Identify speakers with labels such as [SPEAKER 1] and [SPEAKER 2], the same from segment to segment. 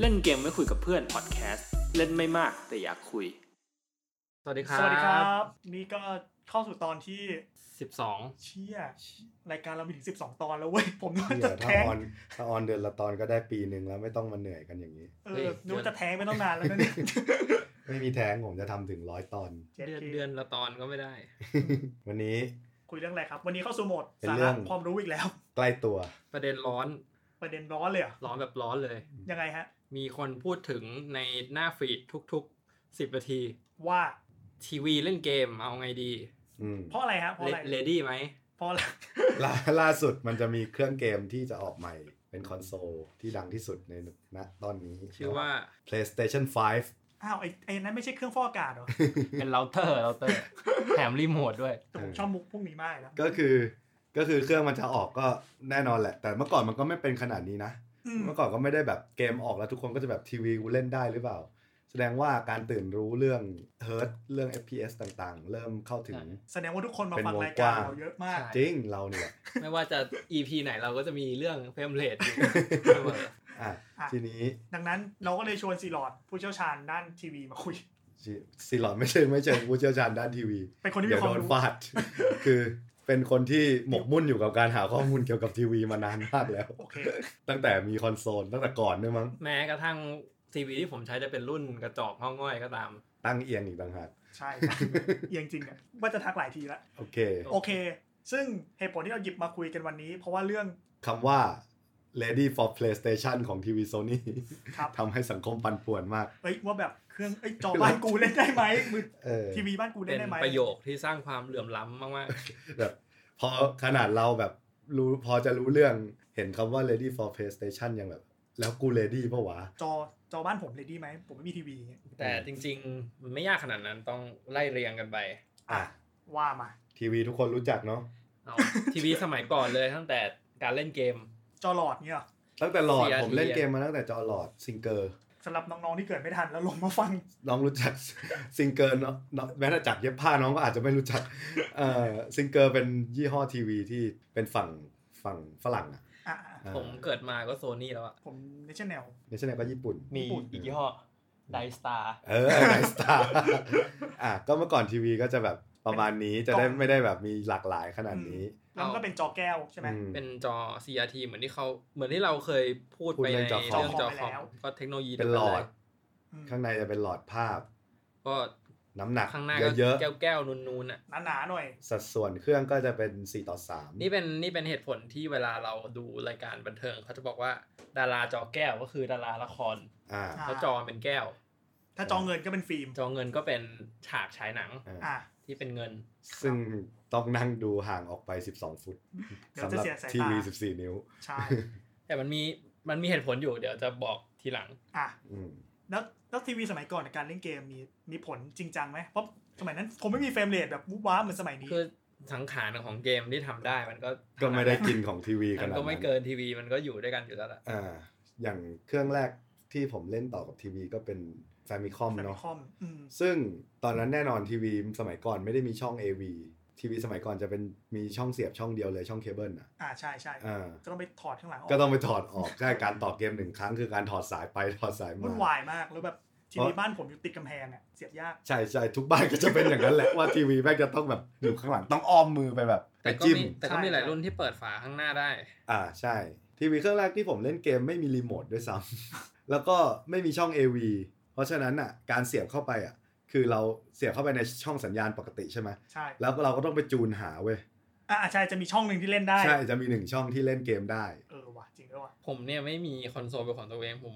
[SPEAKER 1] เล่นเกมไม่คุยกับเพื่อนพอดแคสต์เล่นไม่มากแต่อยากคุย
[SPEAKER 2] สวัสดีครับ
[SPEAKER 3] สวัสดีครับ นี่ก็เข้าสู่ตอนที่
[SPEAKER 2] สิบสอง
[SPEAKER 3] เชี่ยรายการเรามีถึง 12 ตอนแล้วเว้ย ผมนึกว่า
[SPEAKER 4] เดี๋
[SPEAKER 3] จะ
[SPEAKER 4] ยวถ้า
[SPEAKER 3] แท้ง
[SPEAKER 4] ออนถ้าออนเดือนละตอนก็ได้ปีหนึ่งแล้วไม่ต้องมาเหนื่อยกันอย่างนี้
[SPEAKER 3] เออนึกว่าจะแท้งไปตั้งนานแล้วนะเนี่ย
[SPEAKER 4] ไม่มีแท้งผมจะทำถึงร้อยตอน
[SPEAKER 3] เจ็ด
[SPEAKER 2] เดือน
[SPEAKER 3] เค
[SPEAKER 2] เดือนละตอนก็ไม่ได้
[SPEAKER 4] วันนี้
[SPEAKER 3] คุยเรื่องอะไรครับ วันนี้เข้าสู่โหมด
[SPEAKER 4] เป็น
[SPEAKER 3] สา
[SPEAKER 4] เรื่
[SPEAKER 3] ระ
[SPEAKER 4] อง
[SPEAKER 3] ความรู้อีกแล้ว
[SPEAKER 4] ใกล้ตัว
[SPEAKER 2] ประเด็นร้อน
[SPEAKER 3] ประเด็นร้อนเลยเหรอ
[SPEAKER 2] ร้อนแบบร้อนเลย
[SPEAKER 3] ยังไงฮะ
[SPEAKER 2] มีคนพูดถึงในหน้าฟีดทุกๆสิบนาที
[SPEAKER 3] ว่า
[SPEAKER 2] ทีวีเล่นเกมเอาไงดี
[SPEAKER 4] อืม
[SPEAKER 3] เพราะอะไรฮะเพราะอะไร
[SPEAKER 2] เลดี้ไหม
[SPEAKER 3] เพราะอะไร
[SPEAKER 4] ล่าล่าสุดมันจะมีเครื่องเกมที่จะออกใหม่ เป็นคอนโซลที่ดังที่สุดในณตอนนี้
[SPEAKER 2] ชื่อว่า
[SPEAKER 4] PlayStation
[SPEAKER 3] อ้าวไอ้ไอ้นั้นไม่ใช่เครื่องฟอกอากาศเหรอ
[SPEAKER 2] เป็นเราเตอร์เราเตอ ร์ แถมรีโมทด้วย
[SPEAKER 3] แต่ผมชอบมุกพวกนี้มากเลยนะ
[SPEAKER 4] 5 ก็คือ ก็คือเครื่องมันจะออกก็แน่นอนแหละ แต่เมื่อก่อนมันก็ไม่เป็นขนาดนี้นะ
[SPEAKER 3] อืม
[SPEAKER 4] เมื่อก่อนก็ไม่ได้แบบเกมออกแล้วทุกคนก็จะแบบทีวีกูเล่นได้หรือเปล่า แสดงว่าการตื่นรู้เรื่องเฮิร์ตเรื่อง FPS ต่างๆ เริ่มเข้าถึง
[SPEAKER 3] แสดงว่าทุกคนมา
[SPEAKER 4] เป็น
[SPEAKER 3] ฟัง
[SPEAKER 4] วง
[SPEAKER 3] รายการ
[SPEAKER 4] กว้าง
[SPEAKER 3] เราเยอะมาก
[SPEAKER 2] ใช่
[SPEAKER 4] จริงเราเนี่ย
[SPEAKER 2] ไม่ว่าจะ EP ไหนเราก็จะมีเรื่องเฟรมเรท อยู่เสมอ
[SPEAKER 4] อ่ะ
[SPEAKER 3] อ่ะ
[SPEAKER 4] ทีนี้
[SPEAKER 3] ดังนั้นเราก็เลยชวนซีหลอดผู้เชี่ยวชาญด้านทีวีมาคุย
[SPEAKER 4] ซีซีหลอดไม่เชิงไม่เชิงผู้เชี่ยวชาญด้านทีวี
[SPEAKER 3] เป็นคนที่มี
[SPEAKER 4] เดี๋ย
[SPEAKER 3] ค
[SPEAKER 4] ว
[SPEAKER 3] วา
[SPEAKER 4] โด
[SPEAKER 3] ม
[SPEAKER 4] น
[SPEAKER 3] รู้
[SPEAKER 4] ฟา ด คือเป็นคนที่หมกมุ่นอยู่กับการหาข้อมูลเกี่ยวกับทีวีมานานมากแล้ว
[SPEAKER 3] โอเค
[SPEAKER 4] ตั้งแต่มีคอนโซลตั้งแต่ก่อนด้วยมั้ง
[SPEAKER 2] แม้กระทั่งทีวีที่ผมใช้จะเป็นรุ่นกระจอกห้องง่อยก็ตาม
[SPEAKER 4] ตั้งเอียงอีกต่างหาก
[SPEAKER 3] ใช่เอียงจริงอ่ะว่าจะทักหลายทีละ
[SPEAKER 4] โอเค
[SPEAKER 3] โอเค ซึ่งเหตุผลที่เราหยิบมาคุยกันวันนี้ เพราะว่าเรื่อง
[SPEAKER 4] คำว่า Lady for PlayStation ของทีวีโซนี่
[SPEAKER 3] ครับ
[SPEAKER 4] ทำให้สังคมปั่นป่วนมาก
[SPEAKER 3] เอ้ยว่าแบบเครื่องเอ้ยจอบ้านกูเล่นได้ไหมมือ
[SPEAKER 4] เออ
[SPEAKER 3] ทีวีบ้านกูเล่
[SPEAKER 2] เป็น
[SPEAKER 3] นได้ไหม
[SPEAKER 2] ประโยคที่สร้างความเหลื่อมล้ำมาก
[SPEAKER 4] แบบพอขนาดเราแบบรู้พอจะรู้เรื่องเห็นคำว่า Lady for PlayStation ยังแบบ แล้วกู Lady ปะวะ
[SPEAKER 3] จอจอบ้านผมเลยดีไหมผมไม่มีทีวีอย่างเงี้ย
[SPEAKER 2] ๆ แต่จริงๆมันไม่ยากขนาดนั้นต้องไล่เรียงกันไป
[SPEAKER 4] อ่ะ
[SPEAKER 3] ว่ามา
[SPEAKER 4] ทีวีทุกคนรู้จักเนาะ
[SPEAKER 2] เอาทีวีสมัยก่อนเลยตั้งแต่การเล่นเกม
[SPEAKER 3] จอหลอดเงี้ยเหรอ
[SPEAKER 4] ตั้งแต่หลอด
[SPEAKER 2] CRT
[SPEAKER 4] ผมเล่นเกมมาตั้งแต่จอหลอดซิงเกอร์
[SPEAKER 3] สำหรับน้องๆที่เกิดไม่ทันแล้วลงมาฟัง
[SPEAKER 4] น้องรู้จัก ซิงเกอร์เนาะเนาะแม้แต่จักเย็บผ้าน้องก็อาจจะไม่รู้จัก เอ่อซิงเกอร์เป็นยี่ห้อทีวีที่เป็นฝั่งฝั่งฝรั่งอ่ะ
[SPEAKER 3] อ่ะ
[SPEAKER 2] ผมเกิดมาก็โซนี่แล้วอะ
[SPEAKER 3] ผมในชแนล
[SPEAKER 4] ในช่นก็ญี่ปุ่น
[SPEAKER 2] มีอีกยี่ห้อไดสตาร์
[SPEAKER 4] เออไนสตาร์ อ่ะก็เมื่อก่อนทีวีก็จะแบบประมาณนี้จะได้
[SPEAKER 3] กล่อง
[SPEAKER 4] ไม่ได้แบบมีหลากหลายขนาดนี้
[SPEAKER 3] แล้วมันก็เป็นจอแก้วใช่ไหม
[SPEAKER 4] อืม
[SPEAKER 2] เป็นจอ CRT เหมือนที่เขาเหมือนที่เราเคยพูด
[SPEAKER 4] พูด
[SPEAKER 2] ไปใน
[SPEAKER 4] เรื่องจอคอม
[SPEAKER 2] เรื่องจอคอม
[SPEAKER 3] ไปแล้ว
[SPEAKER 2] ก็เทคโนโลยี
[SPEAKER 4] เป็นหลอด
[SPEAKER 3] อืม
[SPEAKER 4] ข้างในจะเป็นหลอดภาพ
[SPEAKER 2] ก็
[SPEAKER 4] น้ำหนัก
[SPEAKER 2] ข้างหน้าก็
[SPEAKER 4] เยอะ
[SPEAKER 2] แก้วแก้วๆนูนๆอ่ะ
[SPEAKER 3] หนาๆหน่อย
[SPEAKER 4] ๆสัดส่วนเครื่องก็จะเป็น4ต่อ3
[SPEAKER 2] นี่เป็นนี่เป็นเหตุผลที่เวลาเราดูรายการบันเทิงเขาจะบอกว่าดาราจอแก้วก็คือดาราละคร
[SPEAKER 4] อ่า
[SPEAKER 3] อ่า
[SPEAKER 2] เขาจอเป็นแก้ว
[SPEAKER 3] ถ้าจอเงินก็เป็นฟิล์ม
[SPEAKER 2] จอเงินก็เป็นฉากฉายหนัง
[SPEAKER 3] อ่ะ
[SPEAKER 2] ที่เป็นเงิน
[SPEAKER 4] ซึ่งต้องนั่งดูห่างออกไป 12 ฟุต
[SPEAKER 3] เดี๋ยวจะ
[SPEAKER 4] สำหรับ
[SPEAKER 3] เสียสาย
[SPEAKER 4] ทีวี
[SPEAKER 3] ตา
[SPEAKER 4] 14 นิ้ว
[SPEAKER 3] ใช่
[SPEAKER 2] แต่มันมีมันมีเหตุผลอยู่เดี๋ยวจะบอกทีหลัง
[SPEAKER 3] อ่ะ
[SPEAKER 4] อืม
[SPEAKER 3] แล้วแล้วทีวีสมัยก่อนในการเล่นเกมมีมีผลจริงจังไหมเพราะสมัยนั้นผมไม่มีเฟรมเรทแบบวุบว้าบเหมือนสมัยนี้
[SPEAKER 2] คือสังขารของเกมที่ทำได้มันก็
[SPEAKER 4] ก็ไม่ได้กินของทีวีข
[SPEAKER 2] มัน
[SPEAKER 4] นาด
[SPEAKER 2] ก็ไม่
[SPEAKER 4] นั้น
[SPEAKER 2] เกินทีวีมันก็อยู่ด้วยกันอยู่แล้วล่ะ
[SPEAKER 4] อ่า อย่างเครื่องแรกที่ผมเล่นต่อกับทีวีก็เป็น f a m i c o m
[SPEAKER 3] แฟมิ
[SPEAKER 4] เนาะ
[SPEAKER 3] คอมอืม
[SPEAKER 4] ซึ่งตอนนั้นแน่นอนทีวีสมัยก่อนไม่ได้มีช่อง AV ทีวีสมัยก่อนจะเป็นมีช่องเสียบช่องเดียวเลยช่องเคเบิลอ่ะ
[SPEAKER 3] อ่าใช่ใช่
[SPEAKER 4] อ่า
[SPEAKER 3] ก็ต้องไปถอดข้างหลังออ
[SPEAKER 4] ก็
[SPEAKER 3] ก
[SPEAKER 4] ต้องไปถอดออก ใช่การต่อเกมหนึ่งครั้งคือการถอดสายไปถอดสาย
[SPEAKER 3] วุ่น
[SPEAKER 4] มา
[SPEAKER 3] วายมากแล้วแบบทีวี
[SPEAKER 4] เพราะ
[SPEAKER 3] บ้านผมอยู่ติดกำแพงอ่ะเสียบยาก
[SPEAKER 4] ใช่ใช่ทุกบ้านก็จะเป็นอย่างนั้นแหละว่าทีวีแม่งจะต้องแบบอยู่ข้างหลังต้องอ้อมมือไปแบบไป
[SPEAKER 2] แต่ก็
[SPEAKER 4] จิ้ม
[SPEAKER 2] มีแต่ก็มี
[SPEAKER 3] ใช่
[SPEAKER 2] หลายรุ่นที่เปิดฝาข้างหน้าได้
[SPEAKER 4] อ่าใช่ ทีวีเครื่องแรกที่ผมเล่นเกมไม่มีรีโมทด้วยซ้ำ แล้วก็ไม่มีช่อง AV เพราะฉะนั้นอ่ะการเสียบเข้าไปอ่ะคือเราเสียบเข้าไปในช่องสัญญาณปกติใช่ไหม
[SPEAKER 3] ใช่
[SPEAKER 4] แล้วเราก็ต้องไปจูนหาเว้ย
[SPEAKER 3] อ่าใช่จะมีช่องหนึ่งที่เล่นได้
[SPEAKER 4] ใช่จะมีหนึ่งช่องที่เล่นเกมได้
[SPEAKER 3] เออว่ะจริงด้วยว่ะ
[SPEAKER 2] ผมเนี่ยไม่มีคอนโซลเป็นของตัวเองผม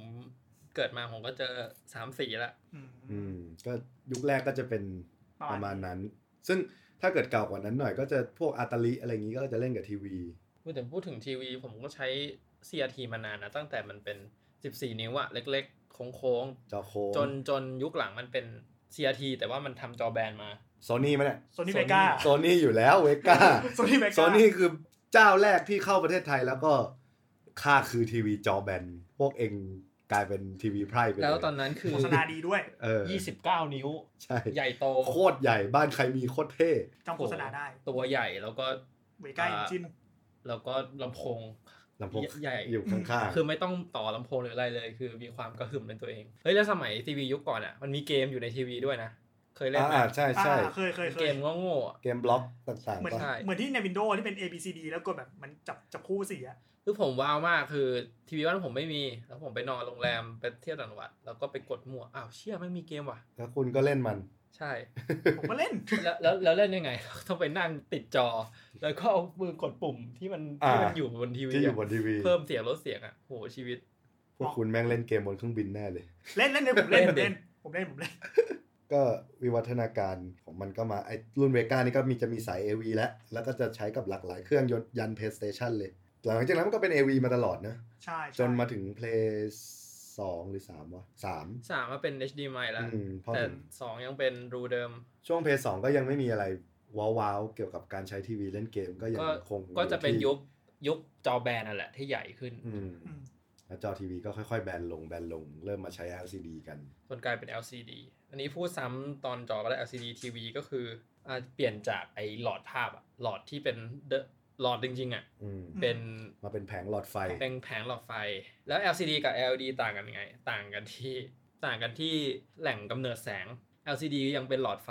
[SPEAKER 2] เกิดมาผมก็เจอสามสีละ
[SPEAKER 3] อืม
[SPEAKER 4] อืมก็ยุคแรกก็จะเป็น
[SPEAKER 3] ประ
[SPEAKER 4] ประ
[SPEAKER 3] มา
[SPEAKER 4] มา
[SPEAKER 3] ณ
[SPEAKER 4] ณนั้น ซึ่งถ้าเกิดเก่ากว่านั้นหน่อยก็จะพวกอาตาลิอะไรอย่างนี้ก็จะเล่นกับทีวี
[SPEAKER 2] พูดแต่พูดถึงทีวี ผมก็ใช้ CRT มานานนะตั้งแต่มันเป็น 14 นิ้วอะเล็กๆโค้ง
[SPEAKER 4] จอโค้ง
[SPEAKER 2] ๆจนจนยุคหลังมันเป็น CRT แต่ว่ามันทำจอแบนมา
[SPEAKER 4] โซนี่ไหมเนี่ย
[SPEAKER 3] โซนี่เวก้า
[SPEAKER 4] โซนี่อยู่แล้วเวก้า
[SPEAKER 3] โซนี่เวก้า
[SPEAKER 4] โซนี่คือเจ้าแรกที่เข้าประเทศไทยแล้วก็ค่าคือทีวีจอแบน พวกเองกลายเป็นทีวีไพร่ไปเย
[SPEAKER 2] แล้วตอนนั้นคือ
[SPEAKER 3] โฆษณาดีด้วย
[SPEAKER 4] เออ
[SPEAKER 2] 29 นิ้ว
[SPEAKER 4] ใช่
[SPEAKER 2] ใหญ่โต
[SPEAKER 4] โคตรใหญ่บ้านใครมีโคตรเท่
[SPEAKER 3] จำโฆษณาได้
[SPEAKER 2] ตัวใหญ่แล้วก็
[SPEAKER 3] เวก้า
[SPEAKER 2] อ่า
[SPEAKER 3] อินจิน
[SPEAKER 2] แล้วก็ลำโพง
[SPEAKER 4] ลำโพง
[SPEAKER 2] ใหญ่
[SPEAKER 4] อยู่ข้างๆ
[SPEAKER 2] คือไม่ต้องต่อลำโพงหรืออะไรเลย คือมีความกระหึ่มในตัวเอง เฮ้ย แล้วสมัยทีวียุคก่อนอ่ะ มันมีเกมอยู่ในทีวีด้วยนะ เคยเล่นไหม
[SPEAKER 4] อ่าใช่ใช่
[SPEAKER 3] อ่าเคยเคยเค
[SPEAKER 2] เก
[SPEAKER 3] ย
[SPEAKER 2] มโง่ๆอะ
[SPEAKER 4] เกมบล็อกต่าง
[SPEAKER 3] เหมือน
[SPEAKER 4] ๆป่ะ
[SPEAKER 2] ใช่
[SPEAKER 3] เหมือนที่ในวินโดว์ที่เป็น A B C D แล้วกดแบบมันจับจับคู่สี อะ
[SPEAKER 2] คือผมว้าวมากคือทีวีบ้านผมไม่มี แล้วผมไปนอนโรงแรมไปเที่ยวต่างจังหวัด แล้วก็ไปกดมั่วอ้าวเชี่ยไม่มีเกมว่ะ
[SPEAKER 4] แล้วคุณก็เล่นมัน
[SPEAKER 2] ใช่
[SPEAKER 3] ผมก็เล่น
[SPEAKER 2] แล้วแล้วแล้วเล่นยัง ไง ต้องไปนั่งติดจอ แล้วก็เอามือกดปุ่มที่มัน
[SPEAKER 4] อ่า
[SPEAKER 2] ที่มันอยู่บนทีวี
[SPEAKER 4] ที่อยู่บ
[SPEAKER 2] อะ
[SPEAKER 4] นทีวี
[SPEAKER 2] เพิ่มเสียงลดเสียงอ่ะโหชีวิต
[SPEAKER 4] พวกคุณแม่งเล่นเกมบนเครื่องบินแน่เลย
[SPEAKER 3] เล่นเล่นเลยผมเล่นผม
[SPEAKER 2] เล่
[SPEAKER 3] เล่
[SPEAKER 2] น
[SPEAKER 3] นผมเล่นผมเล่น
[SPEAKER 4] ก็วิวัฒนาการของมันก็มาไอรุ่นเวก้านี่ก็มีจะมีสาย AV แล้ว แล้วก็จะใช้กับหลากหลายเครื่องยนต์ยัน PlayStation เลย หลังจากนั้นมันก็เป็น AV มาตลอดนะ
[SPEAKER 3] ใช่
[SPEAKER 4] จ
[SPEAKER 3] ใช่
[SPEAKER 4] นมาถึง Play 2 หรือ 3 วะ 3
[SPEAKER 2] สามมาเป็น HDMI แล้ว
[SPEAKER 4] อืมพอ
[SPEAKER 2] แต่
[SPEAKER 4] ถึง
[SPEAKER 2] สองยังเป็นรูเดิม
[SPEAKER 4] ช่วง Play 2 ก็ยังไม่มีอะไร ว้าวๆ เกี่ยวกับการใช้ทีวีเล่นเกมก็ยัง
[SPEAKER 2] ก็
[SPEAKER 4] คงอยู่
[SPEAKER 2] ก็จะเป็น
[SPEAKER 4] ที่
[SPEAKER 2] ยุคยุคจอแบนนั่นแหละที่ใหญ่ขึ้น
[SPEAKER 4] อืม
[SPEAKER 3] อืม
[SPEAKER 4] แล้วจอทีวีก็ค่อยๆ แบนลงแบนลง เริ่มมาใช้ LCD กัน
[SPEAKER 2] จนกลายเป็น LCD อันนี้พูดซ้ำตอนจอก็ได้ LCD TV ก็คืออ่าเปลี่ยนจากไอ้หลอดภาพอะหลอดที่เป็นเดอะหลอดจริงๆอะ
[SPEAKER 4] อืม
[SPEAKER 2] เป็น
[SPEAKER 4] มาเป็นแผงหลอดไฟ
[SPEAKER 2] เป็นแผงหลอดไฟ แล้ว LCD กับ LED ต่างกันยังไง ต่างกันที่ต่างกันที่แหล่งกำเนิดแสง LCD ยังเป็นหลอดไฟ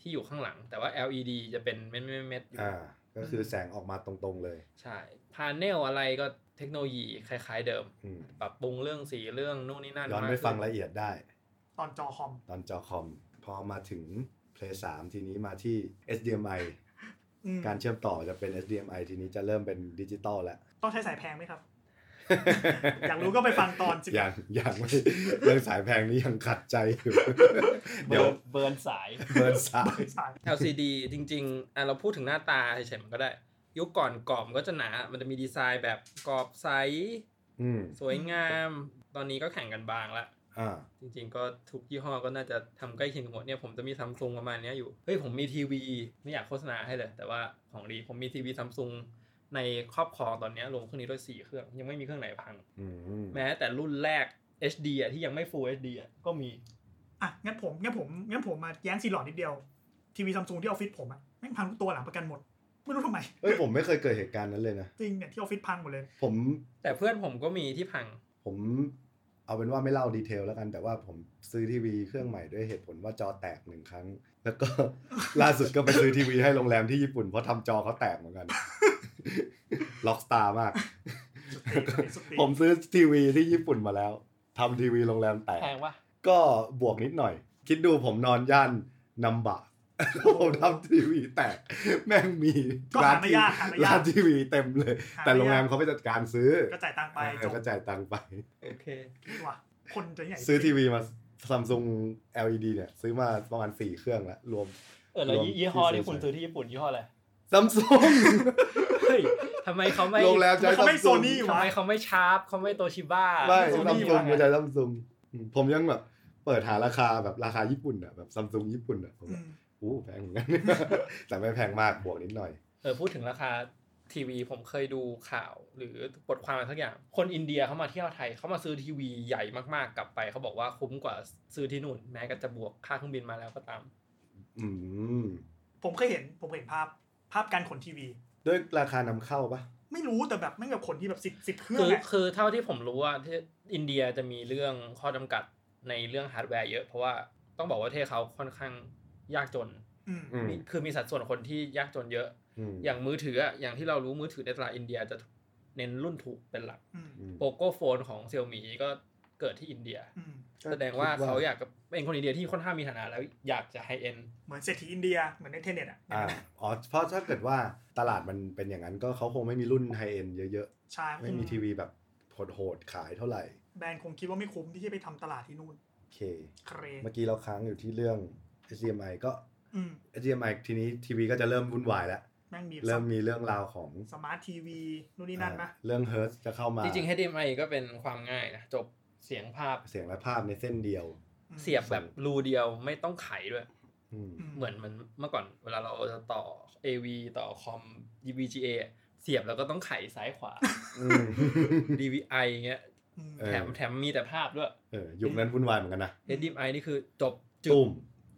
[SPEAKER 2] ที่อยู่ข้างหลัง แต่ว่า LED จะเป็นเม็ดๆๆๆอยู่
[SPEAKER 4] อ่า ก็คือแสงออกมาตรงๆเลย
[SPEAKER 2] ใช่พาเนลอะไรก็เทคโนโลยีคล้ายๆเดิม
[SPEAKER 4] อืม
[SPEAKER 2] ปรับปรุงเรื่องสีเรื่องนู่นนี่นั่น
[SPEAKER 4] ย้อน
[SPEAKER 2] มาก
[SPEAKER 4] ไป
[SPEAKER 2] ขึ้
[SPEAKER 4] ฟังละเอียดได้
[SPEAKER 3] ตอนจอคอม
[SPEAKER 4] ตอนจอคอม พอมาถึง Play 3 ทีนี้มาที่ HDMI
[SPEAKER 3] อืม
[SPEAKER 4] การเชื่อมต่อจะเป็น HDMI ทีนี้จะเริ่มเป็นดิจิตอลแล้ว
[SPEAKER 3] ต้องใช้สายแพงไหมครับ อยากรู้ก็ไปฟังตอนสิบ
[SPEAKER 4] อย่างอย่างไม่เรื่องสายแพงนี้ยังขัดใจอยู่ เดี๋ยว
[SPEAKER 2] เบิร์นสาย
[SPEAKER 4] เบิร์นสาย
[SPEAKER 3] สาย
[SPEAKER 2] LCD จริงๆอ่ะเราพูดถึงหน้าตาเฉยๆมันก็ได้ ยุคก่อนกรอบมันก็จะหนา มันจะมีดีไซน์แบบกรอบใส
[SPEAKER 4] อืม
[SPEAKER 2] สวยงาม ตอนนี้ก็แข่งกันบางละ
[SPEAKER 4] อ่า
[SPEAKER 2] จริงๆ ก็ทุกยี่ห้อก็น่าจะทำใกล้เคียงกันหมดเนี่ยผมจะมีซัมซุงประมาณเนี้ยอยู่ เฮ้ย ผมมีทีวี ไม่อยากโฆษณาให้เลย แต่ว่าของดีผมมีทีวีซัมซุงในครอบครองตอนเนี้ยรวมเครื่องนี้ด้วยสี่เครื่อง ยังไม่มีเครื่องไหนพัง
[SPEAKER 4] อืม
[SPEAKER 2] แม้แต่รุ่นแรก HD อ่ะที่ยังไม่ Full HD อ่ะก็มี
[SPEAKER 3] อ่ะงั้นผมงั้นผมงั้นผมมาแย้งซีหลอดนิดเดียว ทีวีซัมซุงที่ออฟฟิศผมอะแม่งพังทุกตัวหลังประกันหมด ไม่รู้ทำไม
[SPEAKER 4] เอ้ยผมไม่เคยเกิดเหตุการณ์นั้นเลยนะ
[SPEAKER 3] จริงเนี่ยที่ออฟฟิศพังหมดเลย
[SPEAKER 4] ผม
[SPEAKER 2] แต่เพื่อนผมก็มีที่พัง
[SPEAKER 4] ผมเอาเป็นว่าไม่เล่าดีเทลแล้วกัน แต่ว่าผมซื้อทีวีเครื่องใหม่ด้วยเหตุผลว่าจอแตกหนึ่งครั้ง แล้วก็ ล่าสุดก็ไปซื้อทีวีให้โรงแรมที่ญี่ปุ่นเพราะทำจอเขาแตกเหมือนกัน ล็อกสตาร์มาก
[SPEAKER 3] สุดตีนสุดตีนสุดตีน
[SPEAKER 4] ผมซื้อทีวีที่ญี่ปุ่นมาแล้วทำทีวีโรงแรมแตก
[SPEAKER 2] แพงปะ
[SPEAKER 4] ก็บวกนิดหน่อย คิดดูผมนอนย่านนัมบะ ผมทำทีวีแตก แม่งมี
[SPEAKER 3] ก็หาไม่ยากหาไม่ยาก
[SPEAKER 4] ร้านทีวีเต็มเลย
[SPEAKER 3] หาไม่ยาก
[SPEAKER 4] แต่โรงแรมเขาไปจัดการซื้อ
[SPEAKER 3] ก็จ่ายตังค์ไป
[SPEAKER 4] เอ
[SPEAKER 3] จ
[SPEAKER 4] อบ ก็จ่ายตังค์ไป
[SPEAKER 2] โอเค
[SPEAKER 3] ว่ะคนจะใหญ่
[SPEAKER 4] ซื้อทีวีมาซัมซุง LED เนี่ย ซื้อมาประมาณ 4 เครื่องแล้ว รวม
[SPEAKER 2] เออแล้ว
[SPEAKER 4] รวม
[SPEAKER 2] ยี่ห้อ
[SPEAKER 4] ที่
[SPEAKER 2] ที่
[SPEAKER 4] ซื้อ
[SPEAKER 2] คุณซื้อที่ญี่ปุ่นยี่ห้ออะไร
[SPEAKER 4] ซัมซุง
[SPEAKER 2] เฮ้ยทำไมเขาไม่
[SPEAKER 4] โรงแรมใช้
[SPEAKER 3] เขา
[SPEAKER 4] ซัม
[SPEAKER 3] ไม่โซ
[SPEAKER 4] ซุง
[SPEAKER 3] นี่
[SPEAKER 2] ทำ
[SPEAKER 3] วะ
[SPEAKER 2] ไมเขาไม่ชาร์ปเขาไม่โตชิบ้า
[SPEAKER 4] ไม่
[SPEAKER 2] โซ
[SPEAKER 4] ซัม
[SPEAKER 2] นี่
[SPEAKER 4] ซุง
[SPEAKER 2] วะ
[SPEAKER 4] ไม่ใช่ซัมซุงผมยังแบบ เปิดหาราคาแบบราคาญี่ปุ่นอะแบบซัมซุงญี่ปุ่นอะผม
[SPEAKER 3] อื
[SPEAKER 4] แบบ
[SPEAKER 3] ม
[SPEAKER 4] อู้แพงเหมือน กัน แต่ไม่แพงมากบวกนิดหน่อย
[SPEAKER 2] เออพูดถึงราคาทีวีผมเคยดูข่าวหรือบทความอะไรทักอย่าง คนอินเดียเขามาเที่ยวไทยเขามาซื้อทีวีใหญ่มากๆกลับไปเขาบอกว่าคุ้มกว่าซื้อที่นู่น แม้ก็จะบวกค่าเครื่องบินมาแล้วก็ตาม
[SPEAKER 4] อืม
[SPEAKER 3] ผมเคยเห็นผมเห็นภาพภาพการขนทีวี
[SPEAKER 4] ด้วยราคานำเข้าปะ
[SPEAKER 3] ไม่รู้แต่แบบแม่งแบบขนที่แบบสิบสิบเครื่อ
[SPEAKER 2] คื
[SPEAKER 3] ง
[SPEAKER 2] อ
[SPEAKER 3] อะ
[SPEAKER 2] คือเท่าที่ผมรู้ว่าที่อินเดียจะมีเรื่องข้อจำกัดในเรื่องฮาร์ดแวร์เยอะเพราะว่าต้องบอกว่าประเทศเขาค่อนข้างยากจน
[SPEAKER 3] อืม
[SPEAKER 4] อืม
[SPEAKER 2] มีคือมีสัดส่วนคนที่ยากจนเยอะ
[SPEAKER 4] อืม
[SPEAKER 2] อย่างมือถืออะอย่างที่เรารู้มือถือในตลาดอินเดียจะเน้นรุ่นถูกเป็นหลัก
[SPEAKER 3] อืม
[SPEAKER 4] อืม
[SPEAKER 2] โปโก้โฟนของเซี่ยมีก็เกิดที่อินเดีย
[SPEAKER 3] อืม
[SPEAKER 2] แสดงว่าเขาอยากจะเป็นคนอินเดียที่ค่อนข้างมีฐานะแล้วอยากจะไฮเอ็น
[SPEAKER 3] เหมือนเศรษฐีอินเดียเหมือนในเทเน็ตอะ
[SPEAKER 4] อ่าอ๋อเพราะถ้าเกิดว่าตลาดมันเป็นอย่างนั้นก็เขาคงไม่มีรุ่นไฮเอ็นเยอะ
[SPEAKER 3] ใช่
[SPEAKER 4] ๆ ไม่มีทีวีแบบโหดๆขายเท่าไหร่
[SPEAKER 3] แบรนด์คงคิดว่าไม่คุ้มที่จะไปทำตลาดที่นู่น
[SPEAKER 4] โอเค
[SPEAKER 3] เคร
[SPEAKER 4] เมื่อกี้เราค้างอยู่ที่เรื่อง HDMI ก็
[SPEAKER 3] อืม
[SPEAKER 4] HDMI ทีนี้ทีวีก็จะเริ่มวุ่นวายแล้ว
[SPEAKER 3] แม่งมี
[SPEAKER 4] เริ่มมีเรื่องราวของ
[SPEAKER 3] สมาร์ททีวีนู่นนี่นั่นนะ
[SPEAKER 4] เรื่องเฮิร์จะเข้ามา
[SPEAKER 2] จริงๆ HDMI ก็เป็นความง่ายนะจบเสียงภาพ
[SPEAKER 4] เสียงและภาพในเส้นเดียว
[SPEAKER 3] อืม
[SPEAKER 2] เสียบแบบรูเดียวไม่ต้องไขด้วย
[SPEAKER 4] อืม
[SPEAKER 3] อื
[SPEAKER 2] เหมือนมันเมื่อก่อนเวลาเราจะต่อ AV ต่อคอม DVGA เสียบแล้วก็ต้องไขซ้ายขวา
[SPEAKER 4] อืม
[SPEAKER 2] DVI อย่างเงี้ย
[SPEAKER 3] อืม
[SPEAKER 4] เออ
[SPEAKER 2] แถมแถมมีแต่ภาพด้วย
[SPEAKER 4] เออยุคนั้นวุ่นวายเหมือนกันนะ
[SPEAKER 2] HDMI นี่คือจบจุ
[SPEAKER 4] จุ่
[SPEAKER 2] ด
[SPEAKER 4] ม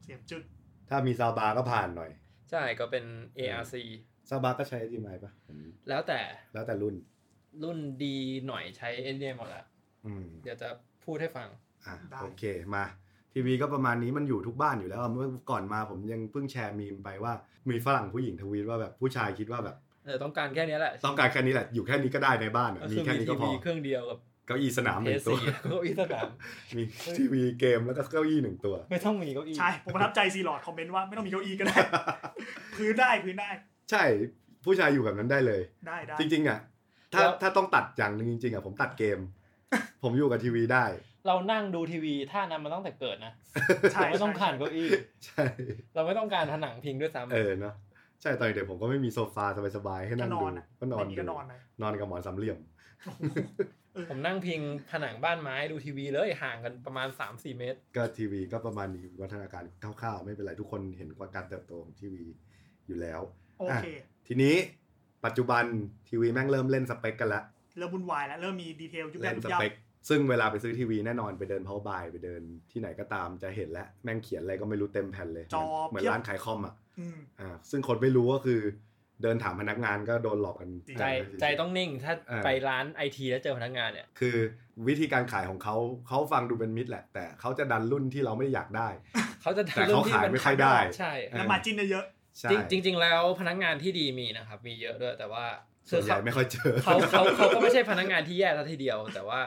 [SPEAKER 3] เสียบจุด
[SPEAKER 4] ถ้ามีซาวบาร์ก็ผ่านหน่อย
[SPEAKER 2] ใช่ก็เป็น ARC
[SPEAKER 4] ซาวบาร์ก็ใช้ HDMI ปะผม
[SPEAKER 2] แล้วแต่
[SPEAKER 4] แล้วแต่รุ่น
[SPEAKER 2] รุ่นดีหน่อยใช้ NVMe หมดละ
[SPEAKER 4] อืม
[SPEAKER 2] เดี๋ยวจะพูดให้ฟัง
[SPEAKER 4] อ่ะ
[SPEAKER 3] ได้
[SPEAKER 4] โอเคมา ทีวีก็ประมาณนี้มันอยู่ทุกบ้านอยู่แล้วอะเมื่อก่อนมาผมยังเพิ่งแชร์มีมไปว่ามีฝรั่งผู้หญิงทวีตว่าแบบผู้ชายคิดว่าแบบ
[SPEAKER 2] เออต้องการแค่เนี้ยแหละ
[SPEAKER 4] ต้องการแค่นี้แหละอยู่แค่นี้ก็ได้ในบ้านอะ
[SPEAKER 2] ก็
[SPEAKER 4] มี
[SPEAKER 2] คือ
[SPEAKER 4] แค่
[SPEAKER 2] มี
[SPEAKER 4] นี้
[SPEAKER 2] ที
[SPEAKER 4] ก็พอ
[SPEAKER 2] วีเครื่องเดียวกับ
[SPEAKER 4] เก้าอี้สนามหนึ่งตัว
[SPEAKER 2] A4 เก้าอี้สนาม
[SPEAKER 4] มีทีวีเกมแล้วก็เก้าอี้หนึ่งตัว
[SPEAKER 2] ไม่ต้องมีเก้าอี้
[SPEAKER 3] ใช่ ผมประทับใจซีหลอดคอมเมนต์ว่าไม่ต้องมีเก้าอี้ก็ได้ พื้นได้พื้นได้
[SPEAKER 4] ใช่ผู้ชายอยู่แบบนั้นได้เลย
[SPEAKER 3] ได้ได้
[SPEAKER 4] จริงๆอ่ะถ้าถ้าต้องตัดอย่างหนึ่งจริงๆอ่ะผมตัดเกม ผมอยู่กับทีวีได้
[SPEAKER 2] เรานั่งดูทีวีท่านั้นมันตั้งแต่เกิดนะ
[SPEAKER 3] ใช่
[SPEAKER 2] เราไม่ต้องการเก้าอี้
[SPEAKER 4] ใช่
[SPEAKER 2] เราไม่ต้องการผนังพิงด้วยซ้ำ
[SPEAKER 4] เออเนาะใช่ตอนเด็กผมก็ไม่มีโซฟาสบายๆให้
[SPEAKER 3] ก็
[SPEAKER 4] นั่ง
[SPEAKER 3] น
[SPEAKER 4] ดู
[SPEAKER 3] อนอะ
[SPEAKER 4] ก็นอน
[SPEAKER 3] ไม่มี
[SPEAKER 4] ดู
[SPEAKER 3] ก็นอนนะ
[SPEAKER 4] นอนกับหมอนสามเหลี่ยม
[SPEAKER 2] ผมนั่งพิงผนังบ้านไม้ดูทีวีเลยห่างกันประมาณ 3-4 เมตร
[SPEAKER 4] ก็ทีวีก็ประมาณนี้วัฒนาการคร่าวๆ ไม่เป็นไรทุกคนเห็นกว่าการเติบโตของทีวีอยู่แล้ว
[SPEAKER 3] โอเค
[SPEAKER 4] ทีนี้ปัจจุบันทีวีแม่งเริ่มเล่นสเปคกันละ
[SPEAKER 3] เริ่มวุ่นวายแล้ว เริ่มมีดีเทลยุบยับ
[SPEAKER 4] เล่น
[SPEAKER 3] ยุ
[SPEAKER 4] ส
[SPEAKER 3] บยับ
[SPEAKER 4] เปคซึ่งเวลาไปซื้อทีวีแน่นอนไปเดินเพาบายไปเดินที่ไหนก็ตามจะเห็นแล้วแม่งเขียนอะไรก็ไม่รู้เต็มแผ่นเลยเหมือนร้านขายคอมอ่ะ
[SPEAKER 3] อืม
[SPEAKER 4] อ่าซึ่งคนไม่รู้ก็คือ เดินถามพนักงานก็โดนหลอกกัน
[SPEAKER 3] จริง
[SPEAKER 2] ใจใจต้องนิ่งถ้า
[SPEAKER 4] เออ
[SPEAKER 2] ไปร้านไอทีแล้วเจอพนักงานเนี่ย
[SPEAKER 4] คือวิธีการขายของเขาเขาฟังดูเป็นมิตรแหละ แต่เขาจะดันรุ่นที่เราไม่ได้อยากได้
[SPEAKER 2] เขาจะ
[SPEAKER 4] แต่เขาขายไม่ค่อยได้
[SPEAKER 2] ใช่
[SPEAKER 4] เออ
[SPEAKER 3] แล้วมาจิ้นเยอะ
[SPEAKER 4] ใช่
[SPEAKER 2] จริงจริง ๆ แล้วพนักงานที่ดีมีนะครับ มีเยอะด้วยแต่ว่า
[SPEAKER 4] ส่วนใหญ่
[SPEAKER 2] เขา
[SPEAKER 4] ไม่ค่อยเจอ
[SPEAKER 2] เขาเขาเขาก็ไม่ใช่พนักงานที่แย่ซะทีเดียว แต่ว่า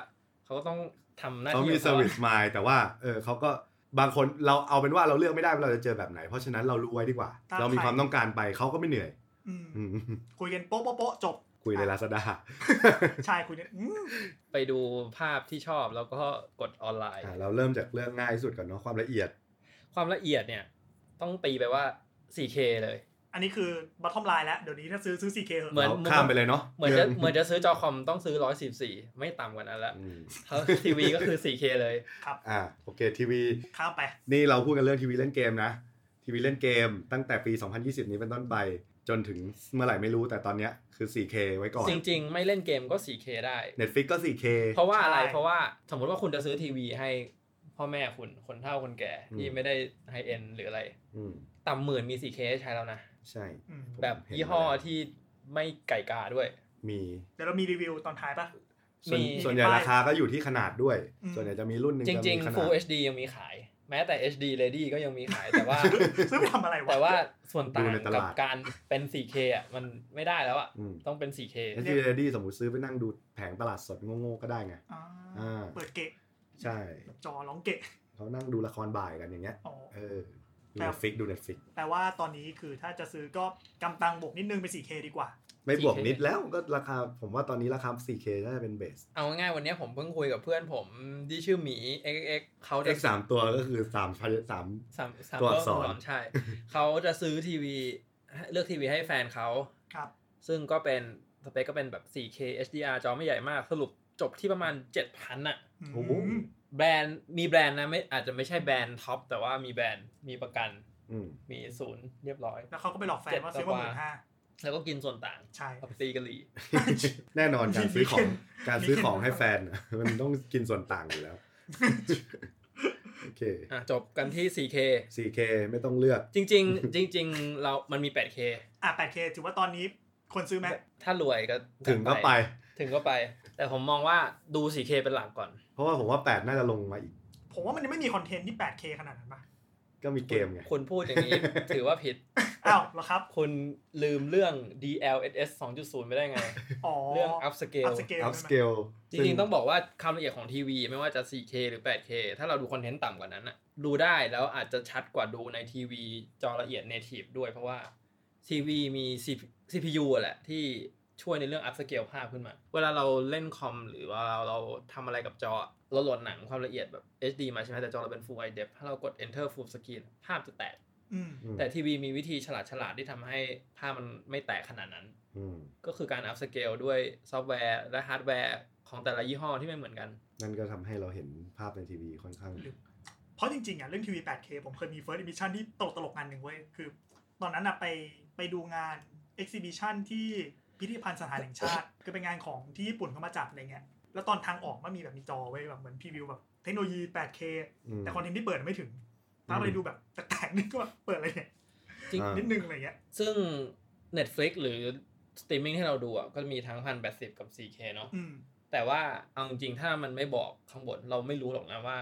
[SPEAKER 2] เขาก็ต้องทำหน้า
[SPEAKER 4] เขา
[SPEAKER 2] ที่ข
[SPEAKER 4] มี
[SPEAKER 2] อง
[SPEAKER 4] เซอร์วิสมายแต่ว่าเออเขาก็บางคนเราเอาเป็นว่าเราเลือกไม่ได้ว่าเราจะเจอแบบไหน เพราะฉะนั้นเรารู้ไว้ดีกว่า เรามีความต้องการไปเขาก็ไม่ เหนื่อย
[SPEAKER 3] ๆอืม
[SPEAKER 4] อืม
[SPEAKER 3] คุยกันโป๊ะโป๊ะโป๊ะจบ
[SPEAKER 4] คุยในลาซาด้า
[SPEAKER 3] ใช่คุยกันอืม
[SPEAKER 2] ไปดูภาพที่ชอบแล้วก็กดออนไลน์
[SPEAKER 4] อ่ะเราเริ่มจากเรื่องง่ายที่สุดก่อนเนาะความละเอียด
[SPEAKER 2] ความละเอียดเนี่ย ต้องตีไปว่า 4K เลย
[SPEAKER 3] อันนี้คือ bottom line แล้ว เดี๋ยวนี้ถ้าซื้อซื้อ 4K เห
[SPEAKER 2] เหมื
[SPEAKER 3] อะ
[SPEAKER 2] อน
[SPEAKER 4] เราข้ามไปเลยเนาะ
[SPEAKER 2] เหมือนจะ
[SPEAKER 4] รื่ง
[SPEAKER 2] เหมือนจะซื้อจอคอมต้องซื้อ 144 ไม่ต่ำกว่านั้น ละ
[SPEAKER 4] อืม
[SPEAKER 2] เท่าทีวีก็คือ 4K เลย
[SPEAKER 3] ครับ
[SPEAKER 4] อ่าโอเคทีวี
[SPEAKER 3] ข้ามไป
[SPEAKER 4] นี่เราพูดกันเรื่องทีวีเล่นเกมนะทีวีเล่นเกมตั้งแต่ปี 2020 นี้เป็นต้นไป จนถึงเมื่อไหร่ไม่รู้แต่ตอนเนี้ยคือ 4K ไว้ก่อน
[SPEAKER 2] จริง ๆ ไม่เล่นเกมก็ 4K ได้
[SPEAKER 4] Netflix ก็ 4K
[SPEAKER 2] เพราะว่าอะไร
[SPEAKER 3] ใช่
[SPEAKER 2] เพราะว่าสมมติว่าคุณจะซื้อทีวีให้พ่อแม่คุณคนเฒ่าคนแก่
[SPEAKER 4] อืม
[SPEAKER 2] ที่ไม่ได้ไฮเอ็นหรืออะไร
[SPEAKER 4] อืม
[SPEAKER 2] ต่ำหมื่นมี 4K ให้ใช้แล้วนะ
[SPEAKER 4] ใช่
[SPEAKER 3] อืม
[SPEAKER 2] แบบ
[SPEAKER 4] เห็น
[SPEAKER 2] ยี่ห้อ
[SPEAKER 4] มาแล้ว
[SPEAKER 2] ที่ไม่ไก่กาด้วย
[SPEAKER 4] มี
[SPEAKER 3] เดี๋ยวเรามีรีวิวตอนท้ายปะ
[SPEAKER 4] ส่วน
[SPEAKER 2] มี
[SPEAKER 4] ส่วนใหญ่ราคาก็อยู่ที่ขนาดด้วย
[SPEAKER 3] อืม
[SPEAKER 4] ส่วนใหญ่จะมีรุ่นหนึ่ง
[SPEAKER 2] จ
[SPEAKER 4] จะ
[SPEAKER 2] ริง
[SPEAKER 4] มีข
[SPEAKER 2] ๆ
[SPEAKER 4] นาด
[SPEAKER 2] Full HD ยังมีขาย แม้แต่ HD Lady ก็ยังมีขายแต่ว่า
[SPEAKER 3] ซื้อไปทำอะไรวะ
[SPEAKER 2] แต่ว่าส่วนต่า
[SPEAKER 4] ดู
[SPEAKER 2] ง
[SPEAKER 4] ในต
[SPEAKER 2] กั
[SPEAKER 4] ลาด
[SPEAKER 2] บการเป็น 4K อ่ะมันไม่ได้แล้วอ่ะ
[SPEAKER 4] อืม
[SPEAKER 2] ต้องเป็น 4K
[SPEAKER 4] แล้วทีวีเรดี้สมมติซื้อไปนั่งดูแผงตลาดสดโง่ๆก็ได้ไง
[SPEAKER 3] อ่า
[SPEAKER 4] อ่า
[SPEAKER 3] เปิดเกะ
[SPEAKER 4] ใช่
[SPEAKER 3] จอร้องเกะ
[SPEAKER 4] เขานั่งดูละครบ่ายกันอย่างเงี้ย
[SPEAKER 3] อ๋อ
[SPEAKER 4] เออดู
[SPEAKER 3] แต่
[SPEAKER 4] เน็ตฟิกดูเน็ตฟิก
[SPEAKER 3] แปลว่าตอนนี้คือถ้าจะซื้อก็กำตังบวกนิดนึงเป็น 4K ดีกว่า
[SPEAKER 4] ไม่
[SPEAKER 2] 4K
[SPEAKER 4] บวกนิดแล้วก็ราคาผมว่าตอนนี้ราคา 4K น่าจะเป็นเบส
[SPEAKER 2] เอาง่ายๆวันเนี้ยผมเพิ่งคุยกับเพื่อนผมที่ชื่อหมี xx เขาจะ
[SPEAKER 4] X 3ตัวก็คือ3พันสาม
[SPEAKER 2] สามสาม
[SPEAKER 4] ตัวอักษร
[SPEAKER 2] นใช่ เขาจะซื้อทีวีเลือกทีวีให้แฟนเขา
[SPEAKER 3] ครับ
[SPEAKER 2] ซึ่งก็เป็นสเปคก็เป็นแบบ 4K HDR จอไม่ใหญ่มาก สรุปจบที่ประมาณ 7,000อะ
[SPEAKER 3] อืม
[SPEAKER 4] โอ้โห
[SPEAKER 2] แบรนด์มีแบรนด์นะไม่อาจจะไม่ใช่แบรนด์ท็อป แต่ว่ามีแบรนด์มีประกัน
[SPEAKER 4] อืม
[SPEAKER 2] มีศูนย์เรียบร้อย
[SPEAKER 3] แล้วเขาก็ไปหลอกแฟนว่า
[SPEAKER 2] เจ็ด
[SPEAKER 3] ซื้อ
[SPEAKER 2] ต่อ
[SPEAKER 3] มาก หมื่
[SPEAKER 2] ว่า
[SPEAKER 3] นห้า
[SPEAKER 2] แล้วก็กินส่วนต่าง
[SPEAKER 3] ใช่
[SPEAKER 2] เอาไปตีกะหรี่
[SPEAKER 4] แน่นอนการซื้อของการซื้อของให้แฟนน่ะ มันต้องกินส่วนต่างอยู่แล้ว โอเค
[SPEAKER 2] อ่ะ จบกันที่ 4K
[SPEAKER 4] 4K ไม่ต้องเลือก
[SPEAKER 2] จริง ๆ จริง ๆ เรามันมี 8K
[SPEAKER 3] อ่ะ 8K ถือว่าตอนนี้คนซื้อไหม
[SPEAKER 2] ถ้ารวยก็
[SPEAKER 4] ถึงก็ไป
[SPEAKER 2] ถึงก็ไป แต่ผมมองว่าดู 4K เป็นหลักก่อน
[SPEAKER 4] เพราะว่าผมว่า 8 น่าจะลงมาอีก
[SPEAKER 3] ผมว่ามันยังไม่มีคอนเทนต์ที่ 8K ขนาดนั้นปะ
[SPEAKER 4] ก็มีเกมไง
[SPEAKER 2] คุณพูดอย่างนี้ ถือว่าผิด
[SPEAKER 3] อ้าวเหรอครับ
[SPEAKER 2] คุณลืมเรื่อง DLSS 2.0 ไปได้ไง
[SPEAKER 3] อ๋อ
[SPEAKER 2] เรื่อง upscale
[SPEAKER 3] upscale
[SPEAKER 4] upscale
[SPEAKER 2] จริงๆ ต้องบอกว่าความละเอียดของทีวี ไม่ว่าจะ 4K หรือ 8K ถ้าเราดูคอนเทนต์ต่ำกว่านั้นอะดูได้แล้วอาจจะชัดกว่าดูในทีวีจอละเอียด native ด้วยเพราะว่าทีวีมี CP- CPU อะแหละ ที่ช่วยในเรื่อง upscale ภาพขึ้นมา เวลาเราเล่นคอมหรือว่าเราเราทำอะไรกับจอ เราโหลดหนังความละเอียดแบบ HD มาใช่ไหมแต่จอเราเป็น full high def ถ้าเรากด enter full screen ภาพจะแตก
[SPEAKER 3] อืม
[SPEAKER 4] อืม
[SPEAKER 2] แต่ทีวีมีวิธีฉลาดฉลาดๆที่ทำให้ภาพมันไม่แตกขนาดนั้น
[SPEAKER 4] อืม
[SPEAKER 2] ก็คือการอัพสเกลด้วยซอฟต์แวร์และฮาร์ดแวร์ของแต่ละยี่ห้อที่ไม่เหมือนกัน
[SPEAKER 4] นั่นก็ทำให้เราเห็นภาพในทีวีค่อนข้าง
[SPEAKER 3] เพราะจริงๆอ่ะเรื่องทีวี 8K ผมเคยมี first emission ที่ตลกตลกๆงานหนึ่งเว้ย คือ ตอนนั้นอ่ะไปไปดูงาน exhibition ที่พิพิธภัณฑ์สถานแห่งชาติ คือเป็นงานของที่ญี่ปุ่นเขามาจัดอะไรเงี้ย แล้วตอนทางออกมันมีแบบมีจอไว้ยแบบเหมือนพรีวิวแบบเทคโนโลยี 8K
[SPEAKER 4] อืม
[SPEAKER 3] แต่คอนเทนต์ที่เปิดไม่ถึงถ้า
[SPEAKER 4] อืม
[SPEAKER 3] ไปดูแบบแตกๆนี่ก็เปิดอะไรเนี่ย
[SPEAKER 2] จริง
[SPEAKER 4] อ่า
[SPEAKER 3] นิดนึงอะไรเงี้ย
[SPEAKER 2] ซึ่ง Netflix หรือ สตรีมมิ่งที่เราดูอ่ะก็มีทั้งพันแปดสิบกับ 4K เนาะ
[SPEAKER 3] อืม
[SPEAKER 2] แต่ว่าเอาจริงๆถ้ามันไม่บอกข้างบนเราไม่รู้หรอกนะว่า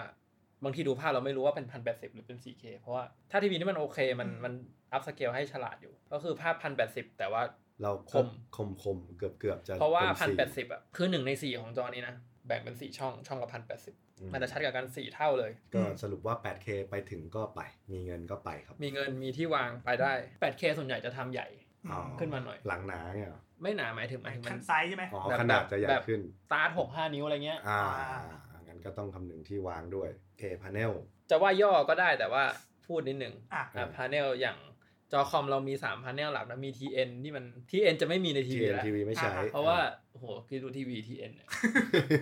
[SPEAKER 2] บางทีดูภาพเราไม่รู้ว่าเป็นพันแปดสิบหรือเป็น 4K เพราะว่าถ้าทีวีนี่มันโอเคมันมันอัพสเกลให้ฉลาดอยู่ ก็คือภาพพันแปดสิบแต่ว่า
[SPEAKER 4] เรา
[SPEAKER 2] คม
[SPEAKER 4] คมคมๆเกือบเกือบๆจะ
[SPEAKER 2] เพราะว่า
[SPEAKER 4] ป็
[SPEAKER 2] พัน
[SPEAKER 4] สี่
[SPEAKER 2] แปดสิบอ่ะคือหนึ่งในสี่ของจอนี้นะแบ่งเป็นสี่ช่องช่องละพันแปดสิบ
[SPEAKER 4] อื
[SPEAKER 2] มันจะชัดกว่ากันสี่เท่าเลย
[SPEAKER 4] ก็สรุปว่า 8K ไปถึงก็ไป มีเงินก็ไปครับ
[SPEAKER 2] มีเงินมีที่วางไปได้ 8K ส่วนใหญ่จะทำใหญ่
[SPEAKER 4] อ๋อ
[SPEAKER 2] ขึ้นมาหน่อย
[SPEAKER 4] หลังหนาเนี่ยเหรอ
[SPEAKER 2] ไม่หนาหมายถึงหมายถึงมั
[SPEAKER 3] คัน
[SPEAKER 2] น
[SPEAKER 3] ไซส์ใช่ไหม
[SPEAKER 4] อ๋อ
[SPEAKER 2] แบบ
[SPEAKER 4] ขนาดจะใหญ่
[SPEAKER 2] แบบ
[SPEAKER 4] ขึ้น
[SPEAKER 2] ตาร์ทหกห้านิ้วอะไรเงี้ย
[SPEAKER 4] อ่างั้นก็ต้องคำนึงที่วางด้วย A panel
[SPEAKER 2] จะว่าย่อก็ได้แต่ว่าพูดนิดหนึ่ง
[SPEAKER 3] อ่ะ
[SPEAKER 4] อ่า
[SPEAKER 2] อ่ะพาเนลอย่างจอคอมเรามี3พาเนลหลักนะมี TN ที่มัน TN จะไม่มีในที
[SPEAKER 4] ที
[SPEAKER 2] วี
[SPEAKER 4] เอ็น
[SPEAKER 2] แล้ว
[SPEAKER 4] ทีวีไม่ใช้
[SPEAKER 3] อ่า
[SPEAKER 2] เพราะว่าโอ้โหคือดูทีวี TN เนี่ย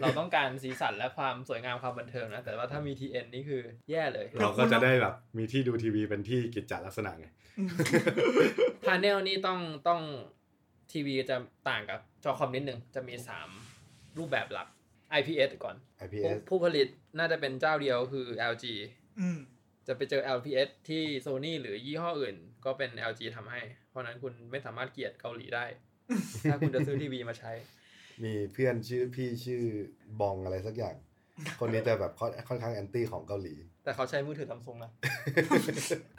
[SPEAKER 2] เราต้องการสีสันและความสวยงามความบันเทิงนะ แต่ว่าถ้ามี TN นี่คือแย่เลย
[SPEAKER 4] เราก็จะได้แบบมีที่ดูทีวีเป็นที่กิจจลักษณะไง
[SPEAKER 3] อืม
[SPEAKER 2] พาเนลนี่ต้องต้องทีวีจะต่างกับจอคอมนิดหนึ่งจะมี 3 รูปแบบหลัก IPS ก่อน ผู้
[SPEAKER 4] IPS
[SPEAKER 2] ผู้ผลิตน่าจะเป็นเจ้าเดียวคือ LG
[SPEAKER 3] อืม
[SPEAKER 2] จะไปเจอ LPS ที่ Sony หรือยี่ห้ออื่น ก็เป็น LG ทำให้ เพราะฉะนั้นคุณไม่สามารถเกลียดเกาหลีได้ ถ้าคุณจะซื้อทีวีมาใช้
[SPEAKER 4] มีเพื่อนชื่อพี่ชื่อบองอะไรสักอย่าง คนนี้จะแบบค่อนค่อนข้างแอนตี้ของเกาหลี
[SPEAKER 2] แต่เขาใช้มือถือซัมซุ งนะ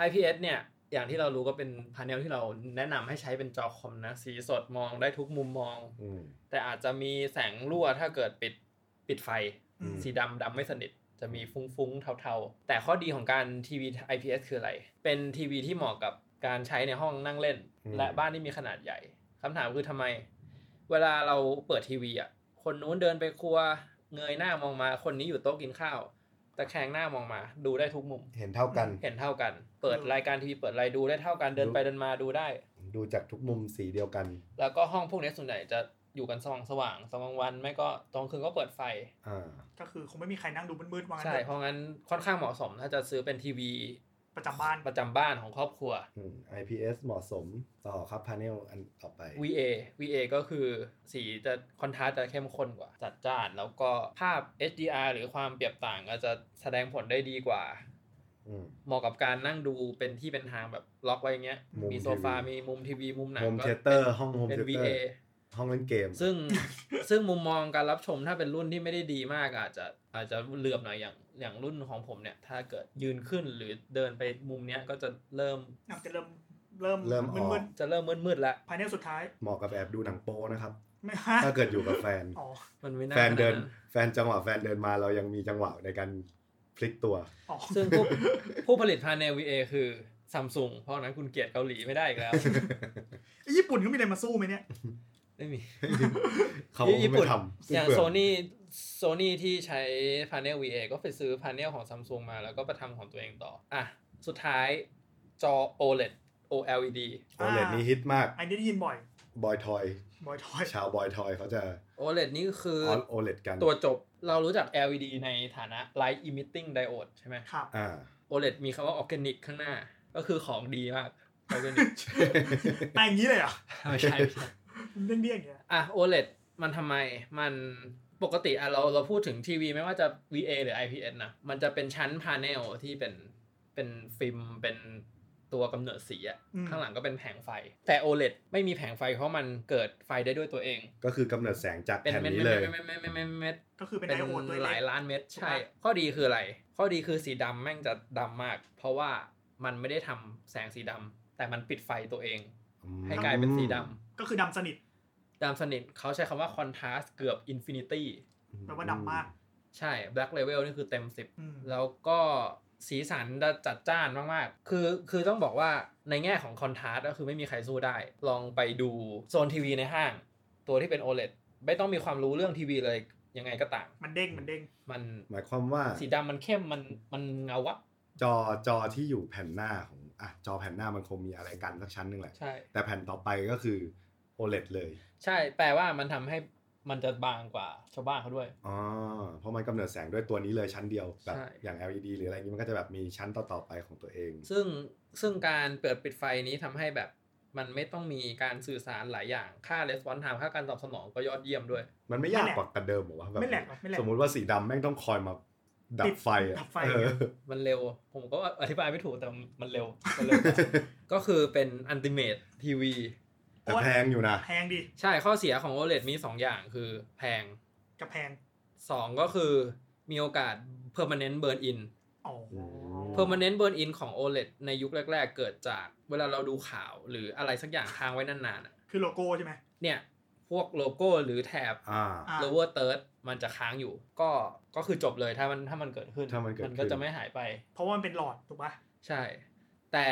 [SPEAKER 2] IPS เนี่ย อย่างที่เรารู้ก็เป็นพาเนลที่เราแนะนำให้ใช้เป็นจอคอมนะ สีสดมองได้ทุกมุมมอง
[SPEAKER 4] อืม
[SPEAKER 2] แต่อาจจะมีแสงรั่วถ้าเกิดปิดปิดไฟ
[SPEAKER 3] อืม
[SPEAKER 2] สีดำดำไม่สนิท จะมีฟุ้งๆ เทาๆ แต่ข้อดีของการทีวี IPS คืออะไร เป็นทีวีที่เหมาะกับการใช้ในห้องนั่งเล่น
[SPEAKER 4] อืม
[SPEAKER 2] และบ้านที่มีขนาดใหญ่คำถามคือทำไม เวลาเราเปิดทีวีอ่ะ คนนู้นเดินไปครัว เงยหน้ามองมา คนนี้อยู่โต๊ะกินข้าวตะแคงหน้ามองมา ดูได้ทุกมุม
[SPEAKER 4] เห็นเท่ากัน
[SPEAKER 2] เห็นเท่ากัน เปิดรายการทีวีเปิดอะไรดูได้เท่ากันเดินไปเดินมาดูได้
[SPEAKER 4] ดูจากทุกมุมสีเดียวกัน
[SPEAKER 2] แล้วก็ห้องพวกนี้ส่วนใหญ่จะอยู่กันสว่างสว่างๆตอนกลางวันไม่ก็ตอนกลางคืนก็เปิดไฟ
[SPEAKER 4] อ่า
[SPEAKER 3] ก็คือคงไม่มีใครนั่งดูมืดๆว่างั้น
[SPEAKER 2] ใช่
[SPEAKER 3] เถอะ
[SPEAKER 2] เพราะงั้นค่อนข้างเหมาะสมถ้าจะซื้อเป็นทีวี
[SPEAKER 3] ประจำบ้าน
[SPEAKER 2] ประจำบ้านของครอบครัว
[SPEAKER 4] อืม IPS เหมาะสมต่อครับ panel อันต่อไป
[SPEAKER 2] VA VA ก็คือสีจะคอนทราสต์จะเข้มข้นกว่า จัดจ้าน แล้วก็ภาพ HDR หรือความเปรียบต่างก็จะแสดงผลได้ดีกว่า
[SPEAKER 4] อืม
[SPEAKER 2] เหมาะกับการนั่งดูเป็นที่เป็นทางแบบล็อกไว้อย่างเงี้ย
[SPEAKER 4] มุม
[SPEAKER 2] มีโซฟา
[SPEAKER 4] ทีวี
[SPEAKER 2] มีมุมทีวี มุมหนัง
[SPEAKER 4] โฮม
[SPEAKER 2] ก็
[SPEAKER 4] เทเตอร์ห้องโฮม
[SPEAKER 2] เป็น
[SPEAKER 4] เทเตอ
[SPEAKER 2] VA
[SPEAKER 4] ร์ห้องเล่นเกม
[SPEAKER 2] ซึ่ง ซึ่งมุมมองการรับชมถ้าเป็นรุ่นที่ไม่ได้ดีมากอาจจะอาจจะเหลื่อมหน่อยอย่างอย่างรุ่นของผมเนี่ย ถ้าเกิดยืนขึ้นหรือเดินไปมุมเนี้ยก็จะเริ่ม
[SPEAKER 3] อ่ะจะเริ่มเริ่ม
[SPEAKER 4] เริ่มออก
[SPEAKER 3] มืด
[SPEAKER 2] จะเริ่มมืดๆแล้ว
[SPEAKER 3] ๆภายในสุดท้าย
[SPEAKER 4] เหมาะกับแอบดูหนังโป้นะครับ
[SPEAKER 3] ไม่ฮะ
[SPEAKER 4] ถ้าเกิดอยู่กับแฟน
[SPEAKER 3] อ๋อ
[SPEAKER 2] มันไม่น่า
[SPEAKER 4] แฟนเดิน
[SPEAKER 2] ขา
[SPEAKER 4] แฟนจังหวะแฟนเดินมาเรายังมีจังหวะในการ พลิกตัว
[SPEAKER 3] อ๋อ
[SPEAKER 2] ซึ่งผู้ ผู้ผลิตภายใน VA คือซัมซุงเพราะฉะนั้นคุณเกลียดเกาหลีไม่ได้อีก แล้ว
[SPEAKER 3] ญี่ปุ่นก็มีอะไรมาสู้ไหมเนี่ย
[SPEAKER 2] ไม่มี
[SPEAKER 4] เขาก็
[SPEAKER 2] ญี่
[SPEAKER 4] ไม่
[SPEAKER 2] ปุ่น
[SPEAKER 4] ทำ
[SPEAKER 2] อย่าง
[SPEAKER 4] เบื่
[SPEAKER 2] โซนี่โซนี่ที่ใช้พาเนล VA ก็ไปซื้อพาเนลของซัมซุงมาแล้วก็ประทำของตัวเองต่อ อ่ะ สุดท้ายจอ OLED OLED
[SPEAKER 4] โอเลดนี้ฮิตมาก
[SPEAKER 3] อันนี้ได้ยินบ่อย
[SPEAKER 4] บอยทอย
[SPEAKER 3] บ่อยทอย
[SPEAKER 4] ชาวบอยทอยเขาจะ
[SPEAKER 2] OLED นี่คือ
[SPEAKER 4] ออนโอเลดกัน
[SPEAKER 2] ตัวจบเรารู้จัก LED ในฐานะ Light Emitting Diode ใช่ไหม
[SPEAKER 3] ครับ
[SPEAKER 4] อ่า
[SPEAKER 2] OLED มีคำว่าออร์แกนิกข้างหน้า ก็คือของดีมากออร์แก นิก
[SPEAKER 3] แต่อย่างนี้เลยเหรอ่ะ
[SPEAKER 2] ไม่ใช่ไม่ใช่
[SPEAKER 3] เรื่องเบี้ยอย่างเงี้ย
[SPEAKER 2] อ่ะ OLED มันทำไม มันปกติอ่ะเราเราพูดถึงทีวีไม่ว่าจะ VA หรือ IPS นะ มันจะเป็นชั้นพาเนลที่เป็นเป็นฟิล์มเป็นตัวกำเนิดสีอะ
[SPEAKER 3] อืม
[SPEAKER 2] ข้างหลังก็เป็นแผงไฟ แต่ OLED ไม่มีแผงไฟเพราะมันเกิดไฟได้ด้วยตัวเอง
[SPEAKER 4] ก็คือกำเนิดแสงจาก
[SPEAKER 2] เป็น
[SPEAKER 4] แผ่น
[SPEAKER 2] เม็ด
[SPEAKER 4] นี้
[SPEAKER 2] เม็
[SPEAKER 4] เล
[SPEAKER 2] ด
[SPEAKER 4] ย
[SPEAKER 2] เม็ดเม็ดเม็ดเม็ดเม็ด
[SPEAKER 3] ก็คือเป็น
[SPEAKER 2] เป็น
[SPEAKER 3] ไดโอดตัว
[SPEAKER 2] ห
[SPEAKER 3] เล็
[SPEAKER 2] ลาย
[SPEAKER 3] ก
[SPEAKER 2] ล้านเม็ดใช่
[SPEAKER 3] ถูกปะ
[SPEAKER 2] ข้อดีคืออะไร ข้อดีคือสีดำแม่งจะดำมาก เพราะว่ามันไม่ได้ทำแสงสีดำแต่มันปิดไฟตัวเอง ให้กลายเป็นสีดำ
[SPEAKER 3] ก็คือดำสนิท
[SPEAKER 2] ดำสนิทเขาใช้คำว่า contrast เกือบ infinity
[SPEAKER 3] แปลว่าดำมาก
[SPEAKER 2] ใช่ Black Level นี่คือเต็ม
[SPEAKER 3] อืม
[SPEAKER 2] 10 แล้วก็สีสันจะจัดจ้านมากๆ คือคือต้องบอกว่าในแง่ของคอนทราสต์ก็คือไม่มีใครสู้ได้ ลองไปดูโซนทีวีในห้าง ตัวที่เป็น OLED ไม่ต้องมีความรู้เรื่องทีวีเลย ยังไงก็ต่าง
[SPEAKER 3] มันเด้งมันเด้ง
[SPEAKER 2] มัน
[SPEAKER 4] หมายความว่า
[SPEAKER 2] สีดำมันเข้มมันมันเงาวับ
[SPEAKER 4] จอจอที่อยู่แผ่นหน้าของอ่ะจอแผ่นหน้ามันคงมีอะไรกันสักชั้นหนึ่งแหละ
[SPEAKER 2] ใช่
[SPEAKER 4] แต่แผ่นต่อไปก็คือ OLED เลย
[SPEAKER 2] ใช่แปลว่ามันทำให้มันจะบางกว่าชาวบ้านเขาด้วย
[SPEAKER 4] อ๋อเพราะมันกำเนิดแสงด้วยตัวนี้เลยชั้นเดียวแบบ
[SPEAKER 2] ใช่
[SPEAKER 4] อย่าง LED หรืออะไรอย่างนี้มันก็จะแบบมีชั้นต่อๆไปของตัวเอง
[SPEAKER 2] ซึ่งซึ่งการเปิดปิดไฟนี้ทำให้แบบมันไม่ต้องมีการสื่อสารหลายอย่างค่า response time ค่าการตอบสนองก็ยอดเยี่ยมด้วย
[SPEAKER 4] มันไม่ยากกว่ากันเดิมเหรอวะแบบ
[SPEAKER 3] ไม่แหลกหรอกไม่แหลก
[SPEAKER 4] สมมุติว่าสีดำแม่งต้องคอยมาดั
[SPEAKER 3] ติ
[SPEAKER 4] บ
[SPEAKER 3] ด
[SPEAKER 4] ไฟอะ
[SPEAKER 3] ดับไฟ
[SPEAKER 4] เออ
[SPEAKER 2] มันเร็ว ผมก็ อธิบายไม่ถูกแต่มันเร็วมันเร็ว ก็คือเป็นอันติเม e ทีวี
[SPEAKER 4] แต่แพงอยู่นะ
[SPEAKER 3] แพงดิ
[SPEAKER 2] ใช่ข้อเสียของ OLED มี 2 อย่างคือแพง
[SPEAKER 3] กับแพง
[SPEAKER 2] 2 ก็คือมีโอกาส permanent burn in
[SPEAKER 3] อ๋อ
[SPEAKER 2] permanent burn in ของ OLED ในยุคแรก ๆ เกิดจากเวลาเราดูข่าว หรืออะไรสักอย่างค้างไว้นานๆอะ
[SPEAKER 3] คือโลโก้ใช่ไหม
[SPEAKER 2] เนี่ยพวกโลโก้หรือแถบ
[SPEAKER 4] อ่า
[SPEAKER 3] อ่ะ
[SPEAKER 2] lower third มันจะค้างอยู่ ก็ก็คือจบเลยถ้ามันถ้ามันเกิดขึ้น
[SPEAKER 4] ถ้ามันเกิดขึ้น
[SPEAKER 2] ก็จะไม่หายไป
[SPEAKER 3] เพราะว่ามันเป็นหลอดถูกปะ
[SPEAKER 2] ใช่ แต่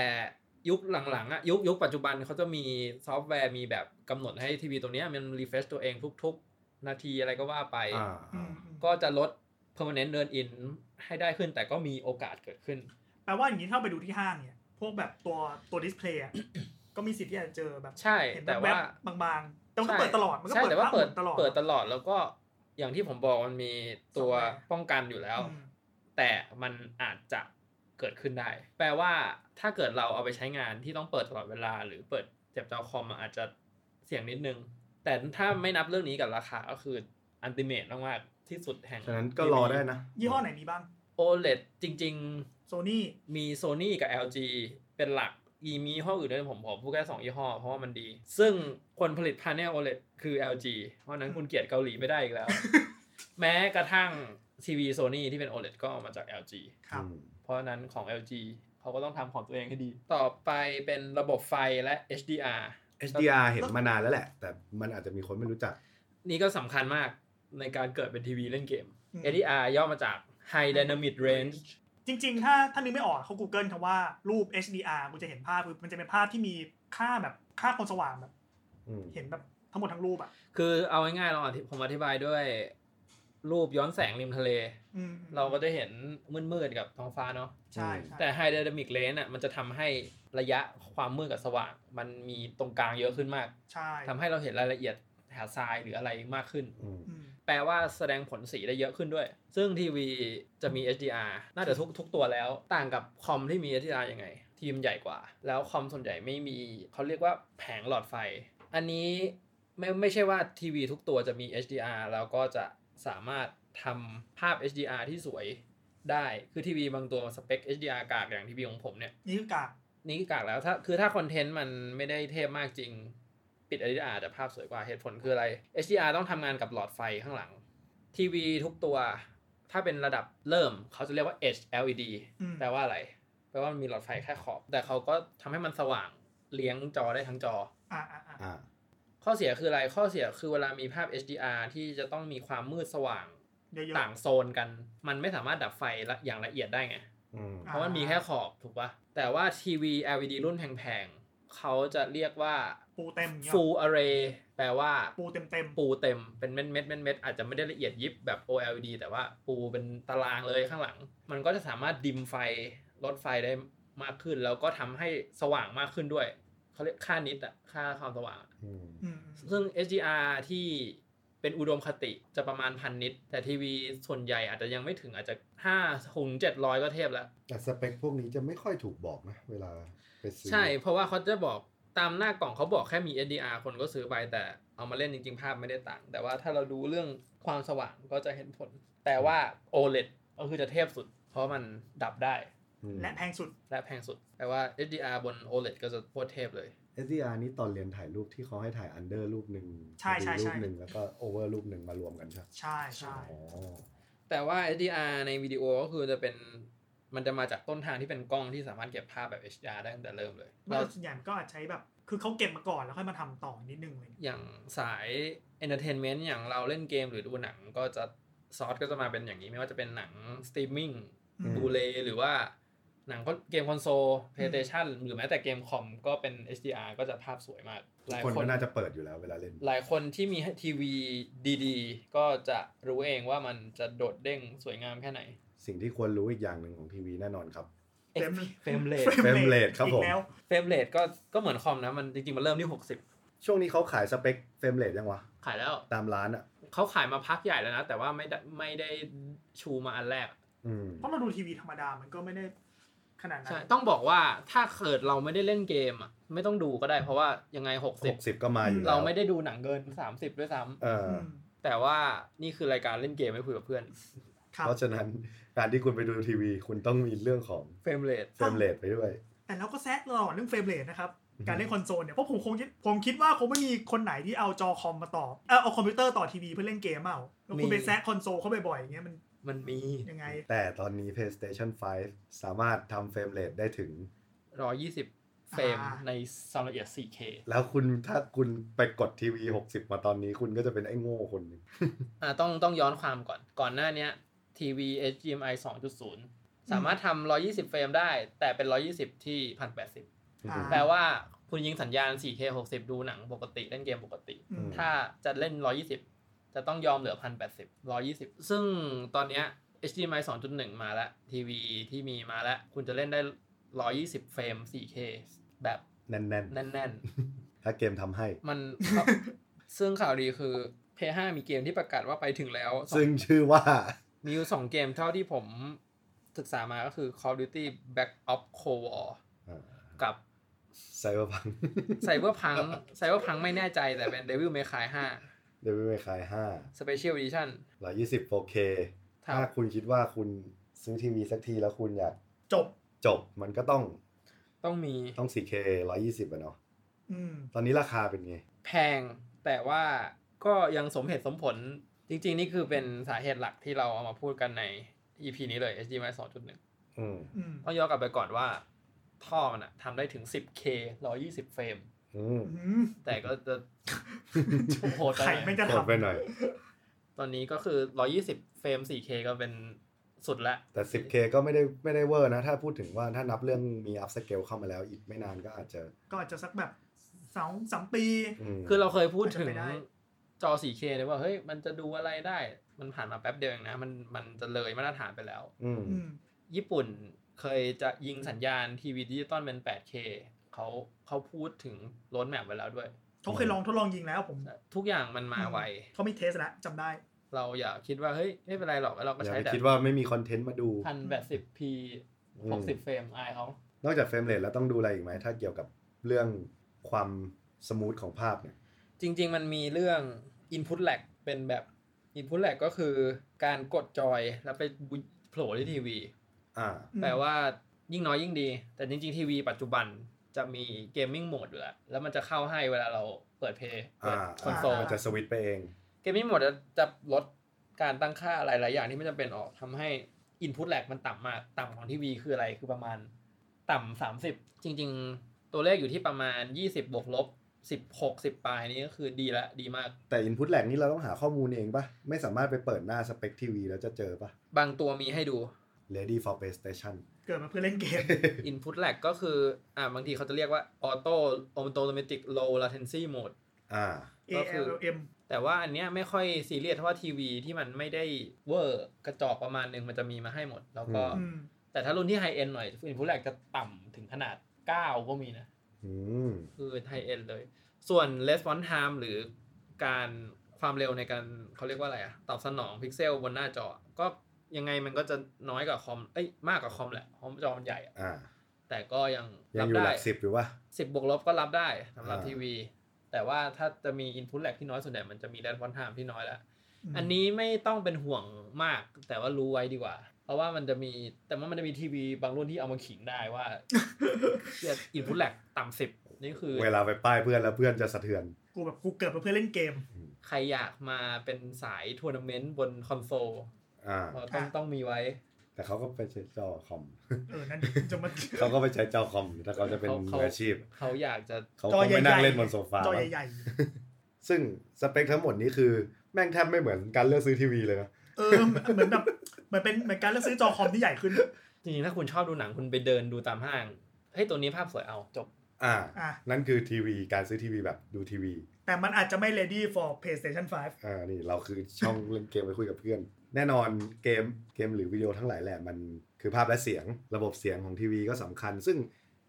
[SPEAKER 2] ยุคหลังๆอ่ะยุคยุคปัจจุบันเขาจะมีซอฟต์แวร์มีแบบกำหนดให้ทีวีตัวเนี้ยมันรีเฟรชตัวเองทุกๆ นาทีอะไรก็ว่าไป
[SPEAKER 4] อ่า
[SPEAKER 3] อืม
[SPEAKER 2] ก็จะลด permanent burn in ให้ได้ขึ้น แต่ก็มีโอกาสเกิดขึ้น
[SPEAKER 3] แปลว่าอย่างนี้ถ้าเราไปดูที่ห้างเนี่ย พวกแบบตัวตัวดิสเพลย์อะ ก็มีสิทธิ์ที่จะเจอแบบ
[SPEAKER 2] ใช่
[SPEAKER 3] เห็น
[SPEAKER 2] แต่
[SPEAKER 3] แบ
[SPEAKER 2] ว่า
[SPEAKER 3] บๆบางๆแต่มันก็เปิดตลอดมันก็
[SPEAKER 2] ใช่
[SPEAKER 3] เปิด
[SPEAKER 2] แต่ว่า
[SPEAKER 3] ภ
[SPEAKER 2] เปิด
[SPEAKER 3] พตลอด
[SPEAKER 2] เปิดตลอดแล้วก็อย่างที่ผมบอกมันมีตัว
[SPEAKER 3] ซอฟต์แวร์
[SPEAKER 2] ป้องกันอยู่แล้ว
[SPEAKER 3] อืม
[SPEAKER 2] แต่มันอาจจะเกิดขึ้นได้ แปลว่าถ้าเกิดเราเอาไปใช้งานที่ต้องเปิดตลอดเวลา หรือเปิดเจ็บจอคอมมันอาจจะเสี่ยงนิดนึง แต่ถ้าไม่นับเรื่องนี้กับราคาก็คืออันติเมตมากๆที่สุดแห่ง
[SPEAKER 4] ฉะนั้นก็รอได้นะ
[SPEAKER 3] ยี่ห้อไหนมีบ้าง
[SPEAKER 2] OLED จริง
[SPEAKER 3] โซนี่
[SPEAKER 2] ๆ มี Sony กับ LG เป็นหลักอีมียี่ห้ออื่นด้วยผมผมพูดแค่สองยี่ห้อเพราะว่ามันดี ซึ่งคนผลิตพาเนล OLED คือ LG เพราะฉะนั้นคุณเกลียดเกาหลีไม่ได้อี กแล้ว แม้กระทั่งทีวี Sony ที่เป็น OLED ก็เอามาจาก LG
[SPEAKER 3] ครับ
[SPEAKER 2] เพราะฉะนั้นของ LG เขาก็ต้องทำของตัวเองให้ดี ต่อไปเป็นระบบไฟและ HDR
[SPEAKER 4] HDR เห็นมานานแล้วแหละ แต่มันอาจจะมีคนไม่รู้จัก
[SPEAKER 2] นี่ก็สำคัญมากในการเกิดเป็นทีวีเล่นเกม
[SPEAKER 3] อืม
[SPEAKER 2] HDR ย่อมาจาก High Dynamic Range
[SPEAKER 3] จริง ๆ ถ้าถ้านึกไม่ออกเขา Google คำว่ารูป HDR กูจะเห็นภาพคือมันจะเป็นภาพที่มีค่าแบบค่าความสว่างแบบ
[SPEAKER 4] อืม
[SPEAKER 3] เห็นแบบทั้งหมดทั้งรูปอ่ะ
[SPEAKER 2] คือเอาง่ายๆลองอธิผมอธิบายด้วย รูปย้อนแสงริมทะเล
[SPEAKER 3] อืม
[SPEAKER 2] เราก็จะเห็นมืดๆกับท้องฟ้าเนาะ
[SPEAKER 3] ใช่ใช่
[SPEAKER 2] แต่ High Dynamic Range อ่ะมันจะทำให้ระยะความมืดกับสว่าง มันมีตรงกลางเยอะขึ้นมาก
[SPEAKER 3] ใช่
[SPEAKER 2] ทำให้เราเห็นรายละเอียดหาทรายหรืออะไรมากขึ้น
[SPEAKER 4] อืม
[SPEAKER 3] อืม
[SPEAKER 2] แปลว่าแสดงผลสีได้เยอะขึ้นด้วย ซึ่งทีวีจะมี HDR น่าจะทุกทุกตัวแล้ว ต่างกับคอมที่มี HDR ยังไง ทีมใหญ่กว่า แล้วคอมส่วนใหญ่ไม่มีเขาเรียกว่าแผงหลอดไฟ อันนี้ไม่ไม่ใช่ว่าทีวีทุกตัวจะมี HDR แล้วก็จะสามารถทำภาพ HDR ที่สวยได้ คือทีวีบางตัวสเปค HDR กากอย่างทีวีของผมเนี่ย
[SPEAKER 3] นี่คือกาก
[SPEAKER 2] นี่กากแล้วถ้าคือถ้าคอนเทนต์มันไม่ได้เทพมากจริง ปิด HDR แต่ภาพสวยกว่าเหตุผลคืออะไร HDR ต้องทำงานกับหลอดไฟข้างหลัง ทีวีทุกตัว ถ้าเป็นระดับเริ่มเขาจะเรียกว่า Edge LED
[SPEAKER 3] อืม
[SPEAKER 2] แปลว่าอะไร แปลว่ามันมีหลอดไฟแค่ขอบ แต่เขาก็ทำให้มันสว่างเลี้ยงจอได้ทั้งจอ
[SPEAKER 3] อ่าอ่าอ่า
[SPEAKER 4] อ่า
[SPEAKER 2] ข้อเสียคืออะไรข้อเสียคือเวลามีภาพ HDR ที่จะต้องมีความมืดสว่าง
[SPEAKER 3] เยอะ
[SPEAKER 2] ต่างโซนกัน มันไม่สามารถดับไฟละอย่างละเอียดได้ไง
[SPEAKER 4] อืม
[SPEAKER 3] ๆ
[SPEAKER 2] เพราะมันมีแค่ขอบถูกปะแต่ว่าทีวี LED รุ่นแพงๆ เขาจะเรียกว่า
[SPEAKER 3] ปูเต็มอย่างเงี้ย
[SPEAKER 2] full array แปลว่า
[SPEAKER 3] ปูเต็มเต็มๆ
[SPEAKER 2] ปูเต็ม เป็นเม็ดเม็ดเม็ดเม็ดๆอาจจะไม่ได้ละเอียดยิบแบบ OLED แต่ว่าปูเป็นตารางเลยข้างหลัง มันก็จะสามารถดิมไฟลดไฟได้มากขึ้น แล้วก็ทำให้สว่างมากขึ้นด้วย เขาเรียกค่านิดอะค่าความสว่างอะ
[SPEAKER 4] อืม
[SPEAKER 3] อืม
[SPEAKER 2] ซึ่ง HDR ที่เป็นอุดมคติจะประมาณพันนิด แต่ทีวีส่วนใหญ่อาจจะยังไม่ถึงอาจจะห้าถึงเจ็ดร้อยก็เทพแล้ว
[SPEAKER 4] แต่สเปคพวกนี้จะไม่ค่อยถูกบอกนะ เวลาไปซื้อ
[SPEAKER 2] ใช่ เพราะว่าเขาจะบอกตามหน้ากล่องเขาบอกแค่มี HDR คนก็ซื้อไปแต่เอามาเล่นจริง ๆ ภาพไม่ได้ต่าง แต่ว่าถ้าเราดูเรื่องความสว่างก็จะเห็นผล แต่ว่า OLED ก็คือจะเทพสุด เพราะมันดับได้
[SPEAKER 4] อืม
[SPEAKER 3] และแพงสุด
[SPEAKER 2] และแพงสุด แปลว่า HDR บน OLED ก็จะโคตรเทพเลย
[SPEAKER 4] SDR นี่ตอนเรียนถ่ายรูปที่เขาให้ถ่ายอันเดอร์รูปหนึ่ง
[SPEAKER 3] ใช่ใช่
[SPEAKER 4] รู
[SPEAKER 3] ใช่
[SPEAKER 4] ปหนึ่งแล้วก็โอเวอร์รูปหนึ่งมารวมกันใช่ไหม
[SPEAKER 3] ใช่ใช่
[SPEAKER 4] อ๋อ
[SPEAKER 2] แต่ว่า HDR ในวิดีโอก็คือจะเป็นมันจะมาจากต้นทางที่เป็นกล้องที่สามารถเก็บภาพแบบ HDR ได้ตั้งแต่เริ่มเลย
[SPEAKER 3] แล้ว
[SPEAKER 2] เรา
[SPEAKER 3] ส่วนใหญ่มันก็อาจใช้แบบ คือเขาเก็บมาก่อนแล้วค่อยมาทำต่อนิดนึงเลย
[SPEAKER 2] อย่างสาย Entertainment อย่างเราเล่นเกมหรือดูหนังก็จะซอสก็จะมาเป็นอย่างนี้ไม่ว่าจะเป็นหนังสตรีมมิ่ง
[SPEAKER 3] อืม
[SPEAKER 2] บูเลหรือว่าหนังก็เกมคอนโซล PlayStation หรือแม้แต่เกมคอมก็เป็น HDR ก็จะภาพสวยมาก
[SPEAKER 4] ทุกคนก็น่าจะเปิดอยู่แล้วเวลาเล่น
[SPEAKER 2] หลายคนที่มีทีวีดีๆ ก็จะรู้เองว่ามันจะโดดเด้งสวยงามแค่ไหน
[SPEAKER 4] สิ่งที่ควรรู้อีกอย่างหนึ่งของทีวีแน่นอนครับ
[SPEAKER 2] เฟ
[SPEAKER 3] เฟร
[SPEAKER 2] ร
[SPEAKER 3] ม
[SPEAKER 2] มเรท
[SPEAKER 4] frame rate
[SPEAKER 3] rate
[SPEAKER 4] ครับผม
[SPEAKER 3] อีกแล้ว
[SPEAKER 2] เฟรมเรทก็ก็เหมือนคอมนะ มันจริงๆ มันเริ่มที่ 60
[SPEAKER 4] ช่วงนี้เขาขายสเปคเฟรมเรทยังวะ
[SPEAKER 2] ขายแล้ว
[SPEAKER 4] ตามร้านอ่ะ
[SPEAKER 2] เขาขายมาพักใหญ่แล้วนะ แต่ว่าไม่ได้ไม่ได้ชูมาอันแรก
[SPEAKER 4] อืม
[SPEAKER 3] เพราะเราดูทีวีธรรมดามันก็ไม่ได้ขนาดนั้
[SPEAKER 2] ใช่
[SPEAKER 3] น
[SPEAKER 2] ต้องบอกว่าถ้าเกิดเราไม่ได้เล่นเกมอ่ะ ไม่ต้องดูก็ได้เพราะว่ายังไง 60
[SPEAKER 4] 60 ก็มาอยู่แล้ว
[SPEAKER 2] เราไม่ได้ดูหนังเกิน 30 ด้วยซ้ำ
[SPEAKER 4] เออ
[SPEAKER 3] อืม
[SPEAKER 2] แต่ว่านี่คือรายการเล่นเกมไม่คุยกับเพื่อน
[SPEAKER 3] ครับ
[SPEAKER 4] เพราะฉะนั้นการที่คุณไปดูทีวี คุณต้องมีเรื่องของ
[SPEAKER 2] เฟรมเรท
[SPEAKER 4] เฟรมเรทไปด้วย
[SPEAKER 3] แต่เราก็แซะตลอดเรื่องเฟรมเรทนะครับ การเล่นคอนโซลเนี่ยเพราะผมคงคิดผมคิดว่าคงไม่มีคนไหนที่เอาจอคอมมาต่อเออเอาคอมพิวเตอร์ต่อทีวีเพื่อเล่นเกมเอาแล้วคุณไป
[SPEAKER 2] มี
[SPEAKER 3] แซะคอนโซลเข้าบ่อยๆอย่างเงี้ยมัน
[SPEAKER 2] มันมี
[SPEAKER 3] ยังไง
[SPEAKER 4] แต่ตอนนี้ PlayStation 5 สามารถทำเฟรมเรทได้ถึง
[SPEAKER 2] 120 เฟรม
[SPEAKER 3] อ่า
[SPEAKER 2] ในความละเอียด 4K
[SPEAKER 4] แล้วคุณถ้าคุณไปกดทีวี 60 มาตอนนี้คุณก็จะเป็นไอ้โง่คนหนึ่ง
[SPEAKER 2] อ่าต้องต้องย้อนความก่อนก่อนหน้าเนี้ยทีวี HDMI 2.0 สามารถทำ120 เฟรมได้ แต่เป็น 120 ที่ 1080
[SPEAKER 3] อ่า
[SPEAKER 2] แปลว่าคุณยิงสัญญาณ 4K 60 ดูหนังปกติ เล่นเกมปกติ
[SPEAKER 3] อืม
[SPEAKER 2] ถ้าจะเล่น 120 จะต้องยอมเหลือ 1080 120 ซึ่งตอนเนี้ย HDMI 2.1 มาแล้ว ทีวีที่มีมาแล้ว คุณจะเล่นได้ 120 เฟรม 4K แบบ
[SPEAKER 4] แน่น
[SPEAKER 2] แน่น ๆ
[SPEAKER 4] ๆ ถ้าเกมทำให้
[SPEAKER 2] มัน ซึ่งข่าวดีคือ PS5 มีเกมที่ประกาศว่าไปถึงแล้วสอ
[SPEAKER 4] ซึ่งชื่อว่า
[SPEAKER 2] มีอยู่สองเกมเท่าที่ผมศึกษามาก็คือ Call of Duty Black Ops Cold War กับ
[SPEAKER 4] ไซเบอร์พัง
[SPEAKER 2] Cyber Punk Cyber Punk ไม่แน่ใจแต่เป็น Devil May Cry
[SPEAKER 4] เดวิดเมคายห้า
[SPEAKER 2] 5 Special Edition
[SPEAKER 4] ร้อยยี่สิบ 4K
[SPEAKER 2] ครับ
[SPEAKER 4] ถ้าคุณคิดว่าคุณซื้อทีวีสักทีแล้วคุณอยาก
[SPEAKER 3] จบ
[SPEAKER 4] จบมันก็ต้อง
[SPEAKER 2] ต้องมี
[SPEAKER 4] ต้อง 4K 120อะเนาะ
[SPEAKER 3] อืม
[SPEAKER 4] ตอนนี้ราคาเป็นไง
[SPEAKER 2] แพง แต่ว่าก็ยังสมเหตุสมผล จริงๆ นี่คือเป็นสาเหตุหลักที่เราเอามาพูดกันใน EP นี้เลย HDMI 2.1
[SPEAKER 4] อืม
[SPEAKER 3] อืม
[SPEAKER 2] ต้องย้อนกลับไปก่อนว่า ท่อมันอะทำได้ถึง 10K 120 เฟรม
[SPEAKER 4] อืม
[SPEAKER 3] อืม
[SPEAKER 2] แต่ก็จะ โหดไป
[SPEAKER 3] ใค
[SPEAKER 2] ห
[SPEAKER 3] ร
[SPEAKER 2] น่
[SPEAKER 3] ไม่
[SPEAKER 2] อง ย
[SPEAKER 3] จะ
[SPEAKER 4] กดไป
[SPEAKER 3] ทำ
[SPEAKER 4] หน่อย
[SPEAKER 2] ตอนนี้ก็คือ 120 เฟรม 4K ก็เป็นสุดละ
[SPEAKER 4] แต่ 10K ก็ไม่ได้ไม่ได้เวอร์นะ ถ้าพูดถึงว่าถ้านับเรื่องมีอัพสเกลเข้ามาแล้วอีกไม่นานก็อาจจะ
[SPEAKER 3] ก็อาจจะสักแบบสองสามปี
[SPEAKER 4] อืม
[SPEAKER 2] คือเราเคยพูดถึง
[SPEAKER 3] ไม่ได้
[SPEAKER 2] จอ 4K เลยว่า เฮ้ย มันจะดูอะไรได้ มันผ่านมาแป๊บเดียวเองนะ มันมันจะเลยมาตรฐานไปแล้ว
[SPEAKER 4] อืม
[SPEAKER 3] อืม
[SPEAKER 2] ญี่ปุ่นเคยจะยิงสัญญาณทีวีดิจิตอลเป็น 8K เขาเขาพูดถึงโรดแมปไว้แล้วด้วย
[SPEAKER 3] เขาเคยลองทดลองยิงแล้วผม
[SPEAKER 2] ทุกอย่างมันมาไว
[SPEAKER 3] เขามีเทสแล้วจำได้
[SPEAKER 2] เราอย่าคิดว่า เฮ้ย ไม่เป็นไรหรอกแล้วเราก็
[SPEAKER 4] อย่า
[SPEAKER 2] ใช้
[SPEAKER 4] ไป
[SPEAKER 2] แบบ
[SPEAKER 4] คิดว่าไม่มีคอนเทนต์มาดู
[SPEAKER 2] พันแปดสิบ p
[SPEAKER 4] อืม
[SPEAKER 2] หกสิบเฟรมอายเขา
[SPEAKER 4] นอกจากเฟรมเรทแล้วต้องดูอะไรอีกไหม ถ้าเกี่ยวกับเรื่องความสมูทของภาพเนี่ย
[SPEAKER 2] จริง ๆ มันมีเรื่อง Input lag เป็นแบบ Input lag ก็คือการกดจอยแล้วไปโผล่ที่ทีวี
[SPEAKER 4] อ่า
[SPEAKER 3] อืม
[SPEAKER 2] แปลว่ายิ่งน้อยยิ่งดี แต่จริง ๆ ทีวีปัจจุบันจะมีเกมมิ่งโหมดอยู่แล้ว แล้วมันจะเข้าให้เวลาเราเปิดเพย์เปิด
[SPEAKER 4] อ่า
[SPEAKER 2] คอนโซล
[SPEAKER 4] มันจะสวิตช์ไปเอง
[SPEAKER 2] เกมมิ่งโหมดจะลดการตั้งค่าหลาย ๆ อย่างที่ไม่จำเป็นออกทำให้ Input lag มันต่ำมาก ต่ำของทีวีคืออะไรคือประมาณต่ำ30 จริง ๆ ตัวเลขอยู่ที่ประมาณ 20บวกลบ16 10ปลายนี้ก็คือดีละดีมาก
[SPEAKER 4] แต่ Input Lag นี่เราต้องหาข้อมูลเองปะไม่สามารถไปเปิดหน้าสเปคทีวีแล้วจะเจอปะ
[SPEAKER 2] บางตัวมีให้ดู
[SPEAKER 4] Ready for PlayStation
[SPEAKER 3] เกิดมาเพื่อเล่นเกม
[SPEAKER 2] Input lag ก็คือ อ่าบางทีเขาจะเรียกว่า Auto Automatic Low Latency Mode
[SPEAKER 4] อ่า
[SPEAKER 3] A
[SPEAKER 2] ก็คือ
[SPEAKER 3] L L M
[SPEAKER 2] แต่ว่าอันเนี้ยไม่ค่อยซีเรียสเพราะว่าทีวีที่มันไม่ได้เวอร์กระจอกประมาณหนึงมันจะมีมาให้หมด แล้วก็
[SPEAKER 3] อืม
[SPEAKER 2] แต่ถ้ารุ่นที่ไฮเอ็นหน่อย Input lag จะต่ำถึงขนาด 9 ก็มีนะ
[SPEAKER 4] อืม
[SPEAKER 2] คือไฮเอ็นเลย ส่วน response time หรือการความเร็วในการเขาเรียกว่าอะไรอะตอบสนองพิกเซลบนหน้าจอ ก็ยังไงมันก็จะน้อยกว่าคอม เอ้ยมากกว่าคอมแหละคอมจอมันใหญ่อะ
[SPEAKER 4] อ่า
[SPEAKER 2] แต่ก็ยัง
[SPEAKER 4] ยั
[SPEAKER 2] รั
[SPEAKER 4] ง
[SPEAKER 2] บ
[SPEAKER 4] อยู่ห
[SPEAKER 2] ได้
[SPEAKER 4] ลักสิบอยู่ปะ
[SPEAKER 2] สิบบวกลบก็รับได้สำหรับ
[SPEAKER 4] อ่า
[SPEAKER 2] ทีวี แต่ว่าถ้าจะมีอินพุตแลกที่น้อยส่วนใหญ่มันจะมีแรดวอนไทม์ที่น้อยแล้ว
[SPEAKER 3] ม
[SPEAKER 2] อันนี้ไม่ต้องเป็นห่วงมาก แต่ว่ารู้ไว้ดีกว่า เพราะว่ามันจะมีแต่ว่ามันจะมีทีวีบางรุ่นที่เอามาขิงได้ว่าอินพุตแลกต่ำสิบนี่คือ
[SPEAKER 4] เวลาไปป้ายเพื่อนแล้วเพื่อนจะสะเทือน
[SPEAKER 3] กูแบบกูเกิดมาเพื่อเล่นเกม
[SPEAKER 2] ใครอยากมาเป็นสายทัวร์นาเมนต์บนคอนโซล
[SPEAKER 4] อ่า
[SPEAKER 2] เราต้อง
[SPEAKER 3] อ่ะ
[SPEAKER 2] ต้องมีไว้
[SPEAKER 4] แต่เขาก็ไปใช้จอคอม
[SPEAKER 3] เออนั่นจะมา
[SPEAKER 4] เขาก็ไปใช้จอคอม ถ้าเขาจะเป็น
[SPEAKER 2] เขาเขา
[SPEAKER 4] มืออาชีพ
[SPEAKER 2] เขาอยากจะ
[SPEAKER 4] เขา
[SPEAKER 3] จอ
[SPEAKER 4] คงไม่นั่ง
[SPEAKER 3] ใหญ่ๆ
[SPEAKER 4] เล่นบนโซฟา
[SPEAKER 3] จอใหญ่
[SPEAKER 4] ซึ่งสเปคทั้งหมดนี้คือ แม่งแทบไม่เหมือนการเลือกซื้อทีวีเลยนะ
[SPEAKER 3] ๆเออเหมือนแบบเหมือนเป็นเหมือนการเลือกซื้อจอคอมที่ใหญ่ขึ้น
[SPEAKER 2] จริงๆถ้าคุณชอบดูหนังคุณไปเดินดูตามห้างเฮ้ยตัวนี้ภาพสวยเอาจบ
[SPEAKER 4] อ่า
[SPEAKER 3] อ่ะ
[SPEAKER 4] นั่นคือทีวี การซื้อทีวีแบบดูทีวี
[SPEAKER 3] แต่มันอาจจะไม่ ready for PlayStation
[SPEAKER 4] อ่า นี่เราคือช่อง เล่นเกมไปคุยกับเพื่อน แน่นอนเกมเกมหรือวิดีโอทั้งหลายแหละมันคือภาพและเสียง ระบบเสียงของทีวีก็สำคัญ ซึ่ง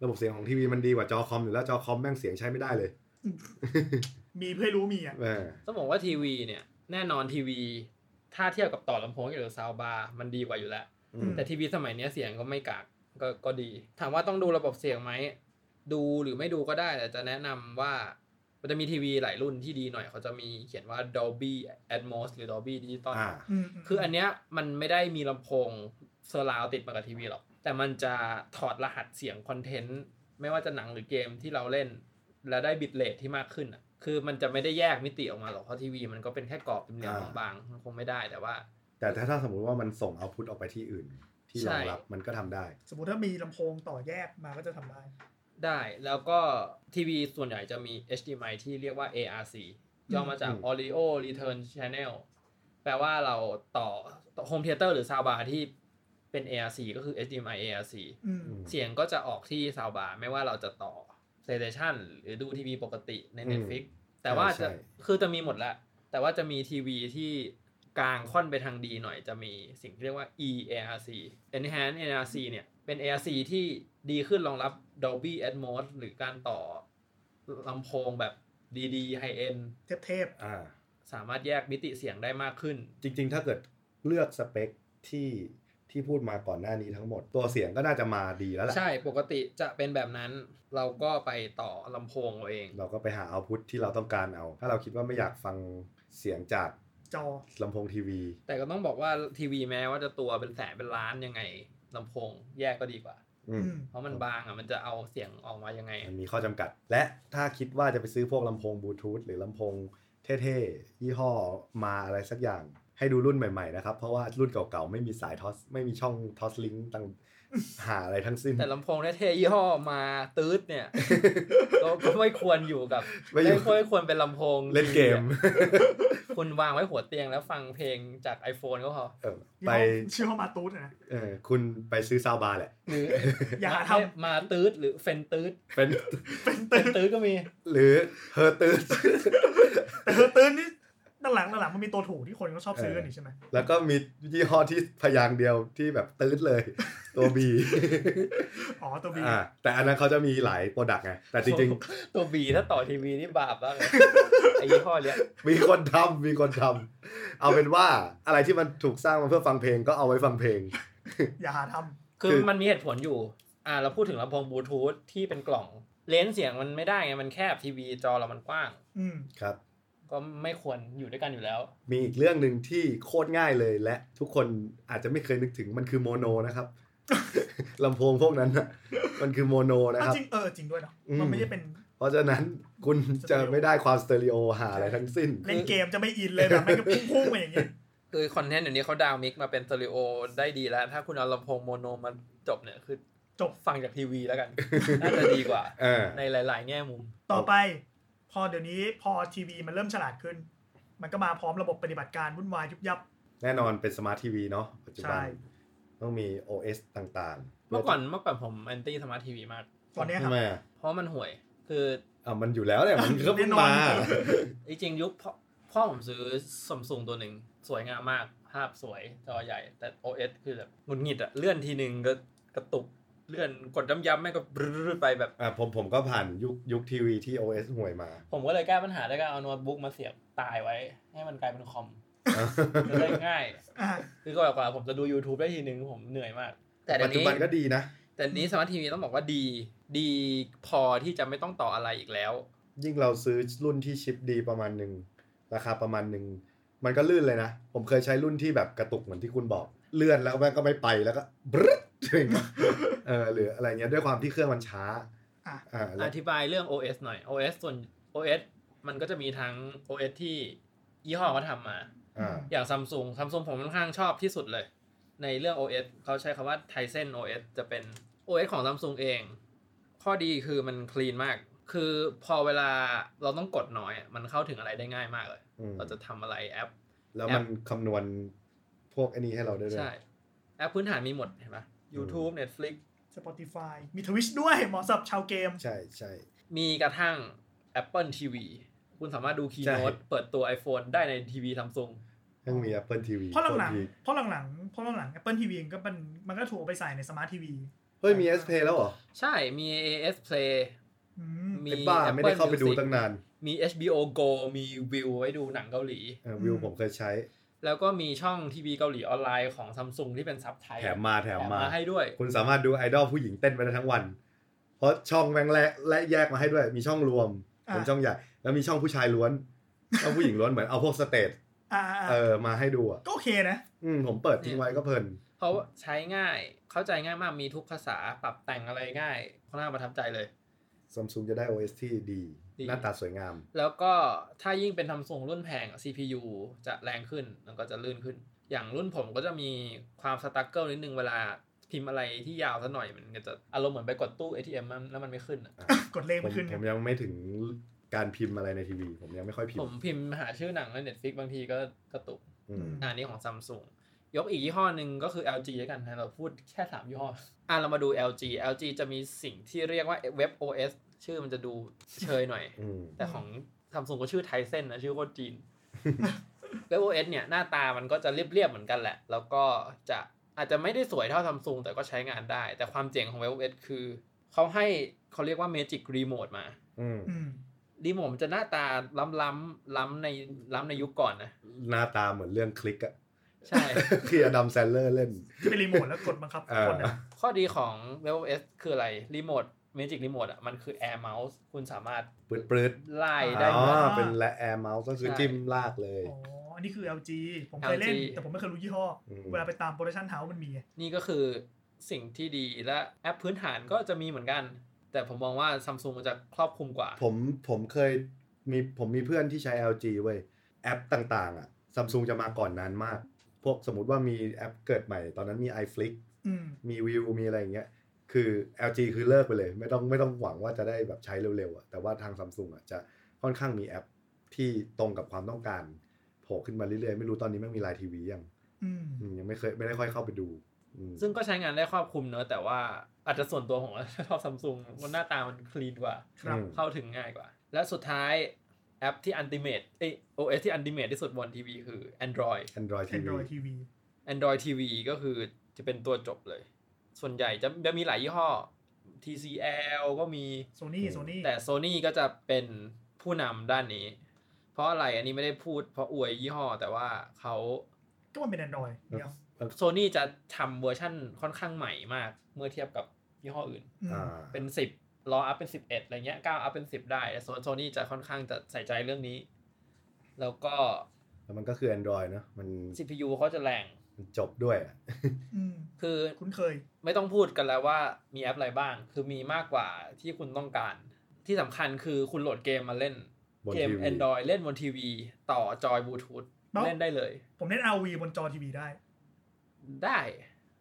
[SPEAKER 4] ระบบเสียงของทีวีมันดีกว่าจอคอมอยู่แล้วจอคอมแม่งเสียงใช้ไม่ได้เลย
[SPEAKER 3] 5 มีเพื่อให้รู้มีอ่ะ
[SPEAKER 4] เออ
[SPEAKER 2] ต้องบอกว่าทีวีเนี่ยแน่นอนทีวี ถ้าเทียบกับต่อลำโพงหรือซาวบาร์มันดีกว่าอยู่แล้ว
[SPEAKER 4] อืม
[SPEAKER 2] แต่ทีวีสมัยเนี้ยเสียงก็ไม่กากก็ก็ดี ถามว่าต้องดูระบบเสียงไหม ดูหรือไม่ดูก็ได้ แต่จะแนะนำว่า มันจะมีทีวีหลายรุ่นที่ดีหน่อย เขาจะมีเขียนว่า Dolby Atmos หรือ Dolby Digital
[SPEAKER 4] อ่า
[SPEAKER 3] อืมๆ
[SPEAKER 2] คืออันเนี้ยมันไม่ได้มีลำโพงเซอร์ราวติดมากับทีวีหรอก แต่มันจะถอดรหัสเสียงคอนเทนต์ ไม่ว่าจะหนังหรือเกมที่เราเล่น แล้วได้บิตเลทที่มากขึ้นอ่ะ คือมันจะไม่ได้แยกมิติออกมาหรอกเพราะทีวีมันก็เป็นแค่กรอบเหลี่ยมๆบางๆมันคงไม่ได้แต่ว่า
[SPEAKER 4] แต่ถ้าถ้าสมมุติว่ามันส่งเอาพุทออกไปที่อื่น ที่รองรับ
[SPEAKER 2] ใช่
[SPEAKER 4] มันก็ทำได้
[SPEAKER 3] สมมติถ้ามีลำโพงต่อแยกมาก็จะทำได้
[SPEAKER 2] ได้แล้วก็ทีวีส่วนใหญ่จะมี HDMI ที่เรียกว่า ARC ย่อมาจาก
[SPEAKER 4] อืม
[SPEAKER 2] Audio Return Channel แปลว่าเราต่อต่อ Home Theater หรือ Soundbar ที่เป็น ARC ก็คือ HDMI ARC
[SPEAKER 3] อืม
[SPEAKER 4] อืม
[SPEAKER 2] เสียงก็จะออกที่ Soundbar ไม่ว่าเราจะต่อ PlayStation หรือดูทีวีปกติใน
[SPEAKER 4] อืม
[SPEAKER 2] Netflix แต่ว่าจะ
[SPEAKER 4] ใช่
[SPEAKER 2] คือจะมีหมดแหละ แต่ว่าจะมีทีวีที่กลางค่อนไปทางดีหน่อยจะมีสิ่งที่เรียกว่า EARC Enhanced ARC เนี่ยเป็น ARC ที่ดีขึ้นรองรับ Dolby Atmos หรือการต่อลำโพงแบบดีๆ High End
[SPEAKER 3] เทพเทพ
[SPEAKER 4] อ่า
[SPEAKER 2] สามารถแยกมิติเสียงได้มากขึ้น
[SPEAKER 4] จริงๆ ถ้าเกิดเลือกสเปคที่ที่พูดมาก่อนหน้านี้ทั้งหมด ตัวเสียงก็น่าจะมาดีแล้วแหละ
[SPEAKER 2] ใช่ปกติจะเป็นแบบนั้นเราก็ไปต่อลำโพงเอาเอง
[SPEAKER 4] เราก็ไปหาเอาพุทที่เราต้องการเอา ถ้าเราคิดว่าไม่อยากฟังเสียงจาก
[SPEAKER 3] จอ
[SPEAKER 4] ลำโพงทีวี
[SPEAKER 2] แต่ก็ต้องบอกว่าทีวีแม้ว่าจะตัวเป็นแสนเป็นล้านยังไงลำโพงแยกก็ดีกว่า
[SPEAKER 4] อื
[SPEAKER 3] อื
[SPEAKER 4] ม
[SPEAKER 3] ม
[SPEAKER 2] เพราะมันบางอ่ะมันจะเอาเสียงออกมายังไง
[SPEAKER 4] มันมีข้อจำกัด และถ้าคิดว่าจะไปซื้อพวกลำโพงบลูทูธหรือลำโพงเท่ๆ ยี่ห้อมาอะไรสักอย่าง ให้ดูรุ่นใหม่ๆนะครับ เพราะว่ารุ่นเก่าๆ ไม่มีสายทอสไม่มีช่องทอสลิงต่างหาอะไรทั้งสิ้น
[SPEAKER 2] แต่ลำโพงเท่ๆยี่ห้อมาตืด เนี่ย ก็ก็ไม่ควรอยู่กับ
[SPEAKER 4] ไม่อยู่
[SPEAKER 2] ควรควรเป็นลำโพง
[SPEAKER 4] เล่นเก ม
[SPEAKER 2] ดีๆคุณวางไว้หัวเตียงแล้วฟังเพลงจาก iPhone ก็พอ
[SPEAKER 4] เออ
[SPEAKER 3] ยี่
[SPEAKER 4] ไป
[SPEAKER 3] ห้อชื่อว่ามาตูดอะนะ
[SPEAKER 4] เออคุณไปซื้อซาวบาร์แหละ
[SPEAKER 2] หรือ
[SPEAKER 3] อย่าหาทำ
[SPEAKER 2] ไม่มาตืดหรือเฟนตืด
[SPEAKER 4] เป็น
[SPEAKER 3] เป็น
[SPEAKER 2] เฟ
[SPEAKER 3] ตื่
[SPEAKER 2] น
[SPEAKER 3] น
[SPEAKER 2] ตืดก็มี
[SPEAKER 4] หรือเฮอร์ตืส
[SPEAKER 3] แต่เธอตื่นนี่ด้านหลังด้านหลังมันมีตัวถูกที่คนเขาชอบซื้อกันนี่ใช่ไหม
[SPEAKER 4] แล้วก็มียี่ห้อที่พยางค์เดียวที่แบบตืด เลย ตัวบี
[SPEAKER 3] อ๋อตัวบี
[SPEAKER 4] อ่าแต่อันนั้นเขาจะมีหลายโปรดักต์ไง แต่จริง
[SPEAKER 2] ตัวบีถ้าต่อทีวีนี่บาป มากเลยไอ้ยี่ห้อเนี้ย
[SPEAKER 4] ๆ มีคนทำ มีคนทำเอาเป็นว่าอะไรที่มันถูกสร้างมาเพื่อฟังเพลงก็เอาไว้ฟังเพลง
[SPEAKER 3] อย่าหาทำ
[SPEAKER 2] คือ
[SPEAKER 4] คือ
[SPEAKER 2] มันมีเหตุผลอยู่ อ่าเราพูดถึงลำโพงบลูทูธที่เป็นกล่องเลนส์เสียงมันไม่ได้ไงมันแคบทีวีจอเรามันกว้าง
[SPEAKER 3] อืม
[SPEAKER 4] ครับ
[SPEAKER 2] ก็ไม่ควรอยู่ด้วยกันอยู่แล้ว
[SPEAKER 4] มีอีกเรื่องหนึ่งที่โคตรง่ายเลยและทุกคนอาจจะไม่เคยนึกถึงมันคือโมโนนะครับ ลำโพงพวกนั้นน่ะมันคือโมโนนะค
[SPEAKER 3] เอา
[SPEAKER 4] รับ
[SPEAKER 3] จริงเออจริงด้วยเนาะ
[SPEAKER 4] อืม
[SPEAKER 3] มันไม่ได้เป็น
[SPEAKER 4] เพราะฉะนั้นคุณจะไม่ได้ความสเตอริโอหาอะไรทั้งสิ้น
[SPEAKER 3] เล่นเกมจะไม่อินเลยแบบมันก็พุ่งๆมาอย่างนี้
[SPEAKER 2] คือคอนเทนต์เดี๋ยวนี้เขาดาวน์มิกมาเป็นสเตอริโอได้ดีแล้ว ถ้าคุณเอาลำโพงโมโนมาจบเนี่ย คือ
[SPEAKER 3] จบ
[SPEAKER 2] ฟังจากทีวีแล้ว กัน น่าจะดีกว่า
[SPEAKER 4] เออ
[SPEAKER 2] ในหลาย ๆ แง่มุม
[SPEAKER 3] ต่อไป พอเดี๋ยวนี้พอทีวีมันเริ่มฉลาดขึ้น มันก็มาพร้อมระบบปฏิบัติการวุ่นวายยุบยับ
[SPEAKER 4] แน่นอนเป็นสมาร์ททีวีเนาะปัจจุบัน
[SPEAKER 3] ใช่
[SPEAKER 4] ต้องมี OS ต่างๆ
[SPEAKER 2] เมื่อก่อนเมื่อก่อนผมแอนตี้สมาร์ททีวีมาก
[SPEAKER 3] ตอนเนี้ยค
[SPEAKER 4] ทำ
[SPEAKER 3] รับ
[SPEAKER 4] ไมอ่ะ
[SPEAKER 2] เพราะมันห่วย คือ
[SPEAKER 4] อ่ะมันอยู่แล้วเนี่ยมันก็เพิ่ง
[SPEAKER 3] แน่นอน
[SPEAKER 4] มา
[SPEAKER 2] จริงๆยุคพ่อพ่อผมซื้อซัมซุงตัวหนึ่ง สวยงามมาก ภาพสวยจอใหญ่ แต่ OS คือแบบหงุดหงิดอะเลื่อนทีหนึ่งก็กระตุกเลื่อนกดย้ำๆแม่งก็บรื้อไปแบบ
[SPEAKER 4] อ่ะผมผมก็ผ่านยุคยุคทีวีที่ OS ห่วยมา
[SPEAKER 2] ผมก็เลยแก้ปัญหาด้วยการเอาโน้ตบุ๊กมาเสียบตายไว้ ให้มันกลายเป็นคอม จะได้ง่าย
[SPEAKER 3] อ่ะ
[SPEAKER 2] คือก่อนกว่าผมจะดู YouTube ได้ทีนึงผมเหนื่อยมาก แต่เดี๋
[SPEAKER 4] ปั
[SPEAKER 2] ย
[SPEAKER 4] จ
[SPEAKER 2] ว
[SPEAKER 4] จุ
[SPEAKER 2] นี้
[SPEAKER 4] บันก็ดีนะ
[SPEAKER 2] แต่นี้สมาร์ททีวีต้องบอกว่าดี ดีพอที่จะไม่ต้องต่ออะไรอีกแล้ว
[SPEAKER 4] ยิ่งเราซื้อรุ่นที่ชิปดีประมาณหนึ่งราคาประมาณหนึ่งมันก็ลื่นเลยนะ ผมเคยใช้รุ่นที่แบบกระตุกเหมือนที่คุณบอก เลื่อนแล้วแม่งก็ไม่ไปแล้วก็บรึ๊ด อย่างเงี้ยเออหรืออะไรเงี้ยด้วยความที่เครื่องมันช้า
[SPEAKER 3] อ่ะ
[SPEAKER 4] อ่าแล้ว
[SPEAKER 2] อธิบายเรื่อง OS หน่อย OS ส่วน OS มันก็จะมีทั้ง OS ที่ยี่ห้อเขาทำมา
[SPEAKER 4] อ่า
[SPEAKER 2] อย่างซัมซุงซัมซุงผมค่อนข้างชอบที่สุดเลย ในเรื่อง OS เขาใช้คำว่า Tizen OS จะเป็น OS ของซัมซุงเอง ข้อดีคือมันคลีนมาก คือพอเวลาเราต้องกดน้อยอะมันเข้าถึงอะไรได้ง่ายมากเลย
[SPEAKER 4] อืม
[SPEAKER 2] เราจะทำอะไรแอป
[SPEAKER 4] แล้วมันคำนวณพวกไอันนี้ให้เราได้ด้วย
[SPEAKER 2] ใช่ แอปพื้นฐานมีหมดเห็นปะ YouTube Netflix
[SPEAKER 3] สปอติฟายมีทวิชด้วยเหมาะสำหรับชาวเกม
[SPEAKER 4] ใช่ใช่
[SPEAKER 2] มีกระทั่ง Apple TV คุณสามารถดูคีย์โน้ต
[SPEAKER 4] ใช่
[SPEAKER 2] เปิดตัว iPhone ได้ในทีวีซัมซุง
[SPEAKER 4] เพิ่งมี Apple TV
[SPEAKER 3] เพราะหลัง
[SPEAKER 4] โคตดี
[SPEAKER 3] ๆเพราะหลังๆเพราะหลังๆ Apple TV เองก็มันมันก็ถูกเอาไปใส่ในสมาร์ททีวี
[SPEAKER 4] เฮ้ยมี S Play แล้วเหรอ
[SPEAKER 2] ใช่มี AS Play
[SPEAKER 3] อืม
[SPEAKER 2] มี
[SPEAKER 4] ไอ้บ้า
[SPEAKER 2] Apple
[SPEAKER 4] ไม่ได้เข้าไปดู
[SPEAKER 2] Music
[SPEAKER 4] ตั้งนาน
[SPEAKER 2] มี HBO Go มี View ไว้ดูหนังเกาหลี
[SPEAKER 4] เออวิวผมเคยใช้
[SPEAKER 2] แล้วก็มีช่องทีวีเกาหลีออนไลน์ของซัมซุงที่เป็นซับไทย
[SPEAKER 4] แถมมาแถ
[SPEAKER 2] แถ
[SPEAKER 4] ม
[SPEAKER 2] ม
[SPEAKER 4] มา
[SPEAKER 2] มาให้ด้วย
[SPEAKER 4] คุณสามารถดูไอดอลผู้หญิงเต้นไปได้ทั้งวัน เพราะช่องแม่งและและแยกมาให้ด้วย มีช่องรวม
[SPEAKER 3] อ่ะ
[SPEAKER 4] เป็นช่องใหญ่ แล้วมีช่องผู้ชายล้วน ช่องผู้หญิงล้วนเหมือนเอาพวกสเตท
[SPEAKER 3] อ่ะอ่ะ
[SPEAKER 4] เออมาให้ดูอ่ะ
[SPEAKER 3] ก็โอเคนะ
[SPEAKER 4] อืมผมเปิดทิ้งไว้ก็เพลิน
[SPEAKER 2] พ เขาใช้ง่าย เข้าใจง่ายมากมีทุกภาษาปรับแต่งอะไรง่ายเขาน่าประทับใจเลย
[SPEAKER 4] ซัมซุงจะได้ OS ที่ดี
[SPEAKER 2] ดี
[SPEAKER 4] หน้าตาสวยงาม
[SPEAKER 2] แล้วก็ถ้ายิ่งเป็นทำทรงรุ่นแพงอะ CPU จะแรงขึ้นแล้วก็จะลื่นขึ้น อย่างรุ่นผมก็จะมีความสตั๊กเกิลนิดนึงเวลาพิมพ์อะไรที่ยาวซะหน่อยมันก็จะอารมณ์เหมือนไปกดตู้ ATM มันแล้วมันไม่ขึ้นอะ
[SPEAKER 3] กดเลข
[SPEAKER 4] ผ
[SPEAKER 3] มัน
[SPEAKER 4] ม
[SPEAKER 3] ขึ้น
[SPEAKER 4] ผมยังไม่ถึงการพิมพ์อะไรในทีวี ผมยังไม่ค่อยพิม
[SPEAKER 2] ผม
[SPEAKER 4] พ์
[SPEAKER 2] พิมพ์หาชื่อหนังใน Netflix บางทีก็กระตุก
[SPEAKER 4] อืม
[SPEAKER 2] อันนี้ของ Samsung ยกอีกยี่ห้อหนึ่งก็คือ LG แล้วกันนะเราพูดแค่สามยี่ห้ออ่ะเรามาดู LG LG จะมีสิ่งที่เรียกว่า Web OS ชื่อมันจะดูเชยหน่อย
[SPEAKER 4] อืม
[SPEAKER 2] แต่ของซัมซุงก็ชื่อไทเซนนะ ชื่อโคตรจีน w e b OS เนี่ย หน้าตามันก็จะเรียบๆเหมือนกันแหละ แล้วก็จะอาจจะไม่ได้สวยเท่าซัมซุงแต่ก็ใช้งานได้ แต่ความเจ๋งของ w e b OS คือ เขาให้เขาเรียกว่า Magic Remote มา
[SPEAKER 4] อืม
[SPEAKER 3] อืม
[SPEAKER 2] รีโมทมันจะหน้าตาล้ำล้ำล้ำในล้ำในยุคก่อนนะ
[SPEAKER 4] หน้าตาเหมือนเรื่องคลิกอะ
[SPEAKER 2] ใช่
[SPEAKER 4] ที่อดัมแซนเลอร์เล่น
[SPEAKER 3] ที่เป็นรีโมทแล้วกดบังคับ
[SPEAKER 4] อ่า
[SPEAKER 3] คนอะ
[SPEAKER 2] ข้อดีของ w e b OS คืออะไรรีโมท Magic Remote อ่ะมันคือ Air Mouse คุณสามารถ
[SPEAKER 4] ปืดปืด
[SPEAKER 2] ไล่
[SPEAKER 4] ๆ
[SPEAKER 2] ได้
[SPEAKER 4] อ๋
[SPEAKER 2] เหมือน
[SPEAKER 4] อเป็นและแอร์เมาส์ก็คือ
[SPEAKER 2] ใช่
[SPEAKER 4] จิ้มลากเลย
[SPEAKER 3] อ๋อ อันนี้คือ LG ผมเคยเล่น
[SPEAKER 2] LG
[SPEAKER 3] แต่ผมไม่เคยรู้ยี่ห้ออ
[SPEAKER 4] ม
[SPEAKER 3] เวลาไปตามโปรดักชันเฮาส์มันมีไง
[SPEAKER 2] นี่ก็คือสิ่งที่ดีและแอปพื้นฐานก็จะมีเหมือนกัน แต่ผมมองว่าซัมซุงมันจะครอบคลุมกว่า
[SPEAKER 4] ผมผมเคยมีผมมีเพื่อนที่ใช้ LG เว้ย แอปต่างๆ อ่ะซัมซุงจะมาก่อนนานมาก พวกสมมติว่ามีแอปเกิดใหม่ ตอนนั้นมี iFlix
[SPEAKER 3] อืม
[SPEAKER 4] มีวิวมีอะไรอย่างเงี้ย คือ LG คือเลิกไปเลย ไม่ต้องไม่ต้องหวังว่าจะได้แบบใช้เร็วๆอะแต่ว่าทางซัมซุงอ่ะจะค่อนข้างมีแอปที่ตรงกับความต้องการโผล่ขึ้นมาเรื่อยๆ ไม่รู้ตอนนี้แม่งมีไลน์ทีวียัง
[SPEAKER 3] อืม
[SPEAKER 4] อืมยังไม่เคยไม่ได้ค่อยเข้าไปดูอืม
[SPEAKER 2] ซึ่งก็ใช้งานได้ครอบคลุมเนอะแต่ว่าอาจจะส่วนตัวผม ว่าชอบซัมซุงมันหน้าตามันคลีนกว่า
[SPEAKER 3] ครับ
[SPEAKER 4] อืม
[SPEAKER 2] เข้าถึงง่ายกว่า และสุดท้ายแอปที่อันติเมตเอย OS ที่อันติเมตที่สุดบนทีวีคือ Android
[SPEAKER 4] Android TV
[SPEAKER 3] Android TV
[SPEAKER 2] Android TV ก็คือจะเป็นตัวจบเลย ส่วนใหญ่จะจะมีหลายยี่ห้อ TCL ก็มี
[SPEAKER 3] Sony
[SPEAKER 4] อืม
[SPEAKER 3] Sony
[SPEAKER 2] แต่โซนี่ก็จะเป็นผู้นำด้านนี้ เพราะอะไรอันนี้ไม่ได้พูดเพราะอวยยี่ห้อ แต่ว่าเขา
[SPEAKER 3] ก็มันเป็น Android เดียว
[SPEAKER 2] โซนี่จะทำเวอร์ชั่นค่อนข้างใหม่มาก เมื่อเทียบกับยี่ห้ออื่น
[SPEAKER 3] อืม
[SPEAKER 4] อ่า
[SPEAKER 2] เป็น 10รออัพเป็น 11อะไรเงี้ย9อัพเป็น 10 ได้แต่ส่วนโซนี่จะค่อนข้างจะใส่ใจเรื่องนี้ แล้วก็
[SPEAKER 4] แล้วมันก็คือ Android เนอะมัน
[SPEAKER 2] CPU เขาจะแรง
[SPEAKER 4] มันจบด้วยอะ
[SPEAKER 3] อืม
[SPEAKER 2] คือ
[SPEAKER 3] คุ้นเคย
[SPEAKER 2] ไม่ต้องพูดกันแล้วว่ามีแอปอะไรบ้าง คือมีมากกว่าที่คุณต้องการ ที่สำคัญคือคุณโหลดเกมมาเล่น
[SPEAKER 4] บน
[SPEAKER 2] เกม
[SPEAKER 4] ทีวี
[SPEAKER 2] Android เล่นบนทีวี ต่อจอยบลูทูธ
[SPEAKER 3] เนอะ
[SPEAKER 2] เล่นได้เลย
[SPEAKER 3] ผมเล่น RV บนจอทีวีได้
[SPEAKER 2] ได้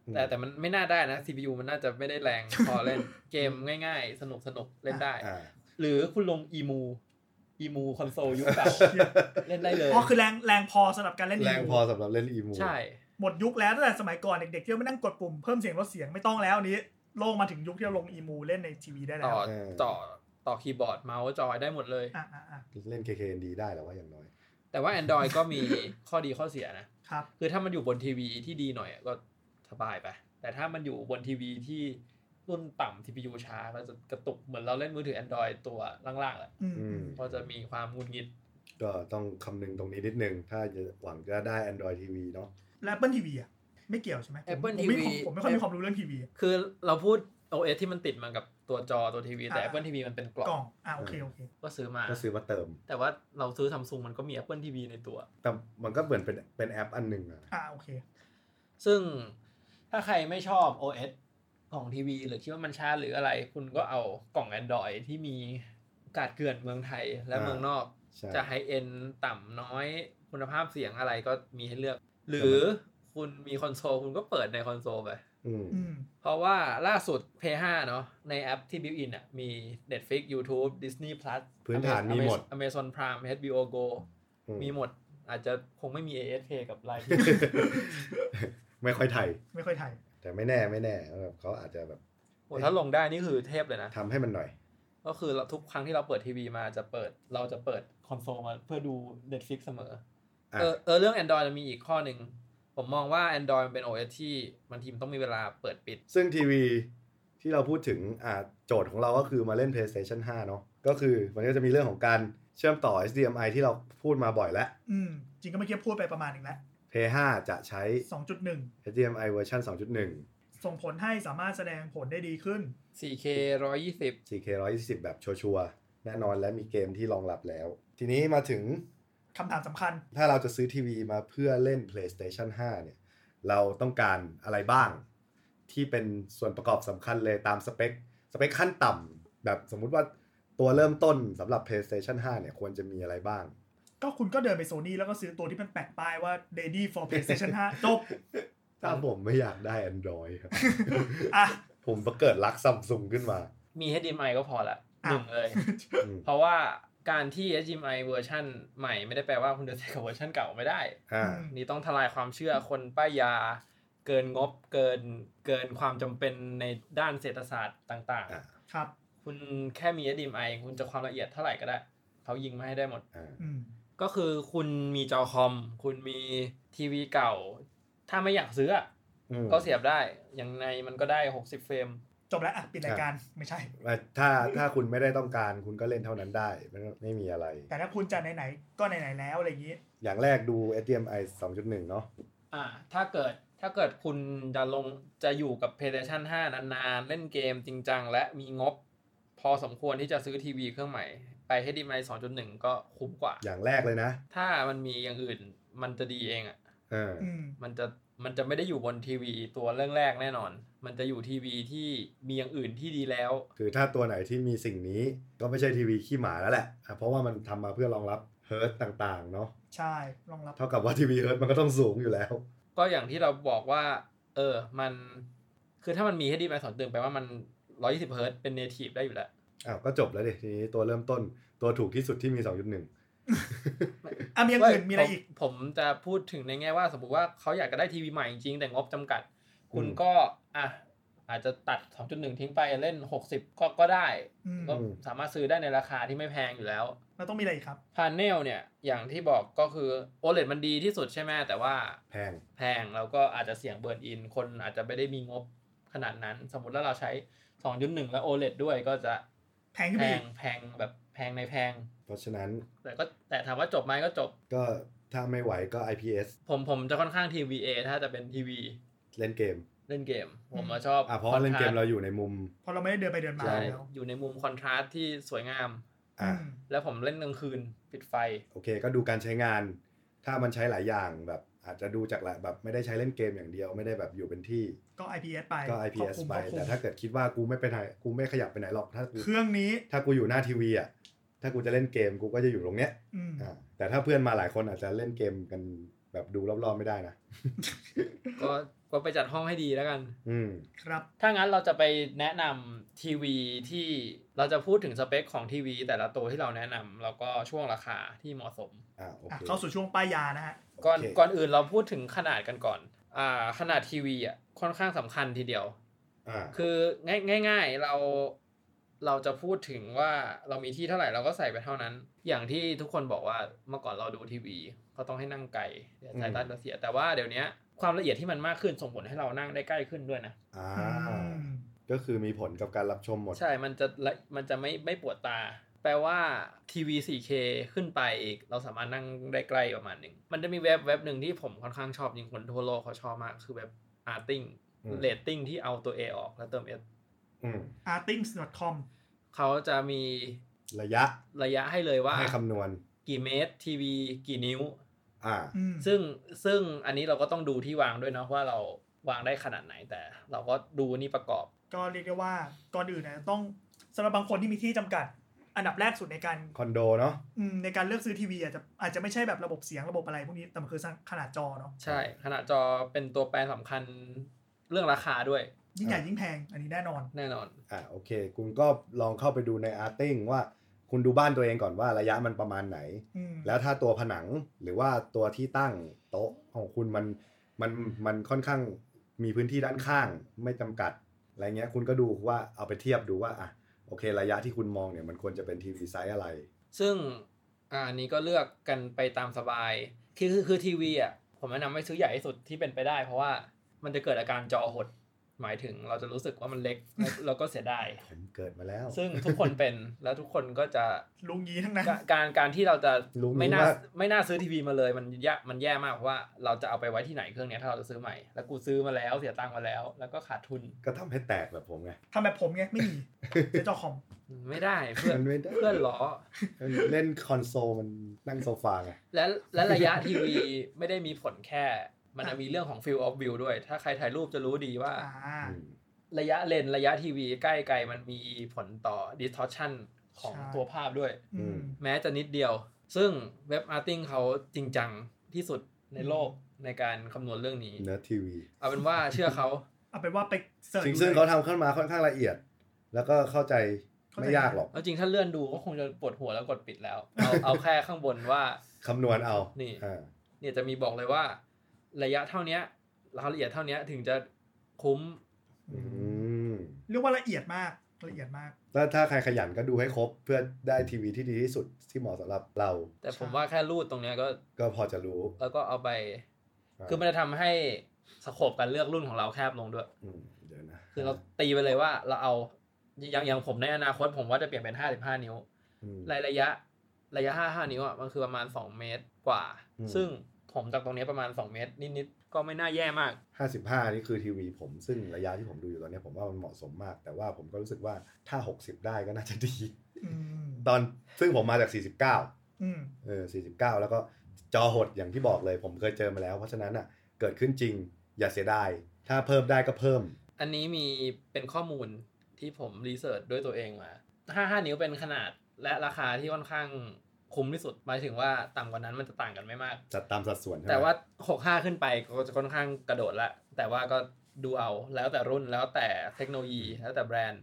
[SPEAKER 4] อืม
[SPEAKER 2] แต่แต่มันไม่น่าได้นะ CPU มันน่าจะไม่ได้แรง พอเล่นเกมง่ายๆ สนุกสนุกๆเล่นได้
[SPEAKER 4] อ่า
[SPEAKER 2] หรือคุณลง e ีมูอีมูคอนโซลยุค เก่าเล่นได้เลย
[SPEAKER 3] อ๋อ คือแรงแรงพอสำหรับการเล่น
[SPEAKER 4] แรง
[SPEAKER 3] อี
[SPEAKER 4] พ
[SPEAKER 3] มู
[SPEAKER 4] อสำหรับเล่นอีมู
[SPEAKER 2] ใช่
[SPEAKER 3] หมดยุคแล้วตั้งแต่สมัยก่อนเด็กๆที่ไม่นั่งกดปุ่มเพิ่มเสียงลดเสียงไม่ต้องแล้วอันนี้ โลกมาถึงยุคที่เราลงอีมูเล่นในทีวีได้แล้
[SPEAKER 2] ต่อ
[SPEAKER 3] ว
[SPEAKER 2] ต่อต่อคีย์บอร์ดเมาส์จอยได้หมดเลย
[SPEAKER 3] อ่ะอ่ะอ่ะ
[SPEAKER 4] เล่น KKND ได้แล้วว่าอย่างน้อย
[SPEAKER 2] แต่ว่า Android ก็มีข้อดีข้อเสียนะ
[SPEAKER 3] ครับ
[SPEAKER 2] คือถ้ามันอยู่บนทีวีที่ดีหน่อยก็สบายไป แต่ถ้ามันอยู่บนทีวีที่รุ่นต่ำ CPU ช้าก็จะกระตุกเหมือนเราเล่นมือถือ Android ตัวล่างๆแหละ
[SPEAKER 3] อืม
[SPEAKER 4] อืม
[SPEAKER 2] ก็จะมีความงุนงิด
[SPEAKER 4] ก็ต้องคำนึงตรงนี้นิดนึง ถ้าจะหวังจะได้ Android TV เนาะ
[SPEAKER 3] แล้ว Apple TV อ่ะไม่เกี่ยวใช่ไหมผม
[SPEAKER 2] Apple
[SPEAKER 3] ผมไม่
[SPEAKER 2] TV
[SPEAKER 3] ผมไม่ค่อยมีความรู้เรื่องทีวีอะ
[SPEAKER 2] คือเราพูด OS ที่มันติดมากับตัวจอตัวทีวีแต่
[SPEAKER 3] อ่า
[SPEAKER 2] Apple TV มันเป็นกล่อก
[SPEAKER 3] ล่อง งอ่ะโอเคโอเค
[SPEAKER 2] ก็ซื้อมา
[SPEAKER 4] ก็ซื้อมาเติม
[SPEAKER 2] แต่ว่าเราซื้อ Samsung มันก็มี Apple TV ในตัว
[SPEAKER 4] แต่มันก็เหมือนเป็นเป็นแอปอันหนึ่งอะ
[SPEAKER 3] อ่าโอเค
[SPEAKER 2] ซึ่งถ้าใครไม่ชอบ OS ของทีวีหรือคิดว่ามันช้าหรืออะไร คุณก็เอากล่อง Android ที่มีการเกลื่อนเมืองไทยและเมืองนอก
[SPEAKER 4] ใช่
[SPEAKER 2] จะไฮเอ็นต่ำน้อยคุณภาพเสียงอะไรก็มีให้เลือก หรือคุณมีคอนโซล คุณก็เปิดในคอนโซลไป
[SPEAKER 4] อืม
[SPEAKER 3] อืม
[SPEAKER 2] เพราะว่าล่าสุด p 5เนาะในแอปที่บิวอินอ่ะมี Netflix YouTube Disney Plus
[SPEAKER 4] พื้นฐานมีหมด
[SPEAKER 2] Amazon- Amazon Prime HBO Go
[SPEAKER 4] อืม
[SPEAKER 2] มีหมดอาจจะคงไม่มี AS Pay กับไลน์
[SPEAKER 4] ไม่ค่อยไทย
[SPEAKER 3] ไม่ค่อยถ่าย
[SPEAKER 4] แต่ไม่แน่ไม่แน่แบบเขาอาจจะแบบ
[SPEAKER 2] โอ้ถ้าลงได้นี่คือเทพเลยนะ
[SPEAKER 4] ทำให้มันหน่อย
[SPEAKER 2] ก็คือเราทุกครั้งที่เราเปิดทีวีมาจะเปิดเราจะเปิดคอนโซลมาเพื่อดู Netflix เสมอ
[SPEAKER 4] อ่ะ
[SPEAKER 2] เออเออเรื่อง Android มันมีอีกข้อหนึ่ง ผมมองว่า Android มันเป็น OS ที่บางทีมันต้องมีเวลาเปิดปิด
[SPEAKER 4] ซึ่งทีวีที่เราพูดถึงอ่าโจทย์ของเราก็คือมาเล่น PlayStation 5 เนาะก็คือมันก็จะมีเรื่องของการเชื่อมต่อ HDMI ที่เราพูดมาบ่อยแล้ว
[SPEAKER 3] อืม จริงก็เมื่อกี้พูดไปประมาณหนึ่งแล้ว
[SPEAKER 4] Play 5จะใช้
[SPEAKER 3] 2.1
[SPEAKER 4] HDMI เวอร์ชัน2.1
[SPEAKER 3] ส่งผลให้สามารถแสดงผลได้ดีขึ้น
[SPEAKER 2] 4K 120
[SPEAKER 4] 4K 120 แบบชัวร์ๆแน่นอนและมีเกมที่รองรับแล้ว ทีนี้มาถึง
[SPEAKER 3] คำถามสำคัญ
[SPEAKER 4] ถ้าเราจะซื้อทีวีมาเพื่อเล่น PlayStation 5 เนี่ย เราต้องการอะไรบ้าง ที่เป็นส่วนประกอบสำคัญเลยตามสเปคสเปคขั้นต่ำแบบสมมุติว่าตัวเริ่มต้นสำหรับ PlayStation 5 เนี่ยควรจะมีอะไรบ้าง
[SPEAKER 3] ก็คุณก็เดินไปโซนี่แล้วก็ซื้อตัวที่มันแปะป้ายว่า ready for PlayStation 5 จบ
[SPEAKER 4] ถ้าผมไม่อยากได้ Android ครับ
[SPEAKER 3] อ่ะ
[SPEAKER 4] ผมก็เกิดรักซัมซุงขึ้นมา
[SPEAKER 2] มี HDMI ก็พอละหนึ่งเลย
[SPEAKER 4] อืม
[SPEAKER 2] เพราะว่าการที่ HDMI เวอร์ชันใหม่ไม่ได้แปลว่าคุณจะใช้กับเวอร์ชันเก่าไม่ได้
[SPEAKER 4] อ่า
[SPEAKER 3] อืม
[SPEAKER 2] นี่ต้องทลายความเชื่อคนป้ายยา เกินงบเกินเกินความจำเป็นในด้านเศรษฐศาสตร์ต่าง
[SPEAKER 4] อ่ะ
[SPEAKER 3] ครับ
[SPEAKER 2] ๆ คุณแค่มี HDMI คุณจะความละเอียดเท่าไหร่ก็ได้ เขายิงมาให้ได้หมด
[SPEAKER 4] อ่า
[SPEAKER 3] อืม
[SPEAKER 2] ก็คือคุณมีจอคอม คุณมีทีวีเก่า ถ้าไม่อยากซื้ออะ
[SPEAKER 4] อืม
[SPEAKER 2] ก็เสียบได้ อย่างในมันก็ได้ 60 เฟรม
[SPEAKER 3] จบแล้วอ่ะปิดรายการไม่ใช่
[SPEAKER 4] ถ้าถ้าคุณไม่ได้ต้องการคุณก็เล่นเท่านั้นได้ไม่ไม่มีอะไร
[SPEAKER 3] แต่ถ้าคุณจะไหนๆก็ไหนๆแล้วอะไรอย่างนี้
[SPEAKER 4] อย่างแรกดู HDMI 2.1 เนาะ
[SPEAKER 2] อ่า ถ้าเกิดถ้าเกิดคุณจะลงจะอยู่กับ PlayStation 5 นานๆ เล่นเกมจริงจังและมีงบ พอสมควรที่จะซื้อทีวีเครื่องใหม่ ไป HDMI 2.1 ก็คุ้มกว่า
[SPEAKER 4] อย่างแรกเลยนะ
[SPEAKER 2] ถ้ามันมีอย่างอื่นมันจะดีเองอ่ะ
[SPEAKER 4] เออ
[SPEAKER 3] อืม
[SPEAKER 2] มันจะมันจะไม่ได้อยู่บนทีวีตัวเรื่องแรกแน่นอน มันจะอยู่ทีวีที่มีอย่างอื่นที่ดีแล้ว
[SPEAKER 4] คือถ้าตัวไหนที่มีสิ่งนี้ก็ไม่ใช่ทีวีขี้หมาแล้วแหละอ่ะเพราะว่ามันทำมาเพื่อรองรับเฮิร์ตต่างๆ เนาะ
[SPEAKER 3] ใช่รองรับ
[SPEAKER 4] เท่ากับว่าทีวีเฮิร์ตมันก็ต้องสูงอยู่แล้ว
[SPEAKER 2] ก็อย่างที่เราบอกว่า เออ มัน คือถ้ามันมี HDMI 2.1แปลว่ามัน 120 h z เป็น native ได้อยู่แล้ว
[SPEAKER 4] อ้าวก็จบแล้วดิทีนี้ตัวเริ่มต้นตัวถูกที่สุดที่มี 2.1
[SPEAKER 3] อ่ะมีอย่างอื่นมีอะไรอีก
[SPEAKER 2] ผผมจะพูดถึงในแง่ว่า สมมุติว่าเขาอยากจะได้ทีวีใหม่จริงๆ แต่งบจำกัด คุณ
[SPEAKER 4] อืม
[SPEAKER 2] ก็อ่ะอาจจะตัด 2.1 ทิ้งไปเล่น 60 ก็ก็ได้
[SPEAKER 3] อืม
[SPEAKER 2] ก็สามารถซื้อได้ในราคาที่ไม่แพงอยู่แล้ว
[SPEAKER 3] แล้วต้องมีอะไรอีกครับ
[SPEAKER 2] พาเนลเนี่ย อย่างที่บอกก็คือ OLED มันดีที่สุดใช่ไหมแต่ว่า
[SPEAKER 4] แพง
[SPEAKER 2] แพงแล้วก็อาจจะเสี่ยงเบิร์นอิน คนอาจจะไม่ได้มีงบขนาดนั้น สมมติว่าเราใช้ 2.1 แล้ว OLED ด้วยก็จะ
[SPEAKER 3] แพงขึ้น
[SPEAKER 2] แพ
[SPEAKER 3] ไปอี
[SPEAKER 2] ง
[SPEAKER 3] ก
[SPEAKER 2] แพงแบบแพงในแพง
[SPEAKER 4] เพราะฉะนั้น
[SPEAKER 2] แต่ก็แต่ถามว่าจบไหมก็จบ
[SPEAKER 4] ก็ถ้าไม่ไหวก็ IPS
[SPEAKER 2] ผมผมจะค่อนข้างทีวีเอถ้าจะเป็นทีวี
[SPEAKER 4] เล่นเกม
[SPEAKER 2] เล่นเกม ผมมาชอบ
[SPEAKER 4] อ่ะเพราะว่าเล่นเกม
[SPEAKER 2] คอนทร
[SPEAKER 4] เราอยู่ในมุม
[SPEAKER 3] เพราะเราไม่ได้เดินไปเดิน
[SPEAKER 2] สต์
[SPEAKER 3] มา
[SPEAKER 2] ใช่
[SPEAKER 3] แล้ว
[SPEAKER 2] อยู่ในมุมคอนทราสต์ที่สวยงาม
[SPEAKER 4] อ่ะ
[SPEAKER 3] อืม
[SPEAKER 2] แล้วผมเล่นกลางคืนปิดไฟ
[SPEAKER 4] โอเคก็ดูการใช้งาน ถ้ามันใช้หลายอย่างแบบอาจจะดูจากหลายแบบไม่ได้ใช้เล่นเกมอย่างเดียวไม่ได้แบบอยู่เป็นที่
[SPEAKER 3] ก็ IPS ไป
[SPEAKER 4] ก็
[SPEAKER 3] ควบ
[SPEAKER 4] IPS
[SPEAKER 3] คุม
[SPEAKER 4] ไป
[SPEAKER 3] ควบคุม
[SPEAKER 4] แต่ถ้าเกิดคิดว่ากูไม่ไปไหนกูไม่ขยับไปไหนหรอกถ้ากู
[SPEAKER 3] เครื่องนี้
[SPEAKER 4] ถ้ากูอยู่หน้าทีวีอ่ะถ้ากูจะเล่นเกมกูก็จะอยู่ตรงเนี้ย
[SPEAKER 3] อืม
[SPEAKER 4] อ่าแต่ถ้าเพื่อนมาหลายคนอาจจะเล่นเกมกันแบบดูรอบๆไม่ได้นะ
[SPEAKER 2] ก็ก็ไปจัดห้องให้ดีแล้วกัน
[SPEAKER 4] อืม
[SPEAKER 3] ครับ
[SPEAKER 2] ถ้างั้นเราจะไปแนะนำทีวีที่เราจะพูดถึงสเปคของทีวี แต่ละตัวที่เราแนะนำแล้วก็ช่วงราคาที่เหมาะสม
[SPEAKER 4] อ่าโอ
[SPEAKER 3] อ่ะ
[SPEAKER 4] เค
[SPEAKER 3] เข้าสู่ช่วงป้ายยานะฮะ
[SPEAKER 2] ก่อน
[SPEAKER 4] โเค
[SPEAKER 2] ก่อนอื่นเราพูดถึงขนาดกันก่อนอ่าขนาดทีวีอ่ะค่อนข้างสำคัญทีเดียว
[SPEAKER 4] อ่า
[SPEAKER 2] คือง่ายง่ายๆเราเราจะพูดถึงว่าเรามีที่เท่าไหร่เราก็ใส่ไปเท่านั้น อย่างที่ทุกคนบอกว่าเมื่อก่อนเราดูทีวีก็ต้องให้นั่งไกลเดี๋ยวสายตาจะเสีย แต่ว่าเดี๋ยวเนี้ยความละเอียดที่มันมากขึ้นส่งผลให้เรานั่งได้ใกล้ขึ้นด้วยนะ
[SPEAKER 4] อ่า
[SPEAKER 3] อืม
[SPEAKER 4] ก็คือมีผลกับการรับชมหมด
[SPEAKER 2] ใช่ มันจะละมันจะไม่ไม่ปวดตา แปลว่าทีวี 4K ขึ้นไปอีก เราสามารถนั่งได้ใกล้ประมาณหนึ่ง มันจะมีเว็บเว็บหนึ่งที่ผมค่อนข้างชอบจริงคนทั่วโลกเขาชอบมาก คือเว็บ Arting เรตติ้งที่เอาตัว A ออกแล้วเติม S
[SPEAKER 4] อืม
[SPEAKER 3] artings.com
[SPEAKER 2] เขาจะมี
[SPEAKER 4] ระยะ
[SPEAKER 2] ระยะให้เลยว่า
[SPEAKER 4] ให้คำนวณ
[SPEAKER 2] กี่เมตรทีวีกี่นิ้ว
[SPEAKER 4] อ่า
[SPEAKER 3] อืม
[SPEAKER 2] ซึ่งซึ่งอันนี้เราก็ต้องดูที่วางด้วยเนาะว่าเราวางได้ขนาดไหนแต่ เราก็ดูนี่ประกอบ
[SPEAKER 3] ก็เรียกได้ว่าก่อนอื่นเนยต้องสำหรับบางคนที่มีที่จำกัด อันดับแรกสุดในการ
[SPEAKER 4] คอนโดเนาะ
[SPEAKER 3] อืมในการเลือกซื้อทีวีอาจจะอาจจะไม่ใช่แบบระบบเสียงระบบอะไรพวกนี้แต่มันคือขนาดจอเนาะ
[SPEAKER 2] ใช่ ขนาดจอเป็นตัวแปรสำคัญเรื่องราคาด้วย
[SPEAKER 3] ยิ่งใหญ่ยิ่งแพงอันนี้แน่นอน
[SPEAKER 2] แน่นอน
[SPEAKER 4] อ่าโอเค คุณก็ลองเข้าไปดูในอาร์ติ้งว่าคุณดูบ้านตัวเองก่อนว่าระยะมันประมาณไหน
[SPEAKER 3] อืม
[SPEAKER 4] แล้วถ้าตัวผนังหรือว่าตัวที่ตั้งโต๊ะของคุณมันมันมันค่อนข้างมีพื้นที่ด้านข้างไม่จำกัดอะไรเงี้ยคุณก็ดูว่าเอาไปเทียบดูว่าอ่ะโอเค ระยะที่คุณมองเนี่ยมันควรจะเป็นทีวีไซส์อะไร
[SPEAKER 2] ซึ่งอาอันนี้ก็เลือกกันไปตามสบาย คือคือคือทีวีอ่ะผมแนะนำให้ซื้อใหญ่ที่สุดที่เป็นไปได้ เพราะว่ามันจะเกิดอาการจอหด หมายถึงเราจะรู้สึกว่ามันเล็กแล้วแล้วก็เสียดาย
[SPEAKER 4] ผมเกิดมาแล้ว
[SPEAKER 2] ซึ่งทุกคนเป็นแล้วทุกคนก็จะ
[SPEAKER 3] ลุงยีทั้งนั้น
[SPEAKER 2] กะการการที่เราจะ
[SPEAKER 4] รู้ไหม
[SPEAKER 2] ไม่น่า
[SPEAKER 4] ว่า
[SPEAKER 2] ไม่น่าซื้อทีวีมาเลยมันยะมันแย่มากเพราะว่าเราจะเอาไปไว้ที่ไหนเครื่องเนี้ยถ้าเราจะซื้อใหม่แล้วกูซื้อมาแล้วเสียตังค์มาแล้ว แล้วก็ขาดทุน
[SPEAKER 4] ก็ทำให้แตกแบบผมไง
[SPEAKER 3] ทำแบบผมไงไม่มีเจ๊จอ คอม
[SPEAKER 2] ไม่ได้เพื่อน
[SPEAKER 4] มันไม่ได้
[SPEAKER 2] เพื่อนล้อ
[SPEAKER 4] เล่นคอนโซลมันนั่งโซฟาไง
[SPEAKER 2] และและระยะทีวีไม่ได้มีผลแค่ มันจะมีเรื่องของ field of view ด้วย ถ้าใครถ่ายรูปจะรู้ดีว่า
[SPEAKER 3] อ่า
[SPEAKER 4] อืม
[SPEAKER 2] ระยะเลนส์ระยะทีวีใกล้ไกลมันมีผลต่อ distortion ของตัวภาพด้วย
[SPEAKER 3] อืม
[SPEAKER 2] แม้จะนิดเดียว ซึ่งเว็บอาร์ติ้งเขาจริงจังที่สุดในโลกในการคำนวณเรื่องนี้
[SPEAKER 4] เนื้อทีวี
[SPEAKER 2] เอาเป็นว่าเชื่อเขา
[SPEAKER 3] เอาเป็นว่าไปเสิร์ช
[SPEAKER 4] ซึ่ง
[SPEAKER 3] ดู
[SPEAKER 4] ซึ่ง
[SPEAKER 3] ลย
[SPEAKER 4] เขาทำขึ้นมาค่อนข้างละเอียด แล้วก็เข้าใจ
[SPEAKER 3] เข้าใจ
[SPEAKER 4] ไม่ยากหรอก
[SPEAKER 2] แล้วจริงถ้าเลื่อนดูก็คงจะปวดหัวแล้วกดปิดแล้ว เอาเอาแค่ข้างบนว่า
[SPEAKER 4] คำนวณเอา
[SPEAKER 2] นี่
[SPEAKER 4] อ่า
[SPEAKER 2] เนี่ยจะมีบอกเลยว่า ระยะเท่าเนี้ยรายละเอียดเท่าเนี้ยถึงจะคุ้ม
[SPEAKER 4] อืม
[SPEAKER 3] เรียกว่าละเอียดมากละเอียดมาก
[SPEAKER 4] แล้วถ้าใครขยันก็ดูให้ครบเพื่อได้ทีวีที่ดีที่สุดที่เหมาะสำหรับเรา
[SPEAKER 2] แต่ผมว่าแค่รูดตรงเนี้ยก็
[SPEAKER 4] ก็พอจะรู้
[SPEAKER 2] แล้วก็เอาไป
[SPEAKER 4] า
[SPEAKER 2] คือมันจะทำให้สโคปการเลือกรุ่นของเราแคบลงด้วย
[SPEAKER 4] อืมเดี๋ยวนะ
[SPEAKER 2] คือเราตีไปเลยว่าเราเอาอย่างอย่างผมในอนาคตผมว่าจะเปลี่ยนเป็น 55 นิ้ว
[SPEAKER 4] อืม
[SPEAKER 2] ระยะระยะ 55 นิ้วอ่ะมันคือประมาณ 2 เมตรกว่า
[SPEAKER 4] อืม
[SPEAKER 2] ซึ่งผมจากตรงเนี้ยประมาณ 2 เมตร นิดๆ ก็ไม่น่าแย่มาก
[SPEAKER 4] ห้าสิบห้านี่คือทีวีผมซึ่งระยะที่ผมดูอยู่ตอนเนี้ยผมว่ามันเหมาะสมมาก แต่ว่าผมก็รู้สึกว่าถ้าหกสิบได้ก็น่าจะดี
[SPEAKER 3] อืม
[SPEAKER 4] ตอนซึ่งผมมาจากสี่สิบเก้า
[SPEAKER 3] อืม
[SPEAKER 4] เออสี่สิบเก้าแล้วก็จอหดอย่างที่บอกเลย ผมเคยเจอมาแล้ว เพราะฉะนั้นอ่ะเกิดขึ้นจริง อย่าเสียดายถ้าเพิ่มได้ก็เพิ่ม
[SPEAKER 2] อันนี้มีเป็นข้อมูลที่ผมรีเสิร์ชด้วยตัวเองมา 55 นิ้วเป็นขนาดและราคาที่ค่อนข้างคุ้มที่สุดหมายถึงว่าต่ำกว่านั้นมันจะต่างกันไม่มาก
[SPEAKER 4] จัดตามสัดส่วนใช่ไหม
[SPEAKER 2] แต่ว่า 65 ขึ้นไปก็จะค่อนข้างกระโดดละ แต่ว่าก็ดูเอาแล้วแต่รุ่นแล้วแต่เทคโนโลยีแล้วแต่แบรนด์